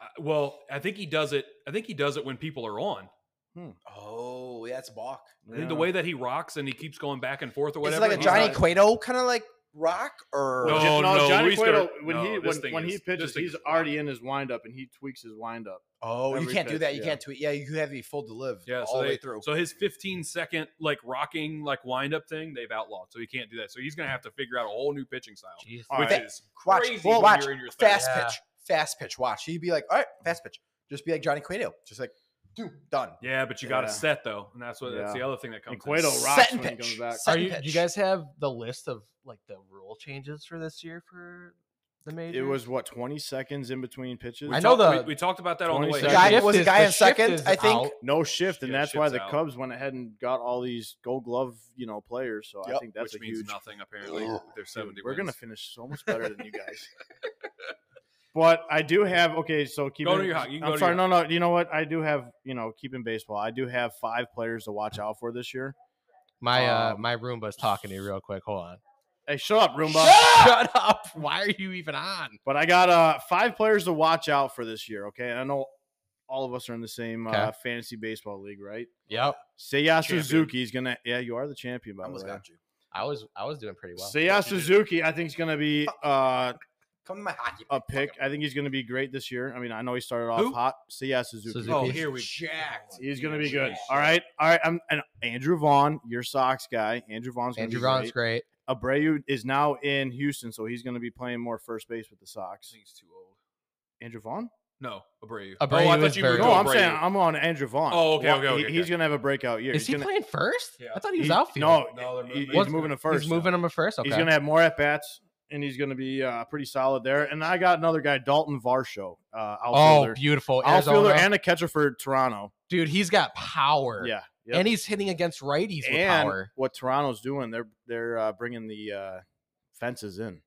S1: Uh, well, I think he does it. I think he does it when people are on.
S4: oh yeah, it's a balk.
S1: I think the way that he rocks and he keeps going back and forth or
S4: Is it
S1: whatever.
S4: like a
S1: he's
S4: Johnny
S1: not-
S4: Cueto kind of like rock or
S1: No,
S2: Jo-
S1: no,
S2: Johnny
S1: Luis
S2: Cueto.
S1: Gar-
S2: When
S1: no,
S2: he
S1: this
S2: when,
S1: thing
S2: when
S1: is-
S2: he
S1: this
S2: pitches,
S1: thing
S2: he's
S1: is-
S2: already in his windup and he tweaks his windup.
S4: Oh, you
S2: Every
S4: can't do
S2: pitch,
S4: that. You
S2: yeah.
S4: can't tweet. Yeah, you have to be full to live
S1: Yeah,
S4: all
S1: so
S4: the
S1: they,
S4: way through.
S1: So his 15 second like rocking like wind up thing they've outlawed, so he can't do that. So he's gonna have to figure out a whole new pitching style,
S3: Jeez.
S2: All
S1: which
S2: right.
S1: is
S4: Watch,
S1: crazy.
S4: well,
S1: when
S4: watch.
S1: you're in your thirties.
S4: Fast
S3: Yeah.
S4: pitch, fast pitch. Watch. He'd be like, all right, fast pitch. Just be like Johnny Cueto. Just like, dude, done.
S1: Yeah, but you got to
S2: Yeah.
S1: set though, and that's what that's
S2: Yeah.
S1: the other thing that comes.
S2: And
S1: in.
S2: Cueto
S4: Set
S2: rocks
S4: and
S2: when he
S4: pitch.
S2: comes back.
S4: Set-
S3: Are
S4: Second
S3: you? Do you
S4: pitch.
S3: guys have the list of like the rule changes for this year for the
S4: Mm-hmm.
S3: major?
S2: It was what twenty seconds in between pitches.
S1: We
S3: I know
S1: talked-
S3: the-
S1: we, we talked about that on the
S2: 20
S1: way.
S2: seconds. Guy-
S1: here.
S4: was a guy
S3: the
S4: in second,
S3: is
S4: I think.
S3: out.
S2: no shift, and
S1: Yeah,
S2: that's why
S1: shift's
S2: the
S1: out.
S2: Cubs went ahead and got all these Gold Glove, you know, players. So I
S4: Yep,
S2: think that's a
S1: which means
S2: huge.
S1: nothing apparently. They're 70.
S2: Dude, we're gonna
S1: wins.
S2: finish so much better than you guys.
S1: [laughs]
S2: but I do have okay. So keep.
S1: Go
S2: in-
S1: to your hockey. You can
S2: I'm
S1: go to
S2: sorry.
S1: your
S2: No, no. You know what? I do have. You know, keeping baseball. I do have five players to watch out for this year.
S3: My uh,
S2: Um,
S3: my Roomba's talking to you real quick. Hold on.
S2: Hey, shut up, Roomba.
S3: Shut up! [laughs] Why are you even on?
S2: But I got uh five players to watch out for this year. Okay, and I know all of us are in the same
S3: Okay.
S2: uh, fantasy baseball league, right?
S3: Yep,
S2: Seiya
S1: Champion.
S2: Suzuki is gonna. Yeah, you are the champion
S4: I
S2: by the
S4: almost
S2: way.
S4: got you.
S3: I was I was doing pretty well.
S2: Seiya
S1: Yes, you did.
S2: Suzuki, I think is gonna be uh,
S4: Come to my hockey.
S2: a pick. I think he's gonna be great this year. I mean, I know he started off
S1: Who?
S2: hot. Seiya Suzuki.
S3: Suzuki.
S1: Oh,
S3: He's
S1: here we
S4: jacked.
S2: He's gonna be
S1: Yeah,
S2: good.
S1: yeah.
S2: All right, all right. I'm and Andrew Vaughn, your Sox guy. Andrew Vaughn's gonna
S3: Andrew
S2: be
S3: Vaughn's
S2: great.
S3: great.
S2: Abreu is now in Houston, so he's gonna be playing more first base with the
S1: I
S2: Sox.
S1: think he's too old.
S2: Andrew Vaughn?
S1: No, Abreu.
S3: Abreu
S1: oh, I
S3: is
S1: thought you were
S3: very
S2: No,
S3: old.
S1: going
S2: I'm
S1: Abreu.
S2: saying I'm on Andrew Vaughn.
S1: Oh, okay, okay,
S2: He-
S1: okay, okay.
S2: He's gonna have a breakout year.
S3: Is
S2: He's
S3: he
S2: gonna-
S3: playing first?
S1: Yeah.
S3: I thought he was
S2: he-
S3: outfield.
S1: No,
S2: No,
S1: they're
S2: he-
S1: moving.
S2: he's
S1: What's-
S2: moving to first.
S3: he's
S2: now.
S3: moving him to first. Okay.
S2: He's gonna have more at bats, and he's gonna be uh, pretty solid there. And I got another guy, Dalton Varsho, uh,
S3: oh,
S2: outfielder,
S3: beautiful
S2: outfielder,
S3: Arizona
S2: and a catcher for Toronto.
S3: dude. He's got power.
S2: Yeah, yep.
S3: and he's hitting against righties with
S2: And
S3: power.
S2: what Toronto's doing, they're they're uh, bringing the uh, fences in.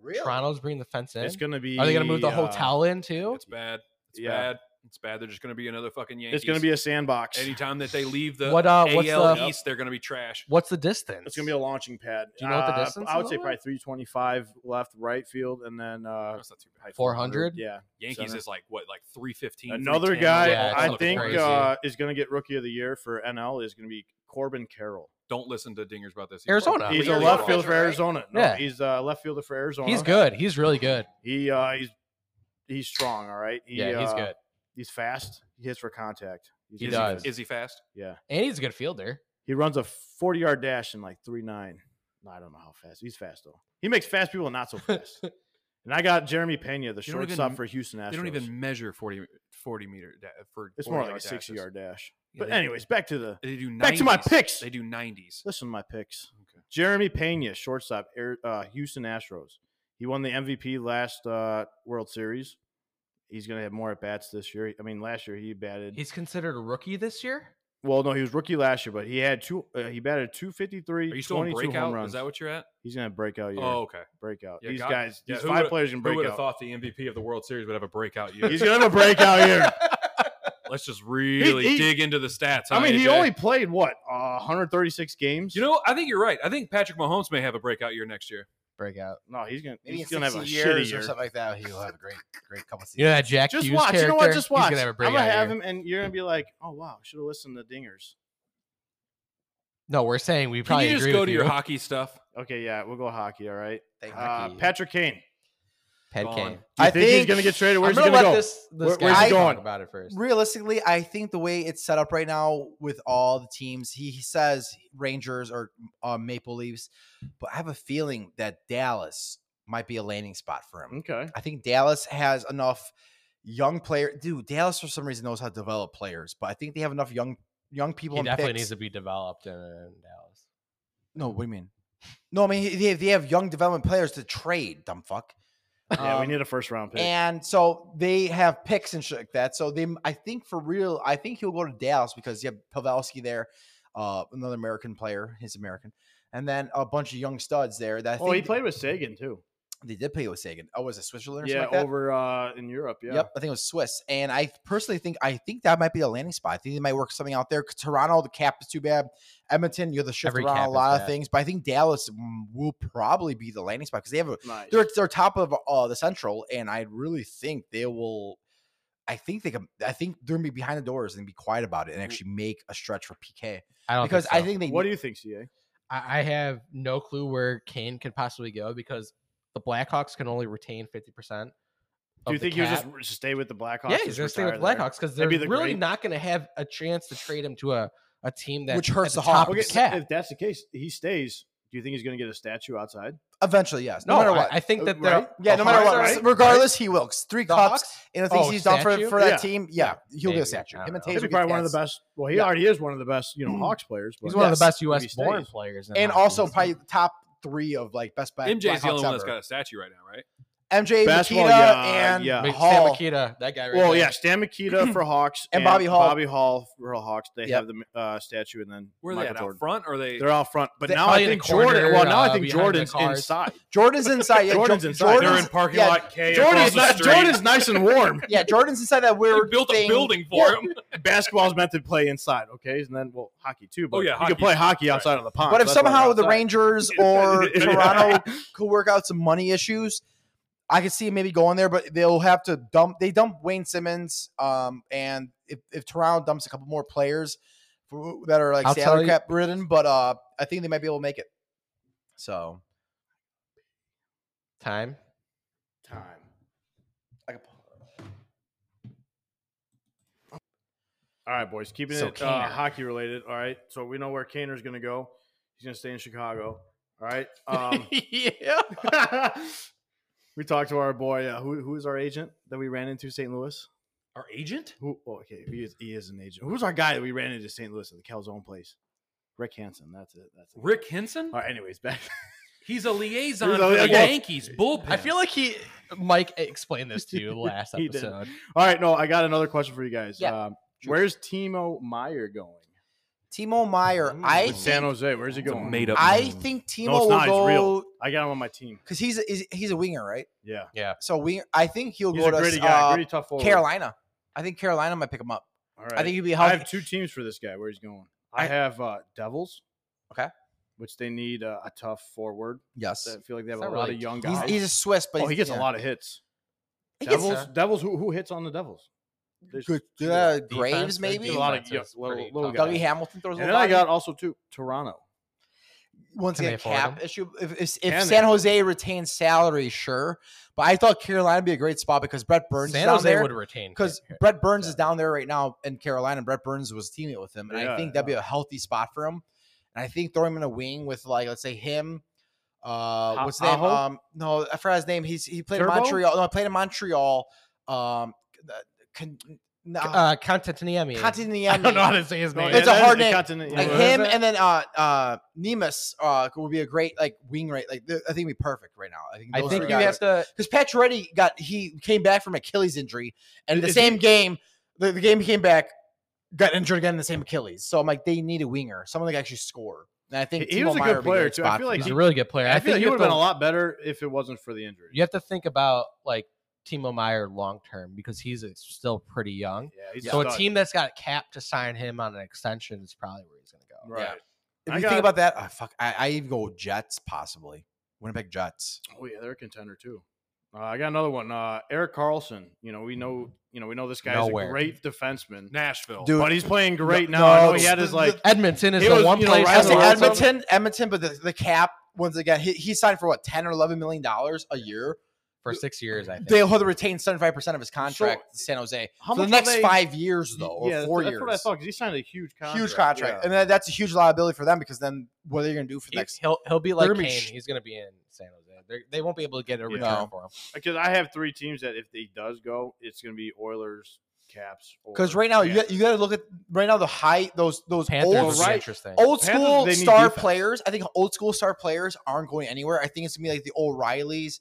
S4: Really?
S3: Toronto's bringing the fence in.
S2: It's gonna be.
S3: Are they gonna move the
S2: uh,
S3: hotel in too?
S1: It's bad. It's
S2: Yeah.
S1: bad. It's bad. They're just gonna be another fucking Yankees.
S2: It's gonna be a sandbox.
S1: anytime that they leave the
S3: What, uh,
S1: AL
S3: what's the-
S1: East, they're gonna be trash.
S3: What's the distance?
S2: It's gonna be a launching pad.
S3: Do you know what the
S2: Uh,
S3: distance
S2: I would
S3: is
S2: say
S3: on
S2: probably
S3: it?
S2: three twenty-five left, right field, and then uh,
S1: Oh, That's not too bad.
S3: 400?
S2: Yeah,
S1: Yankees
S2: Center.
S1: is like what, like three fifteen.
S2: Another guy
S3: Yeah, it's
S2: I
S3: looking
S2: think
S3: crazy.
S2: uh, is going to get Rookie of the Year for NL is going to be Corbin Carroll.
S1: Don't listen to dingers about this.
S3: Arizona.
S2: He's a
S1: completely
S2: left
S1: wrong.
S2: fielder for Arizona. No,
S3: Yeah.
S2: he's a left fielder for Arizona.
S3: he's good. He's really good.
S2: He uh, he's he's strong. All right. He,
S3: yeah, he's
S2: uh,
S3: good,
S2: He's fast. He hits for contact. He's
S3: He
S1: Is
S2: easy.
S3: does.
S1: Is he fast?
S2: Yeah.
S3: and he's a good fielder.
S2: He runs a forty-yard dash in like three nine. I don't know how fast. He's fast though. He makes fast people not so
S1: [laughs]
S2: fast. and I got Jeremy Pena, the
S1: They don't even-
S2: shortstop for Houston Astros.
S1: They don't even measure 40, 40 meter da- for.
S2: It's
S1: 40
S2: more like a
S1: dashes.
S2: sixty-yard dash.
S1: Yeah,
S2: But
S1: they-
S2: anyways, back to
S1: [laughs]
S2: the
S1: They do 90s.
S2: Back to my picks.
S1: They do nineties.
S2: Listen to my picks.
S1: Okay.
S2: Jeremy Pena, shortstop, Air- uh, Houston Astros. He won the MVP last uh, World Series. He's going to have more at bats this year. I mean, last year he batted.
S3: He's considered a rookie this year.
S2: well, no, he was rookie last year, but he had two. Uh, he batted 253,
S1: Are you still in
S2: 22 home
S1: breakout?
S2: runs.
S1: Is that what you're at?
S2: he's going to break out year.
S1: Oh, okay.
S2: breakout.
S1: Yeah,
S2: these
S1: God-
S2: guys,
S1: yeah,
S2: these
S1: who
S2: five
S1: would've-
S2: players can
S1: Who
S2: break
S1: would have
S2: out.
S1: thought the MVP of the World Series would have a
S2: [laughs]
S1: breakout year?
S2: He's going to have a breakout
S1: [laughs]
S2: year.
S1: Let's just really
S2: he-
S1: dig into the stats.
S2: I
S1: huh,
S2: mean, he
S1: AJ?
S2: only played what uh, 136 games.
S1: You know, I think you're right. I think Patrick Mahomes may have a breakout year next year.
S3: Breakout.
S2: no, he's going. to
S5: Maybe
S2: He's
S5: in
S2: going to have a
S5: 60
S2: shitty
S5: years or
S2: year.
S5: something like that, he'll have a
S4: [laughs]
S5: great, great couple seasons.
S3: You know that Jack
S2: Just
S3: Hughes
S2: watch.
S3: character.
S2: You know what? Just watch.
S3: He's gonna have a
S2: I'm
S3: breakout
S2: gonna have
S3: year.
S2: him, and you're gonna be like, "Oh wow, should have listened to Dingers."
S3: No, we're saying we
S1: Can
S3: probably
S1: you just
S3: agree
S1: go
S3: with
S1: to
S3: you.
S1: your hockey stuff?
S2: Okay, yeah, we'll go hockey. All right,
S4: Thank you.
S2: uh,
S3: Hockey.
S2: Patrick Kane. Do
S3: Head
S1: Gone.
S3: cane.
S2: you
S4: I
S2: think, he's
S4: think-
S2: gonna get traded? Where's
S3: I'm
S2: he
S3: gonna
S2: gonna
S3: let
S2: go?
S3: this, this
S2: Where-
S3: guy
S4: where's he
S3: talk
S2: going?
S3: about it first.
S4: Realistically, I think the way it's set up right now with all the teams, he, he says Rangers or uh, Maple Leafs, but I have a feeling that Dallas might be a landing spot for him.
S2: Okay,
S4: I think Dallas has enough young player. Dude, Dallas for some reason knows how to develop players, but I think they have enough young young people.
S3: He
S4: and
S3: definitely
S4: picks.
S3: needs to be developed in, uh, in Dallas.
S4: No, what do you mean? No, I mean they, they have young development players to trade. Dumb fuck.
S2: yeah, we
S4: Um,
S2: need a first round pick.
S4: And so they have picks and shit like that. So they, I think for real, I think he'll go to Dallas because you have Pavelski there, uh, another American player, he's American, and then a bunch of young studs there. That I
S2: Oh, he
S4: think
S2: played with Sagan too.
S4: They did play with Sagan. Oh, was it Switzerland? Or
S2: Yeah,
S4: something like that?
S2: over uh, in Europe. Yeah,
S4: Yep, I think it was Swiss. And I personally think I think that might be a landing spot. I think they might work something out there. Toronto, the cap is too bad. Edmonton, you have to shift
S3: Every
S4: around
S3: cap
S4: a
S3: is
S4: lot of
S3: bad.
S4: things, but I think Dallas mm, will probably be the landing spot because they have a
S2: nice.
S4: they're they're top of uh, the Central, and I really think they will. I think they can. I think they're gonna be behind the doors and be quiet about it and actually make a stretch for PK
S3: I don't
S4: because
S3: think
S4: I
S3: so.
S4: think they.
S2: What do you think, Ca?
S3: I, I have no clue where Kane could possibly go because the Blackhawks can only retain fifty percent
S2: Do you
S3: of the
S2: think he would
S3: cap.
S2: just r- stay with the Blackhawks?
S3: yeah, he's
S2: just
S3: going to stay with
S2: retire there?
S3: Blackhawks because they're
S2: That'd be the
S3: really
S2: great-
S3: not going to have a chance to trade him to a, a team that
S4: Which hurts
S3: at
S4: the Hawks.
S3: top of
S2: Okay,
S3: the
S2: so
S3: cap.
S2: if that's the case, he stays. Do you think he's going to get a statue outside?
S4: Eventually, yes. No,
S3: No,
S4: matter
S3: I-
S4: what.
S3: I, think that
S2: Right?
S3: they're-
S4: yeah,
S3: the
S4: no matter
S3: Hawks
S4: what.
S3: are-
S2: right?
S4: Regardless, he wilks. Three
S3: The
S4: cups.
S3: Hawks-
S4: and the things
S3: Oh,
S4: he's done for,
S3: statue?
S4: for that
S2: Yeah.
S4: team, yeah, he'll
S3: Maybe.
S4: get a statue.
S3: I don't
S4: Him and
S3: know.
S4: Taves
S2: He's
S4: will
S2: probably one of
S4: get
S2: the
S4: scats.
S2: best. Well, he
S4: Yeah.
S2: already is one of the best, you know, Hawks players.
S3: He's
S2: but-
S3: one of
S4: Yes.
S3: the best
S2: If he
S3: U.S. born
S2: stays.
S3: players, in
S4: And
S3: hockey.
S4: also probably top three of like best back.
S1: MJ's the only
S4: Blackhawks
S1: one that's
S4: ever.
S1: got a statue right now, right?
S4: MJ,
S2: Basketball,
S4: Makita,
S2: yeah, uh,
S4: and
S2: yeah.
S3: Wait, Stan
S4: Hall.
S3: Mikita, that guy. Right
S2: Well,
S3: there.
S2: yeah, Stan Mikita for Hawks
S4: And Bobby Hall.
S2: Bobby Hall for Hawks. They
S4: Yeah.
S2: have the uh, statue, and then
S1: Where are they
S2: Michael
S1: at
S2: Jordan.
S1: out front? Or are they?
S2: They're out front, but
S4: They-
S2: now I
S3: probably in
S2: think
S3: the corner,
S2: Jordan. Well, now I
S3: uh,
S2: think
S3: behind the
S2: Jordan's
S3: cars.
S2: inside.
S4: Jordan's inside. Yeah, Jo-
S2: Jordan's inside.
S4: Jordan's-
S1: They're in parking
S4: yeah,
S1: lot K.
S2: Jordan's,
S1: across the
S2: not,
S1: street.
S2: Jordan's nice and warm.
S4: Yeah, Jordan's inside
S1: [laughs]
S4: that
S1: They
S4: weird.
S1: built
S4: thing.
S1: a building for
S2: [laughs]
S1: him.
S2: Basketball's meant to play inside, okay? And then, well, hockey too. But
S1: Oh, yeah,
S2: you
S1: hockey.
S2: can play hockey
S1: Right.
S2: outside on the pond.
S4: But
S2: so
S4: if
S2: that's why
S4: somehow
S2: we're
S4: the
S2: outside. [laughs]
S4: Rangers or Toronto could work out some money issues, I could see it maybe going there. But they'll have to dump. They dump Wayne Simmons, um, and if, if Toronto dumps a couple more players who- that are like
S3: I'll tell
S4: salary
S3: you-
S4: cap ridden, but uh, I think they might be able to make it. So
S3: time.
S2: time.
S4: I could-
S2: All right, boys. Keeping
S3: So
S2: it uh,
S3: Kaner.
S2: hockey related. All right. So we know where Kaner's going to go. He's going to stay in Chicago. All right. Um,
S3: yeah.
S2: [laughs] we talked to our boy. Uh, who who is our agent that we ran into St. Louis?
S1: Our agent?
S2: Who? oh, okay, he is he is an agent. Who's our guy that we ran into St. Louis at the Calzone place? Rick Hansen. That's it. That's it.
S1: Rick Henson?
S2: All right. Anyways, back. [laughs]
S1: He's a liaison
S2: He's a
S1: for the
S2: liaison.
S1: Yankees bullpen.
S3: I feel like he Mike explained this to you [laughs] last
S2: He did.
S3: episode.
S2: All right. No, I got another question for you guys.
S3: Yeah.
S2: Um, where's Timo Meyer going?
S4: Timo Meyer,
S3: Ooh.
S4: I
S2: With San
S4: think,
S2: Jose. Where's he
S1: It's a
S2: going?
S1: made up.
S4: I
S1: name.
S4: think Timo
S2: Mm. No, it's
S4: will
S2: not. It's
S4: go
S2: real. I got him on my team.
S4: because he's a, he's- he's a winger, right?
S2: Yeah.
S4: So we, I think he'll
S2: He's
S4: go
S2: a
S4: to
S2: gritty
S4: uh,
S2: guy. Gritty tough forward.
S4: Carolina. I think Carolina might pick him up.
S2: All right.
S4: I think he'd be
S2: I
S4: healthy.
S2: have two teams for this guy. Where he's going?
S4: I-
S2: I have uh, Devils.
S4: Okay.
S2: Which they need uh, a tough forward.
S4: yes,
S2: I feel like they have
S3: It's
S2: a
S3: not
S2: lot
S3: really-
S2: of young
S4: he's,
S2: guys.
S4: he's a Swiss, but
S2: oh, he
S4: he's-
S2: gets
S4: yeah.
S2: a lot of hits.
S4: He gets
S2: Devils. Devils. Who, who hits on the Devils? There's
S4: good.
S2: two.
S4: uh,
S3: Defense,
S4: Graves,
S3: their
S4: maybe.
S2: a lot of
S3: defense is
S2: yeah, little-
S3: pretty
S2: little
S3: tough.
S2: guys.
S4: Dougie Hamilton throws a
S2: And
S4: little
S2: then I
S4: body.
S2: got also two Toronto.
S4: Once
S3: Can
S4: again,
S3: they afford
S4: cap
S3: him?
S4: issue. If, if, if
S2: Can
S4: San
S2: they?
S4: Jose retains salary, sure. But I thought Carolina would be a great spot because Brett Burns is
S3: San
S4: down
S3: Jose
S4: there.
S3: would retain [laughs]
S4: Because
S3: Kane.
S4: Brett Burns is
S3: Yeah.
S4: down there right now in Carolina. Brett Burns was a teammate with him, and I
S2: Yeah,
S4: think that'd be a healthy spot for him. And I think throwing him in a wing with like let's say him. Uh,
S2: Ha-
S4: what's his name?
S2: Aho?
S4: Um, no, I forgot his name. He's he played in
S2: Turbo?
S4: Montreal. No, I played in Montreal. Um, the- con, no,
S3: uh, Cantaniemi.
S4: Continiemi.
S3: I don't know how to say his
S2: No,
S3: name.
S4: It's
S2: yeah,
S4: a
S2: that
S4: hard
S2: is- it
S4: name.
S2: cuts in it, yeah.
S4: like
S3: Who is
S4: him
S3: it?
S4: and then uh uh Nemus uh would be a great like wing right like th- I think would be perfect right now. I think
S3: I
S4: those
S3: think
S4: three
S3: you have to.
S4: guys because Pacioretty got he came back from Achilles injury and the
S2: Is
S4: same game the, the game he came back got injured again in the same Achilles. So I'm like they need a winger, someone that can actually score. And I think
S2: He- he
S4: Timo
S2: was a
S4: Meyer
S2: good
S4: would be
S2: player,
S4: great
S2: too. I
S4: spot
S2: feel
S4: for
S2: like
S4: them.
S3: He's
S2: he-
S3: a really good player. I,
S2: I
S3: think
S2: feel like he
S3: you
S2: would
S3: have
S2: have
S3: to
S2: been a lot better if it wasn't for the injury.
S3: you have to think about like Timo Meyer long term because he's uh, still pretty young.
S2: Yeah, he's
S3: So a
S2: stud.
S3: team that's got cap to sign him on an extension is probably where he's going to go.
S2: Right.
S4: if
S2: I
S4: you
S2: got-
S4: think about that, oh, fuck, I, I even go with Jets possibly. Winnipeg Jets.
S2: Oh yeah, they're a contender too. Uh, I got another one. Uh, Eric Carlson. You know we know. You know we know this guy is
S3: Nowhere.
S2: a great defenseman,
S1: Nashville.
S4: Dude,
S2: but he's playing great
S4: No,
S2: now. I know
S4: it's
S2: he had
S4: the-
S2: his like.
S3: Edmonton is
S2: He
S3: the
S2: was,
S3: one
S2: you know,
S3: place.
S2: right
S4: I
S2: on
S3: in
S4: say
S3: the
S2: the road
S3: world-
S2: Edmonton-
S4: Edmonton, Edmonton, but the, the cap once again, he, he signed for what ten or eleven million dollars a year.
S3: for six years. I think.
S4: They'll have to retain seventy five percent of his contract to San Jose
S2: How
S4: for the
S2: much
S4: next
S2: are they-
S4: five years, though, or
S2: yeah,
S4: four
S2: that's,
S4: years.
S2: That's what I thought. 'cause he signed a huge contract.
S4: Huge contract,
S2: Yeah.
S4: and that, that's a huge liability for them because then what are you going to do for the
S3: He-
S4: next?
S3: he'll he'll be
S4: They're
S3: like
S4: gonna
S3: Kane.
S4: be sh-
S3: He's going to be in San Jose. They're, they won't be able to get a
S2: Yeah.
S3: return
S4: No.
S3: for him.
S2: Because I have three teams that if he does go, it's going to be Oilers, Caps.
S4: Because
S2: or
S4: right now you
S2: Panthers.
S4: got, you got to look at right now the high those those
S3: Panthers
S4: old
S3: would be
S2: right.
S3: interesting.
S4: old
S2: Panthers,
S4: school
S2: they need
S4: star
S2: defense.
S4: players. I think old school star players aren't going anywhere. I think it's gonna be like the O'Reillys.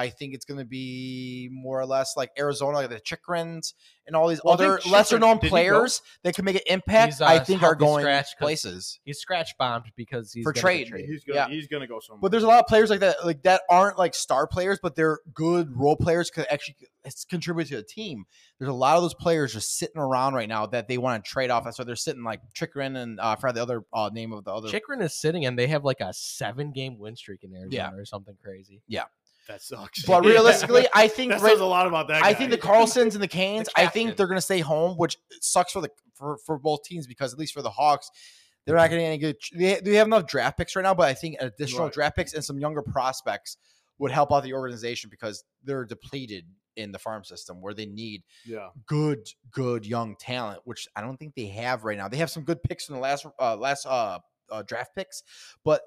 S4: I think it's gonna be more or less like Arizona, like the Chikrins and all these
S2: Well, I think
S4: other lesser known
S2: Chikrin- did he go?
S4: players that can make an impact.
S3: He's, uh,
S4: I think are
S3: healthy
S4: going
S3: scratch 'cause-
S4: places.
S3: He's scratch bombed because he's
S4: For
S3: gonna
S4: trade.
S3: Get traded.
S2: he's going
S4: yeah.
S2: to he's going to go somewhere.
S4: But there's a lot of players like that, like that aren't like star players, but they're good role players could actually it's contribute to the team. There's a lot of those players just sitting around right now that they want to trade off. That's why they're sitting like Chikrin and uh, I forgot the other uh, name of the other.
S3: Chikrin is sitting and they have like a seven game win streak in Arizona
S4: Yeah.
S3: or something crazy.
S2: that sucks. [laughs]
S4: but realistically, I think
S2: that
S4: right-
S2: says a lot about that.
S4: I
S2: guy.
S4: think the Carlsons and the Canes, I think
S3: captain.
S4: they're going to stay home, which sucks for the for, for both teams because at least for the Hawks, they're not going to any good. They, they have enough draft picks right now, but I think additional
S2: Right.
S4: draft picks and some younger prospects would help out the organization because they're depleted in the farm system where they need
S2: Yeah.
S4: good, good young talent, which I don't think they have right now. They have some good picks in the last uh, last uh, uh, draft picks, but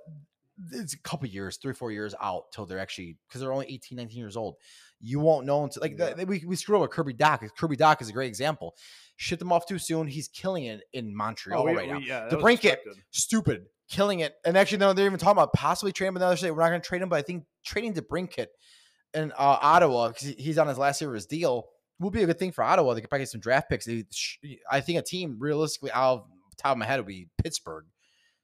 S4: it's a couple years, three, four years out till they're actually because they're only 18, 19 years old. You won't know until like
S2: Yeah.
S4: th- we, we screw up with Kirby Doc. Kirby Doc is a great example. Ship them off too soon. He's killing it in Montreal
S2: Oh, we-
S4: right now.
S2: we- yeah, that
S4: The
S2: was
S4: brink it.
S2: expected.
S4: Stupid, killing it. And actually, no, they're even talking about possibly trading him another state. We're not going to trade him, but I think trading to Brinkett in uh, Ottawa because he's on his last year of his deal will be a good thing for Ottawa. They could probably get some draft picks. They sh- I think a team realistically out of top of my head would be Pittsburgh.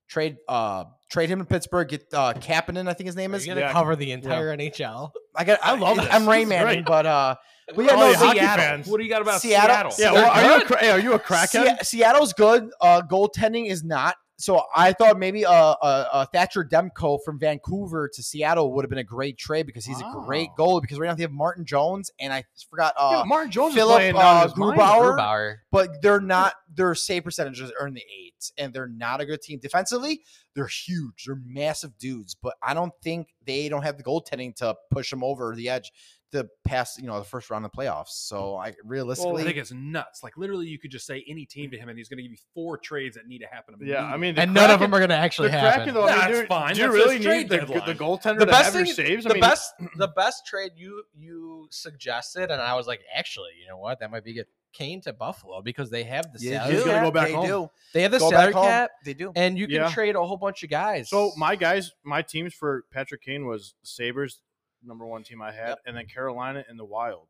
S4: Trade uh trade him to Pittsburgh, get uh Kapanen, I think his name
S3: Are
S4: is.
S3: you gonna
S2: yeah.
S3: cover the entire
S2: [laughs]
S3: NHL?
S4: I got I love
S2: this.
S4: I'm
S2: This
S4: Rain
S2: is
S4: Manning,
S2: great.
S4: but uh but yeah, no,
S2: Oh, yeah, hockey
S4: Seattle.
S2: fans.
S1: What do you got about Seattle?
S4: Seattle.
S2: Yeah,
S4: They're
S2: well, are you a, cra- hey, are you a
S4: Se-
S2: crackhead?
S4: Seattle's good. Uh, goaltending is not. So I thought maybe a, a, a Thatcher Demko from Vancouver to Seattle would have been a great trade because he's a great goalie. Because right now they have Martin Jones and I forgot. Uh,
S2: Yeah, Mark Jones
S4: Philip,
S2: is playing down
S4: uh,
S2: his mind.
S4: Grubauer?
S3: Grubauer.
S4: but they're not. Their save percentages are in the eights, and they're not a good team defensively. They're huge. They're massive dudes, but I don't think they don't have the goaltending to push them over the edge to pass. You know, the first round of the playoffs. So I realistically,
S1: I think it's Oh, nuts. Like literally, you could just say any team to him, and he's going to give you four trades that need to happen.
S2: Yeah, I
S1: immediately.
S2: mean, the
S3: And none of
S2: Kraken-
S3: them are gonna actually
S2: the Kraken,
S3: happen.
S2: though, I mean,
S1: That's
S2: do-
S1: fine.
S2: Do you
S1: That's
S2: really
S1: his trade
S2: need the,
S1: deadline.
S2: the goaltender
S3: The
S2: to
S3: best
S2: have your
S3: thing-
S2: saves? I
S3: the
S2: mean,
S3: best the best trade you you suggested, and I was like, actually, you know what? That might be good. Kane to Buffalo because they have the
S2: Yeah,
S3: salary.
S2: he's gonna go back
S4: they
S2: home.
S4: do.
S3: They have the
S4: Go
S3: salary
S4: back home.
S3: cap,
S4: They do.
S3: and you can
S2: Yeah.
S3: trade a whole bunch of guys.
S2: So my guys, my teams for Patrick Kane was Sabers, number one team I had, and then Carolina and the Wild.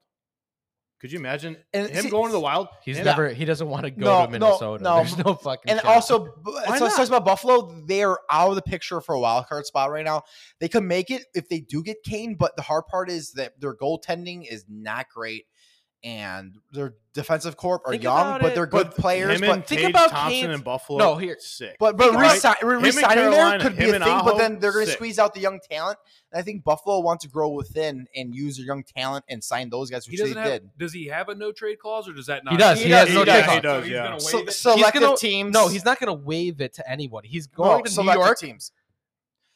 S2: Could you imagine
S4: And
S2: him
S4: Uh, see-
S2: going to the Wild?
S3: he's
S2: and-
S3: never he doesn't want to go
S4: No,
S3: to
S4: no,
S3: Minnesota.
S4: no.
S3: There's no fucking.
S4: And
S3: shot.
S4: also, b- so
S2: not?
S4: it talks about Buffalo. They are out of the picture for a wild card spot right now. They could make it if they do get Kane, but the hard part is that their goaltending is not great, and their defensive corps are
S3: Think
S4: young,
S3: about
S4: but
S3: it.
S4: they're good
S2: But
S4: players.
S2: him
S4: But
S2: and
S3: think
S2: Tage
S3: about
S2: Thompson
S3: Kane's-
S2: and Buffalo.
S3: No, here-
S2: sick.
S4: But but
S3: Think about
S4: resi- re-
S2: and
S4: resigning there
S2: Carolina,
S4: could be
S2: him
S4: a
S2: and
S4: thing. But
S2: Aho,
S4: then they're going to
S2: sick.
S4: squeeze out the young talent. And I think Buffalo wants to grow within and use their young talent and sign those guys,
S1: he
S4: which they
S1: doesn't have.
S4: did.
S1: Does he have a no trade clause, or does that not?
S3: He does. He He has does, no he trade does, clause. he
S2: does,
S1: he's
S2: yeah.
S1: gonna
S4: So,
S1: waive it?
S4: selective
S3: gonna-
S4: teams.
S3: no, he's not going to waive it to anybody. He's
S4: no,
S3: going to New
S4: selective
S3: York,
S4: teams.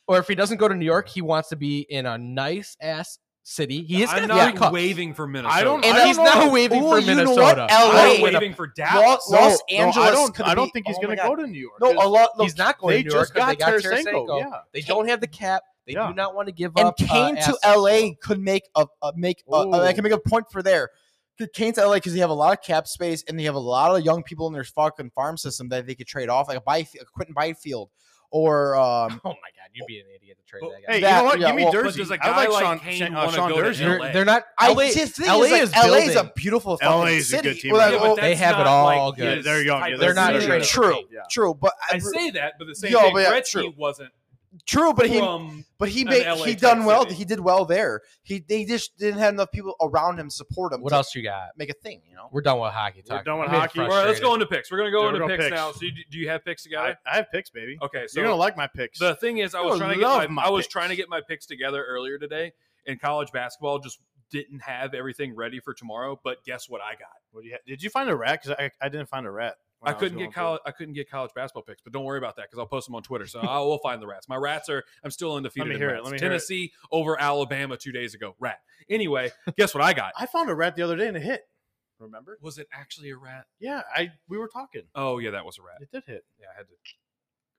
S3: or if he doesn't go to New York, he wants to be in a nice ass city. He has
S1: I'm
S3: got three
S1: not
S3: cups.
S1: waving for Minnesota.
S2: I don't-
S3: and
S2: I
S3: he's
S2: don't know.
S3: not waving
S4: Ooh,
S3: for
S4: you know
S3: Minnesota.
S4: what?
S1: I'm
S4: LA.
S1: not waving for Dallas.
S2: No,
S4: Los
S2: no, I
S4: Angeles
S2: don't.
S4: could
S2: I don't
S4: be-
S2: think he's
S4: oh
S2: going
S4: my
S2: to
S4: God.
S2: go to New York.
S4: No, a
S2: 'cause
S4: lot. no,
S3: He's not going
S2: they
S3: to New York
S2: just
S3: 'cause
S2: got
S3: they got
S2: Tarasenko.
S3: Tarasenko.
S2: Yeah,
S3: They don't have the cap. They
S2: Yeah.
S3: do not want to give
S4: and
S3: up. uh,
S4: Kane to
S3: assets.
S4: LA could make a, a make a, a, I
S2: Ooh.
S4: can make a point for there. Could Kane to LA because they have a lot of cap space and they have a lot of young people in their fucking farm system that they could trade off, like a, Byf- a Quentin Byfield or um,
S3: Oh my God, you'd be an idiot to trade
S1: But-
S3: that guy.
S2: Hey, you
S4: That-
S2: know what?
S4: yeah,
S2: Give me
S4: well,
S1: but does a
S2: Dersey.
S1: guy
S2: I like
S1: like
S2: Sean,
S1: Kane
S2: Sean, uh,
S1: wanna
S2: Sean
S1: go to
S2: Dersey.
S1: LA?
S3: they're, they're not. LA,
S4: I just think
S3: LA
S4: is, like,
S3: is
S4: LA is
S3: building.
S4: a beautiful
S2: LA
S4: fucking
S2: is a good
S4: city.
S2: team
S4: Well,
S2: right
S4: well,
S1: but
S3: they
S1: that's
S3: have it
S1: not
S3: all
S1: like
S3: good.
S1: his
S2: They're young. Yeah,
S1: type
S3: They're
S1: of
S3: not
S1: player.
S3: trading.
S4: true,
S2: Yeah.
S4: true, but
S1: I say that, but the same
S4: Yo,
S1: thing.
S4: but yeah,
S1: Gretzky
S4: true.
S1: wasn't
S4: true, but he
S1: from.
S4: but he
S1: an
S4: made
S1: LA
S4: he
S1: type
S4: done well.
S1: city.
S4: He did well there. He they just didn't have enough people around him to support him.
S3: What
S4: to
S3: else you got?
S4: Make a thing, you know.
S3: We're done with hockey
S2: We're
S3: talk.
S2: done with
S3: I'm getting
S2: hockey. All
S1: All right, let's
S3: frustrated.
S1: go into picks. We're gonna go
S2: Yeah, we're
S1: into
S2: going
S1: picks,
S2: picks.
S1: now. So, you, do you have
S2: I,
S1: picks together?
S2: I have picks, baby.
S1: okay, so
S2: You're going to like my picks.
S1: The thing is, I
S2: You'll
S1: was trying to get my,
S2: love my
S1: I was
S2: picks.
S1: trying to get my picks together earlier today, and college basketball just didn't have everything ready for tomorrow. But guess what? I got.
S2: What do you ha- Did you find a rat? Because I, I didn't find a rat. when
S1: I
S2: was
S1: couldn't
S2: going
S1: get
S2: through it.
S1: college. I couldn't get college basketball picks, but don't worry about that because I'll post them on Twitter. So I will find the rats. My rats are. I'm still undefeated.
S2: Let me
S1: in
S2: hear it,
S1: rats.
S2: let me hear it.
S1: Tennessee over Alabama two days ago. Rat. Anyway, guess what I
S2: [laughs]
S1: got?
S2: I found a rat the other day and it hit. Remember?
S1: Was it actually a rat?
S2: Yeah, I we were talking.
S1: Oh yeah, that was a rat.
S2: It did hit.
S1: Yeah, I had to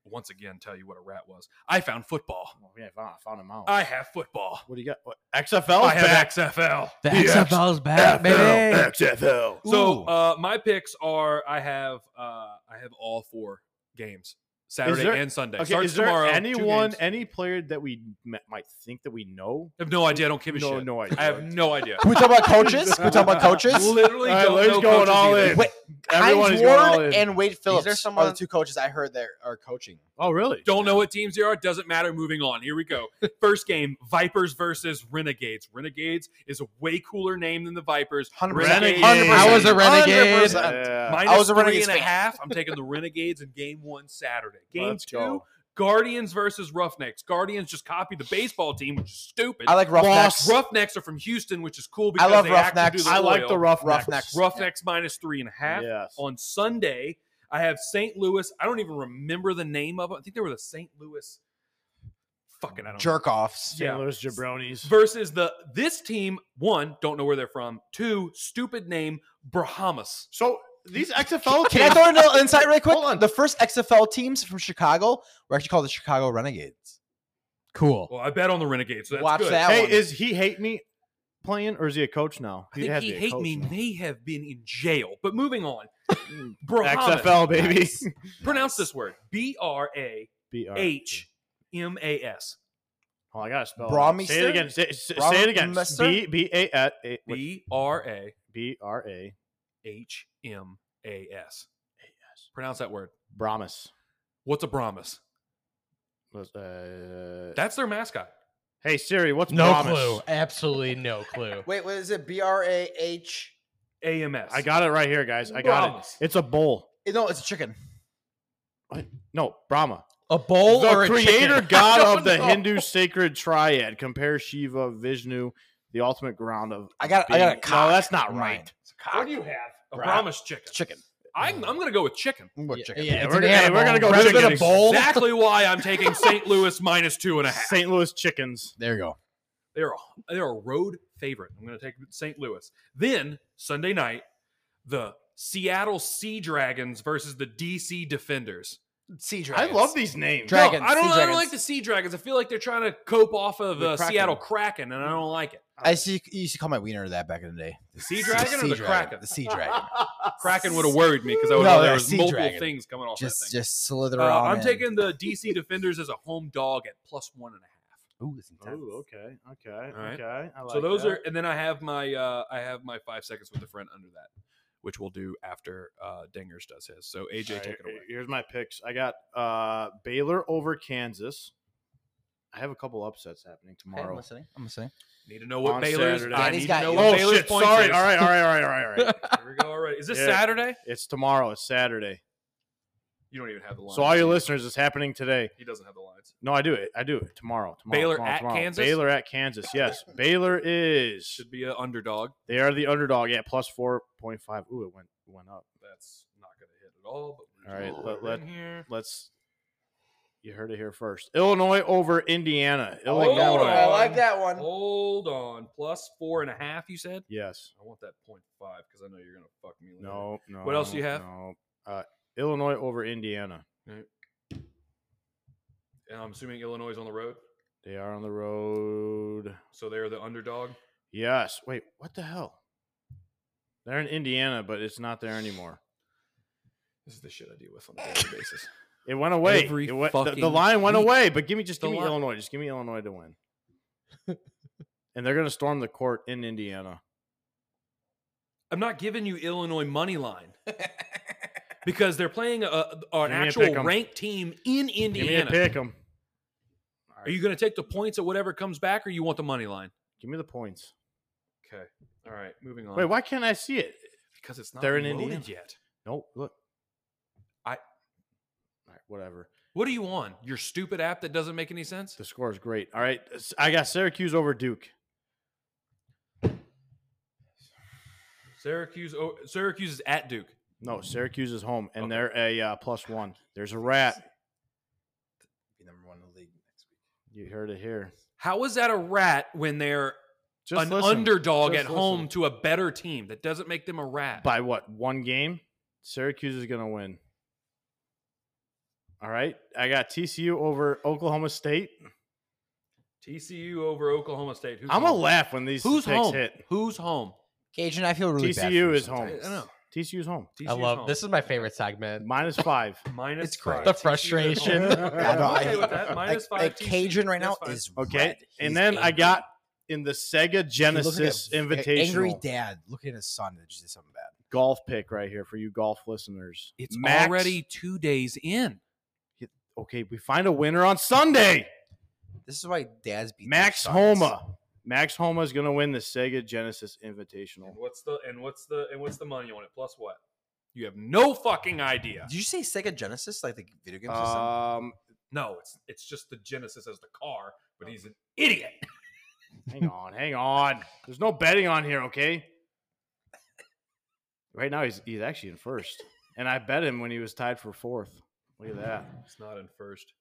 S1: once again tell you what a rat was. I found football.
S2: Well, yeah, I found, I found him out.
S1: I have football.
S2: what do you got? What? XFL.
S1: I
S2: is
S1: have
S2: back.
S1: XFL.
S3: The
S2: Yeah.
S3: XFL's back, baby.
S2: XFL.
S1: So
S4: Ooh.
S1: uh, my picks are I have uh, I have all four games Saturday
S2: there-
S1: and Sunday.
S2: Okay,
S1: Starts
S2: is there
S1: tomorrow. two
S2: anyone,
S1: games.
S2: any player that we m- might think that we know?
S1: I have no idea. I don't give a
S2: no,
S1: shit.
S2: no idea.
S1: I have
S2: [laughs]
S1: no idea.
S4: Can we talk about coaches? Can we talk about coaches?
S1: Literally,
S2: All right,
S1: don't
S2: Larry's
S1: know
S2: going
S1: coaches
S2: all
S1: either.
S2: in.
S4: Wait,
S2: Everyone
S4: Heinz
S2: is going all
S4: Ward
S2: in.
S4: and Wade Phillips are,
S3: someone-
S4: the two coaches I heard that are coaching.
S2: oh, really?
S1: Don't know what teams there are. Doesn't matter. Moving on. Here
S2: [laughs]
S1: we go. First game: Vipers versus Renegades. Renegades is a way cooler name than the Vipers.
S4: 100%.
S1: Renegades.
S3: I was a renegade.
S4: 100%.
S2: Yeah.
S1: Minus
S4: I was a
S1: three
S4: Renegades
S1: and a
S4: fan.
S1: half.
S4: [laughs]
S1: I'm taking the Renegades in game one Saturday. Game
S2: Let's
S1: two,
S2: go.
S1: Guardians versus Roughnecks. Guardians just copied the baseball team, which is stupid.
S4: I like Roughnecks.
S1: Roughnecks are from Houston, which is cool because
S4: love
S1: they act to do
S4: Roughnecks.
S1: the
S2: I like
S1: oil.
S2: the rough
S4: Roughnecks.
S1: Roughnecks minus three and a half.
S2: Yes.
S1: On Sunday, I have St. Louis. I don't even remember the name of it. I think they were the St. Louis fucking I don't know.
S4: jerk offs.
S1: Yeah.
S2: Sailors, jabronis.
S1: versus the this team one don't know where they're from two stupid name Bahamas.
S2: So these XFL
S4: Can I
S2: teams,
S4: throw in an insight really quick?
S2: Hold on.
S4: The first XFL teams from Chicago were actually called the Chicago Renegades. Cool.
S1: Well, I bet on the Renegades. So that's
S4: Watch
S1: good.
S4: that
S2: hey,
S4: one.
S2: is he hate me playing or is he a coach now?
S1: I think
S2: had to
S1: he
S2: be a
S1: hate
S2: coach
S1: me
S2: now.
S1: may have been in jail. But
S2: [laughs]
S1: moving on, Bahamas.
S2: XFL baby.
S1: Pronounce this word: B R A
S2: B R
S1: H M A S.
S2: Oh, I gotta spell it. out. Say
S4: Brahmister?
S2: it again. Say, say say it again.
S4: Brahmister?
S2: B B A at- A wait,
S1: B R A
S2: B R A
S1: H M A S. Pronounce that word.
S2: Brahmas.
S1: What's a Brahmas?
S2: Was, uh,
S1: That's their mascot.
S2: hey Siri, what's
S3: No
S2: Brahmas?
S3: clue. Absolutely no clue.
S5: Wait, what is it? B R A H.
S1: AMS.
S2: I got it right here, guys. I got
S1: Brahmas.
S2: it. It's a bowl.
S5: Eh, No, it's a chicken.
S2: What? No, Brahma.
S3: A bowl or
S2: the
S3: a [laughs]
S2: creator
S3: chicken?
S2: god
S3: I don't
S2: of the
S3: know.
S2: Hindu sacred triad. Compare Shiva, Vishnu, the ultimate ground of.
S5: I got. I got a
S2: being-
S5: cock.
S2: No, that's not
S5: in
S2: right.
S5: mind.
S1: What do you have? A
S5: Brah-
S1: Brahmas chicken.
S5: Chicken.
S1: I'm, I'm going to go with chicken.
S5: I'm gonna go
S3: Yeah,
S5: chicken.
S3: yeah,
S2: Yeah,
S3: it's
S2: we're
S3: an
S2: gonna- hey, we're
S3: animal.
S2: gonna go
S3: Rather than
S2: chicken.
S3: a bowl.
S1: Exactly why I'm taking St. Louis minus two and a half.
S2: St. Louis chickens.
S5: There you go.
S1: They're a, they're a road favorite. I'm going to take St. Louis. Then Sunday night, the Seattle Sea Dragons versus the DC Defenders.
S5: Sea
S2: I
S5: dragons.
S2: love these names.
S5: Dra- Dragons,
S1: no, I don't.
S5: Sea
S1: I don't
S5: Dragons.
S1: like the Sea Dragons. I feel like they're trying to cope off of
S2: The
S1: the
S2: Kraken.
S1: Seattle Kraken, and I don't like
S2: [laughs]
S1: it.
S5: I see. You used to call my wiener that back in the day.
S1: The Sea Dragon or the Kraken?
S5: The sea dragon.
S1: Kraken would have worried me because I would
S5: No,
S1: know there
S5: they're
S1: was
S5: Sea
S1: multiple
S5: Dragon.
S1: things coming off
S5: just,
S1: that thing.
S5: just slither
S1: Uh,
S5: on.
S1: I'm
S5: in.
S1: taking the DC Defenders as a home dog at plus one and a half.
S5: Ooh, it's intense.
S2: Ooh, okay, okay,
S1: All right.
S2: okay. I like
S1: so those
S2: that.
S1: are, and then I have my uh, I have my five seconds with a friend under that, which we'll do after uh, Dingers does his. So AJ,
S2: All right,
S1: take it away.
S2: Here's my picks. I got uh, Baylor over Kansas. I have a couple upsets happening
S5: Okay, I'm
S2: tomorrow.
S5: listening. I'm listening.
S1: Need to know what
S2: On
S1: Baylor's.
S2: Saturday.
S1: I
S5: Daddy's
S1: need to
S5: got
S1: know
S5: you.
S1: what
S2: oh
S1: Baylor's
S2: shit!
S1: points
S2: Sorry.
S1: is.
S2: All right, all right, all right, all right, all right.
S1: [laughs] Here we go already. Is this
S2: Yeah.
S1: Saturday?
S2: [laughs] it's tomorrow. It's Saturday.
S1: You don't even have the lines.
S2: So all your
S1: do you?
S2: listeners, it's happening today.
S1: He doesn't have the lines.
S2: No, I do it. I do it tomorrow. Tomorrow.
S1: Baylor
S2: tomorrow,
S1: at
S2: tomorrow.
S1: Kansas?
S2: Baylor at Kansas. Yes, Baylor is.
S1: Should be an underdog.
S2: They are the underdog at plus four point five. Ooh, it went went up.
S1: That's not going to hit at all. But
S2: All right, let-
S1: we're
S2: let-
S1: in here.
S2: Let's. You heard it here first. Illinois over Indiana.
S1: like
S2: Illinois.
S1: that one. I like
S5: that one.
S1: Hold on. Plus four and a half. You said.
S2: Yes.
S1: I want that point five because I know you're going to fuck me. Later.
S2: No. No.
S1: What else do you have?
S2: No. Uh, Illinois over Indiana.
S1: And I'm assuming Illinois is on the road,
S2: They are on the road.
S1: so they're the underdog.
S2: Yes. Wait. What the hell? They're in Indiana, but it's not there anymore.
S1: This is the shit I deal with on
S2: [laughs]
S1: a daily basis.
S2: It went away.
S1: Every
S2: It went- the- the,
S1: fucking
S2: line went
S1: week.
S2: away, but give me just
S1: The
S2: give me
S1: line-
S2: Illinois. Just give me Illinois to
S1: [laughs]
S2: win. and they're going to storm the court in Indiana.
S1: I'm not giving you Illinois money line because they're playing a, a- an
S2: Give me a
S1: actual
S2: pick 'em.
S1: ranked team
S2: Give
S1: in
S2: me a
S1: Indiana.
S2: pick 'em.
S1: Are you going to take the points at whatever comes back, or you want the money line?
S2: Give me the points.
S1: Okay. All right. Moving on.
S2: Wait, why can't I see it?
S1: Because it's not
S2: They're in
S1: loaded
S2: Indiana.
S1: yet.
S2: Nope. Look.
S1: I-
S2: All right. Whatever.
S1: What are you on? Your stupid app that doesn't make any sense.
S2: The score is great. All right. s- I got Syracuse over Duke.
S1: Syracuse. Oh, Syracuse is at Duke.
S2: No, Syracuse is home, and
S1: Okay.
S2: they're a uh, plus one. There's a rat.
S5: Be number one in the league next week.
S2: You heard it here.
S1: How is that a rat when they're
S2: Just
S1: an
S2: listen.
S1: underdog
S2: Just
S1: at home
S2: listen.
S1: to a better team? That doesn't make them a rat.
S2: by what one game syracuse is going to win all right i got tcu over oklahoma state
S1: TCU over Oklahoma State. Who's
S2: i'm going to
S1: home?
S2: laugh when these
S1: Who's
S2: picks
S1: home?
S2: hit
S1: Who's home?
S5: Cajun, I feel really bad. for you
S2: tcu is home
S5: sometimes.
S1: I know.
S2: tcu is home
S1: TCU
S3: I
S1: 's
S3: love
S1: home.
S3: this. Is my favorite segment.
S2: minus five
S1: minus
S5: It's great.
S1: five.
S3: The
S1: TCU 's
S3: frustration.
S2: [laughs]
S1: home.
S5: I don't-
S1: I'm okay
S5: I-
S1: with that.
S2: like-
S1: Minus
S5: like,
S1: five.
S5: like
S1: TCU.
S5: Cajun right now
S1: That's fine.
S5: is
S2: okay
S5: red. He's
S2: and then i
S5: angry.
S2: got in the sega
S5: He looks like
S2: genesis
S5: a- a-
S2: invitational
S5: Angry dad looking at his son that just did something bad.
S2: golf pick right here for you golf listeners
S1: It's
S2: Max-
S1: already two days in.
S2: okay we find a winner on sunday
S5: This is why dads beat their
S2: max
S5: sons.
S2: homa max homa is going to win the sega genesis invitational
S1: And what's the and what's the and what's the money on it? Plus what? You have no fucking idea.
S5: Did you say Sega Genesis, like the video game system?
S2: um
S1: No, it's it's just the Genesis as the car, but he's an idiot.
S2: Hang on, hang on. There's no betting on here, okay? Right now he's he's actually in first. And I bet him when he was tied for fourth. Look at that.
S1: It's not in first.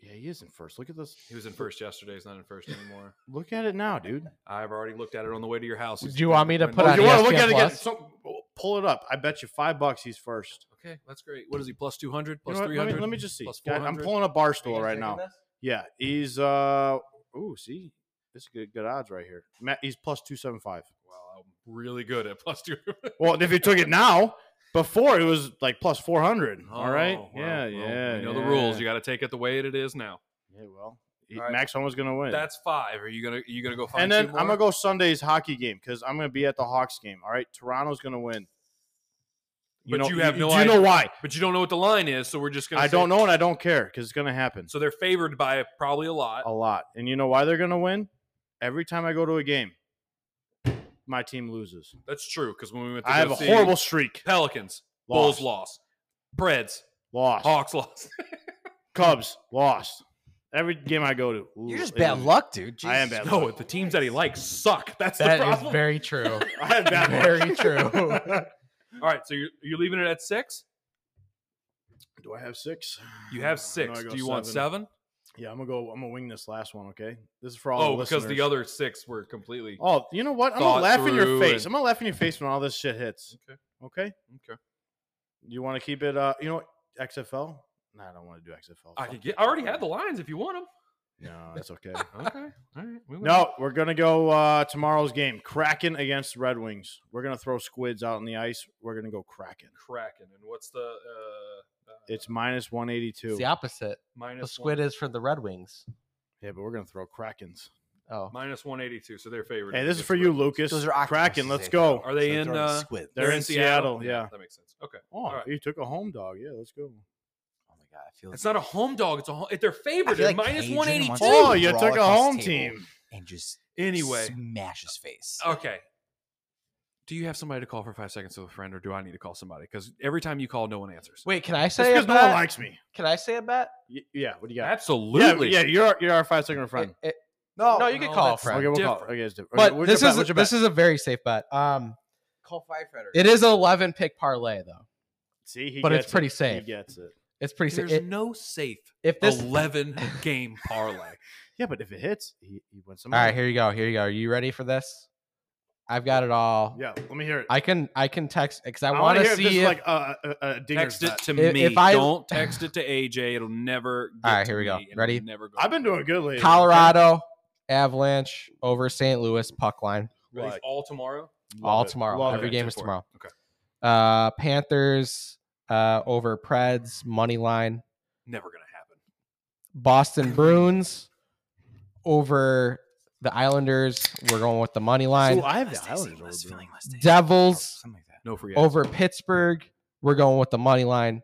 S2: Yeah, he is in first. Look at this.
S1: He was in first yesterday. He's not in first anymore.
S2: Look at it now, dude.
S1: [laughs] I've already looked at it on the way to your house.
S3: Do
S1: He's
S3: you
S1: right
S3: want me to
S1: behind
S3: put
S1: me.
S2: Oh,
S3: on
S2: you wanna look
S3: ESPN
S2: at it again?
S3: Plus?
S2: So, pull it up. I bet you five bucks he's first.
S1: Okay, that's great. What is he? Plus 200,
S2: You
S1: plus
S2: know what? Let, me,
S1: 300?
S2: let me just see.
S1: plus
S2: God, I'm
S1: 400.
S2: pulling up Barstool right now. Yeah, he's uh. Ooh, see, this is good, good odds right here. Matt, he's plus two seven five.
S1: Wow, I'm really good at plus 200.
S2: Well, if you took it now, before it was like plus four hundred. [laughs] all right.
S1: Oh, wow.
S2: yeah,
S1: Well,
S2: yeah.
S1: You know the rules. You
S2: yeah.
S1: got to take it the way it is now.
S2: Yeah, well, he-
S1: All right.
S2: Max Homer's gonna win.
S1: That's five. Are you gonna are you gonna go find
S2: and then
S1: two
S2: I'm
S1: more?
S2: gonna go Sunday's hockey game because I'm gonna be at the Hawks game. All right, Toronto's gonna win.
S1: But you have no
S2: Do you know why?
S1: But you don't know what the line is, so we're just gonna.
S2: I
S1: say-
S2: don't know, and I don't care because it's gonna happen
S1: So they're favored by probably a lot.
S2: a lot. And you know why they're gonna win? Every time I go to a game, my team loses.
S1: That's true because when we went, to
S2: I have
S1: go
S2: a
S1: see
S2: horrible streak.
S1: Pelicans. Bulls
S2: Lost.
S1: lost. Preds.
S2: Lost. [laughs]
S1: Hawks lost.
S2: Cubs lost. Every game I go to,
S4: You're
S2: ooh,
S4: just
S2: they
S4: bad
S2: lose.
S4: luck, dude.
S2: I am bad
S1: no,
S2: luck.
S1: the teams that he likes suck. That's the
S3: That
S1: problem.
S3: is very true.
S2: I had [laughs] bad luck.
S3: very true.
S2: [laughs]
S1: All right, so you're you're leaving it at six.
S2: Do I have six?
S1: You have
S2: I know I
S1: six. Do you
S2: go
S1: want seven?
S2: Yeah, I'm gonna go. I'm gonna wing this last one. Okay, this is for all.
S1: Oh,
S2: the
S1: because the
S2: listeners.
S1: other six were completely.
S2: Oh, you know what? I'm
S1: thought
S2: gonna laugh in your
S1: through
S2: face.
S1: and-
S2: I'm gonna laugh in your face when all this shit hits.
S1: Okay.
S2: Okay.
S1: Okay.
S2: You want to keep it? Uh, you know what? XFL? Nah, I don't want to do XFL.
S1: I
S2: Fuck
S1: could
S2: that.
S1: get. I already have the lines if you want
S2: No, that's okay.
S1: them. Okay. All right. we will.
S2: no, we're gonna go uh, tomorrow's game. Kraken against the Red Wings. We're gonna throw squids out on the ice. We're gonna go Kraken.
S1: Kraken. And what's the uh, uh,
S2: It's minus one eighty
S3: it's
S2: two.
S3: the opposite.
S1: minus
S3: The squid
S1: one,
S3: is for the Red Wings.
S2: Yeah, but we're gonna throw Krakens.
S3: Oh,
S1: minus one eighty two. So they're favored.
S2: Hey, this is
S1: against
S2: for
S1: the
S2: you,
S1: Red Wings.
S2: Lucas.
S4: Those are
S2: Kraken.
S4: octopuses,
S2: Let's
S4: they
S2: go.
S1: Are they in? Uh,
S4: squid.
S2: They're in Seattle, yeah.
S1: that makes sense. Okay.
S2: Oh,
S1: All right.
S2: you took a home dog. Yeah, let's go.
S4: Oh my god, I feel
S1: It's not a home dog. It's a home. They're favored
S4: feel
S1: at
S4: like
S1: minus
S4: Cajun
S1: one eighty
S4: wants-
S1: two.
S2: Oh, you
S4: Roll
S2: took a
S4: across the
S2: home
S4: table.
S2: team.
S4: and just
S1: Anyway, Uh,
S4: smash his face.
S1: okay. Do you have somebody to call for five seconds with a friend, or do I need to call somebody? Because every time you call, no one answers.
S3: wait. Can I
S2: Just
S3: say a
S2: because no one
S3: bet?
S2: likes me.
S3: can I say a bet?
S2: Y- yeah, what do you got?
S1: Absolutely.
S2: Yeah, yeah, you're our, you're our five second friend.
S3: It- it-
S4: No,
S3: no, you can
S1: no,
S3: call a
S1: that's-
S3: friend.
S2: okay, we'll call.
S1: different.
S2: Okay, it's different.
S3: But
S2: Okay, what's
S3: this
S2: your bet?
S3: is
S2: What's your
S3: this
S2: bet?
S3: is a very safe bet. Um,
S4: call firefighter.
S3: it is an eleven pick parlay though.
S2: See, he
S3: but it's
S2: gets it.
S3: pretty
S2: He
S3: safe.
S2: gets it.
S3: It's pretty safe.
S1: There's
S3: It-
S1: no safe
S3: if this, all [laughs]
S1: eleven game parlay.
S2: Yeah, but if it hits, he, he wins some.
S3: right,
S2: money.
S3: here you go. Here you go. Are you ready for this? I've got it all.
S2: Yeah, let me hear it.
S3: I can I can text because I,
S2: I
S3: want to
S2: hear if
S3: see
S2: this is
S3: if-
S2: like a, a, a dinger's
S1: Text it
S2: bet.
S1: to
S3: If-
S1: me.
S3: if I-
S1: Don't text it to AJ. It'll never. Get
S3: All right,
S1: to
S3: here we go.
S1: me, and it'll
S3: Ready?
S1: Never go
S2: I've been doing good lately. okay?
S3: Colorado Avalanche over St. Louis puck line.
S1: Are these all tomorrow.
S2: Love
S3: all
S2: it.
S3: tomorrow.
S2: Love
S3: Every
S2: it.
S3: game
S1: Tip
S3: is
S1: for it.
S3: tomorrow.
S1: Okay.
S3: Uh, Panthers uh, over Preds money line.
S1: Never gonna happen.
S3: Boston Bruins over the Islanders. We're going with the money line.
S2: Ooh, I have
S4: Less
S2: the
S4: days,
S2: Islanders
S4: less
S2: over
S4: feeling,
S2: Bruins.
S4: less days. Or
S3: Devils
S4: something like that.
S1: No free.
S3: over Pittsburgh. We're going with the money line.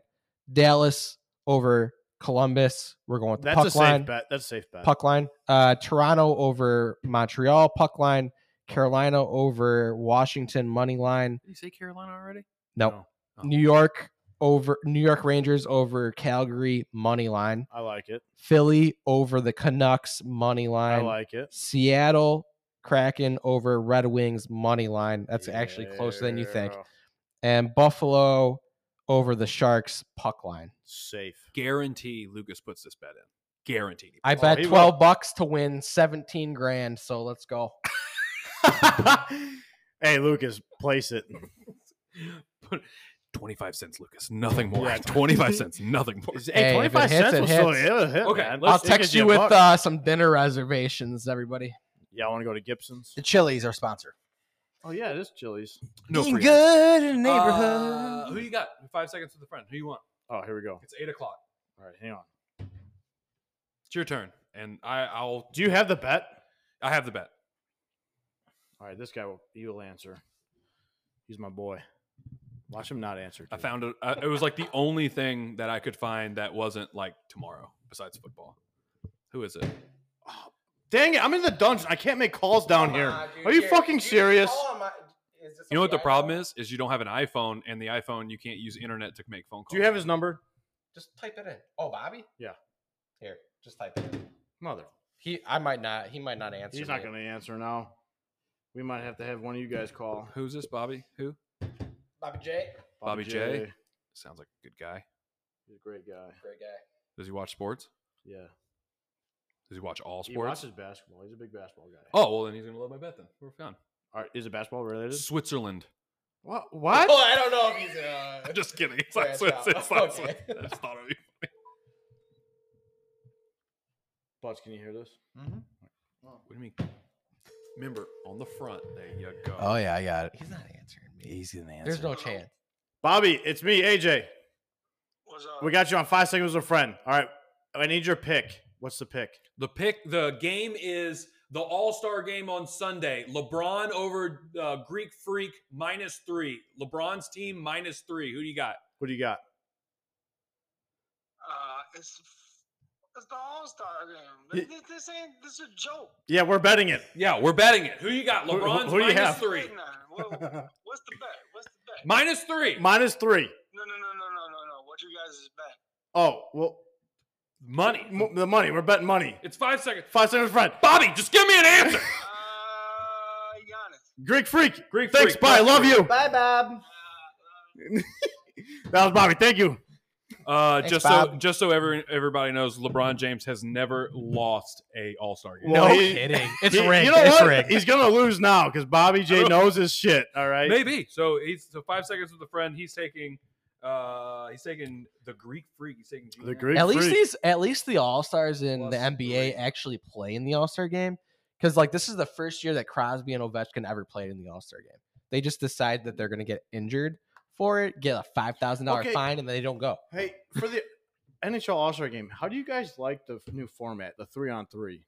S3: Dallas over Columbus. We're going with the
S2: That's
S3: puck
S2: a safe
S3: line.
S2: bet. That's a safe bet.
S3: Puck line. Uh, Toronto over Montreal. Puck line. Carolina over Washington. Money line.
S1: Did you say Carolina already?
S3: No.
S2: No.
S1: Oh.
S3: New York over New York Rangers over Calgary. Money line.
S2: I like it.
S3: Philly over the Canucks. Money
S2: I
S3: line.
S2: like it.
S3: Seattle Kraken over Red Wings. Money line. That's actually closer than you think.
S2: Yeah.
S3: And Buffalo over the Sharks. Puck line.
S2: Safe.
S3: [laughs]
S1: Guarantee Lucas puts this bet in. Guaranteed.
S3: I
S2: Oh,
S3: bet
S2: he will.
S3: 12 bucks to win 17 grand. So let's go.
S2: hey, Lucas, place it.
S1: [gasps] Put- 25 cents, Lucas. Nothing more.
S2: Yeah.
S1: [laughs] 25 cents. Nothing more.
S2: Hey,
S3: Hey, if it
S2: 25
S3: hits,
S2: cents
S3: it
S2: was so
S3: hits.
S2: it'll hit,
S1: Okay,
S2: man.
S1: let's-
S2: It
S3: I'll text
S2: gives
S3: you
S2: a
S3: with
S2: buck.
S3: uh, some dinner reservations, everybody.
S2: Yeah, I want to go to Gibson's.
S4: The Chili's our sponsor.
S2: Oh yeah, it is Chili's.
S1: No
S4: Being
S1: free ads.
S4: good in the
S1: Uh, who
S4: neighborhood.
S1: you got? Five seconds with a friend. Who you want?
S2: Oh, here we go.
S1: It's eight o'clock.
S2: All right, hang on.
S1: It's your turn. And I, I'll.
S2: Do you have the bet?
S1: I have the bet.
S2: All right, this guy will. He will answer. He's my boy. Watch him not answer.
S1: I
S2: too.
S1: found it. Uh, it was like the only thing that I could find that wasn't like tomorrow besides football. Who is it?
S2: Dang it! I'm in the dungeon. I can't make calls down here. Are you fucking serious?
S1: You know what the problem is? Is you don't have an iPhone, and the iPhone you can't use internet to make phone calls.
S2: Do you have his number?
S3: Just type it in. Oh, Bobby.
S2: Yeah.
S3: Here, just type it. in.
S2: Mother.
S3: He, I might not. He might not answer.
S2: He's not
S3: me.
S2: going to answer now. We might have to have one of you guys call.
S1: Who's this, Bobby? Who?
S3: Bobby J.
S1: Bobby J.
S2: J.
S1: Sounds like a good guy.
S2: He's a great guy.
S3: Great guy.
S1: Does he watch sports?
S2: Yeah.
S1: Does he watch all
S2: He
S1: sports?
S2: watches basketball. He's a big basketball guy.
S1: oh well, then he's gonna love my bet. Then we're fine.
S2: All right, is it basketball related?
S1: Switzerland. [laughs]
S2: What?
S1: Oh.
S2: What?
S3: [laughs] I don't know if he's. Uh...
S1: I'm just kidding. It's not
S3: Crashed
S1: Swiss.
S3: out.
S1: It's not
S3: Okay.
S1: Swiss. I just thought it would be funny.
S2: Butts, can you hear this?
S1: What do you mean? Remember on the front. There you go.
S5: Oh yeah, I got it.
S3: He's not answering me.
S5: He's gonna answer.
S3: There's no chance.
S2: Bobby, it's me, AJ.
S6: What's up?
S2: We got you on five seconds with a friend. All right, I need your pick. What's the pick?
S1: The pick. The game is the All Star game on Sunday. LeBron over uh, Greek Freak minus three. LeBron's team minus three. Who do you got?
S2: What do you got?
S6: Uh, it's it's the All Star game.
S2: Ye-
S6: This, this ain't this is a joke.
S2: Yeah, we're betting it.
S1: Yeah, we're betting it. Who you got?
S2: Who- who-
S1: LeBron's
S2: who do you
S1: minus
S2: have?
S1: Uh, three.
S6: Wait, nah, What, what's the bet? What's the bet?
S1: Minus three.
S2: Minus three.
S6: no, no, no, no, no, no, no. What you guys is bet?
S2: Oh well,
S1: Money.
S2: m- the money. We're betting money.
S1: It's five seconds.
S2: Five seconds with a friend.
S1: Bobby, just give me an
S6: [laughs]
S1: answer.
S6: Uh, Giannis.
S2: Greek freak.
S1: Greek
S2: Thanks.
S1: Freak,
S2: Bye.
S1: Greek
S2: Love
S1: Freak.
S2: you.
S4: Bye, Bob.
S2: That was Bobby. Thank you.
S1: Uh,
S4: Thanks,
S1: just so
S4: Bob.
S1: just so every, everybody knows, LeBron James has never lost a All Star game.
S2: Well,
S3: no
S2: he- [laughs]
S3: kidding. It's
S2: He-
S3: rigged.
S2: You know
S3: it's
S2: what?
S3: rigged.
S2: He's gonna lose now because Bobby J [laughs]
S1: Oh.
S2: knows his shit. All right.
S1: Maybe so. He's so five seconds with a friend. He's taking uh he's taking the Greek freak. He's taking
S2: The
S1: Giannis.
S2: Greek
S3: at least
S2: freak.
S3: these at least the all stars in the
S1: Plus
S3: NBA
S1: three.
S3: actually play in the All Star game because like this is the first year that Crosby and Ovechkin ever played in the All Star game. They just decide that they're going to get injured for it, get a five thousand dollar
S2: Okay.
S3: fine, and they don't go.
S2: Hey, for the [laughs] NHL All Star Game, how do you guys like the f- new format, the three on three?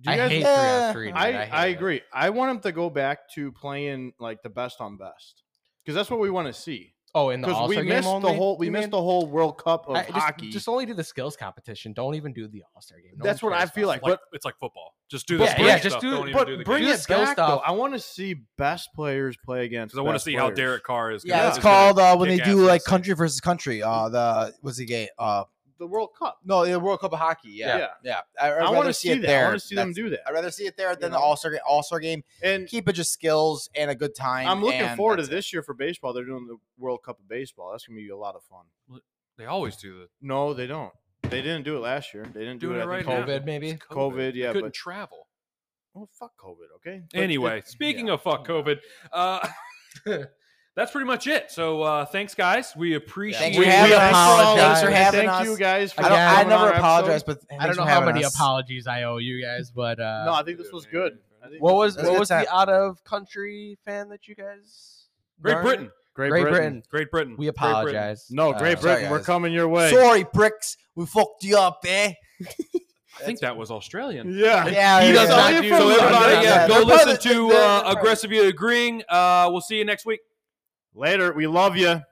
S2: Do you
S3: I
S2: guys?
S3: hate
S5: Yeah,
S3: three on three. dude.
S2: I,
S3: hate
S2: I
S3: it.
S2: agree. I want them to go back to playing like the best on best because that's what we want to see.
S3: Oh, in the
S2: Because
S3: All
S2: we
S3: Star game
S2: missed
S3: only?
S2: the whole we
S3: you
S2: missed
S3: mean?
S2: the whole World Cup of
S3: I- just,
S2: hockey.
S3: Just only do the skills competition. Don't even do the All Star game. No
S2: that's
S3: one
S2: what I
S3: cares
S2: feel
S3: about
S2: like.
S1: Like,
S2: But
S1: it's like football. Just do
S3: But-
S1: this.
S3: Yeah,
S1: spring
S3: yeah, just
S1: stuff.
S3: do-
S1: Don't even
S2: but
S1: do the
S2: bring
S3: Do the
S2: it
S3: skill
S2: back though.
S3: stuff.
S2: I want to see best players play against.
S1: because I want to
S2: best
S1: see how
S2: players.
S1: Derek Carr is.
S4: Yeah,
S1: gonna-
S4: it's
S1: is
S5: it's
S1: gonna
S5: called uh, when they
S1: kick ass
S5: do
S1: in
S5: like
S1: this thing.
S5: country versus country. Uh, the what's the game? Uh,
S2: the World Cup.
S5: no, the World Cup of Hockey. Yeah, yeah.
S2: Yeah.
S5: I,
S2: I
S5: want
S2: want to see
S5: see it
S2: that.
S5: there.
S2: I want to see them
S5: That's-
S2: do that.
S5: I'd rather see it there than
S2: know?
S5: the All Star All Star game.
S2: And
S5: Keep it just skills and a good time.
S2: I'm looking
S5: and
S2: forward to
S5: that's it.
S2: this year for baseball. They're doing the World Cup of baseball. That's gonna be a lot of fun.
S1: They always do the
S2: No, they don't. They didn't do it last year. They didn't do
S1: doing
S2: it.
S1: it
S2: I
S1: right
S2: think
S1: now.
S2: COVID.
S3: COVID, maybe?
S1: It's
S2: COVID,
S1: They
S2: yeah,
S1: couldn't
S2: but-
S1: travel.
S2: Oh fuck COVID. Okay. But it-
S1: Anyway, speaking of fuck COVID, uh, [laughs] that's pretty much it. So uh, thanks, guys. We appreciate.
S5: Thanks for having
S2: we
S5: us.
S2: apologize.
S5: Thanks for having
S2: Thank
S5: us.
S2: you guys. For
S5: I, don't,
S3: Yeah,
S5: I
S2: coming on
S5: never
S2: our
S5: apologize,
S2: episode.
S5: but
S3: I don't know how many apologies I owe you guys, but uh,
S2: no, I think this was good. I think
S3: What was
S5: That's
S3: what
S5: good
S3: was
S5: time.
S3: the out of country fan that you guys?
S1: Great
S3: learned?
S1: Britain.
S2: Great,
S3: Great Britain.
S1: Great Britain.
S3: We
S1: Great Britain.
S3: apologize.
S2: No, Great
S3: Uh,
S5: sorry,
S2: Britain. We're
S5: guys.
S2: coming your way.
S5: Sorry, pricks. We fucked you up, eh?
S1: I think that was Australian.
S2: Yeah.
S5: Yeah,
S2: He
S5: yeah.
S2: does
S5: yeah.
S2: not
S5: Not
S2: do-
S5: you.
S1: So
S2: Yeah,
S1: everybody,
S2: yeah,
S1: yeah, go
S5: They're
S1: listen
S5: probably-
S1: to
S5: they're-
S1: uh,
S5: they're probably-
S1: aggressively agreeing. Uh, we'll see you next week.
S2: Later. We love you.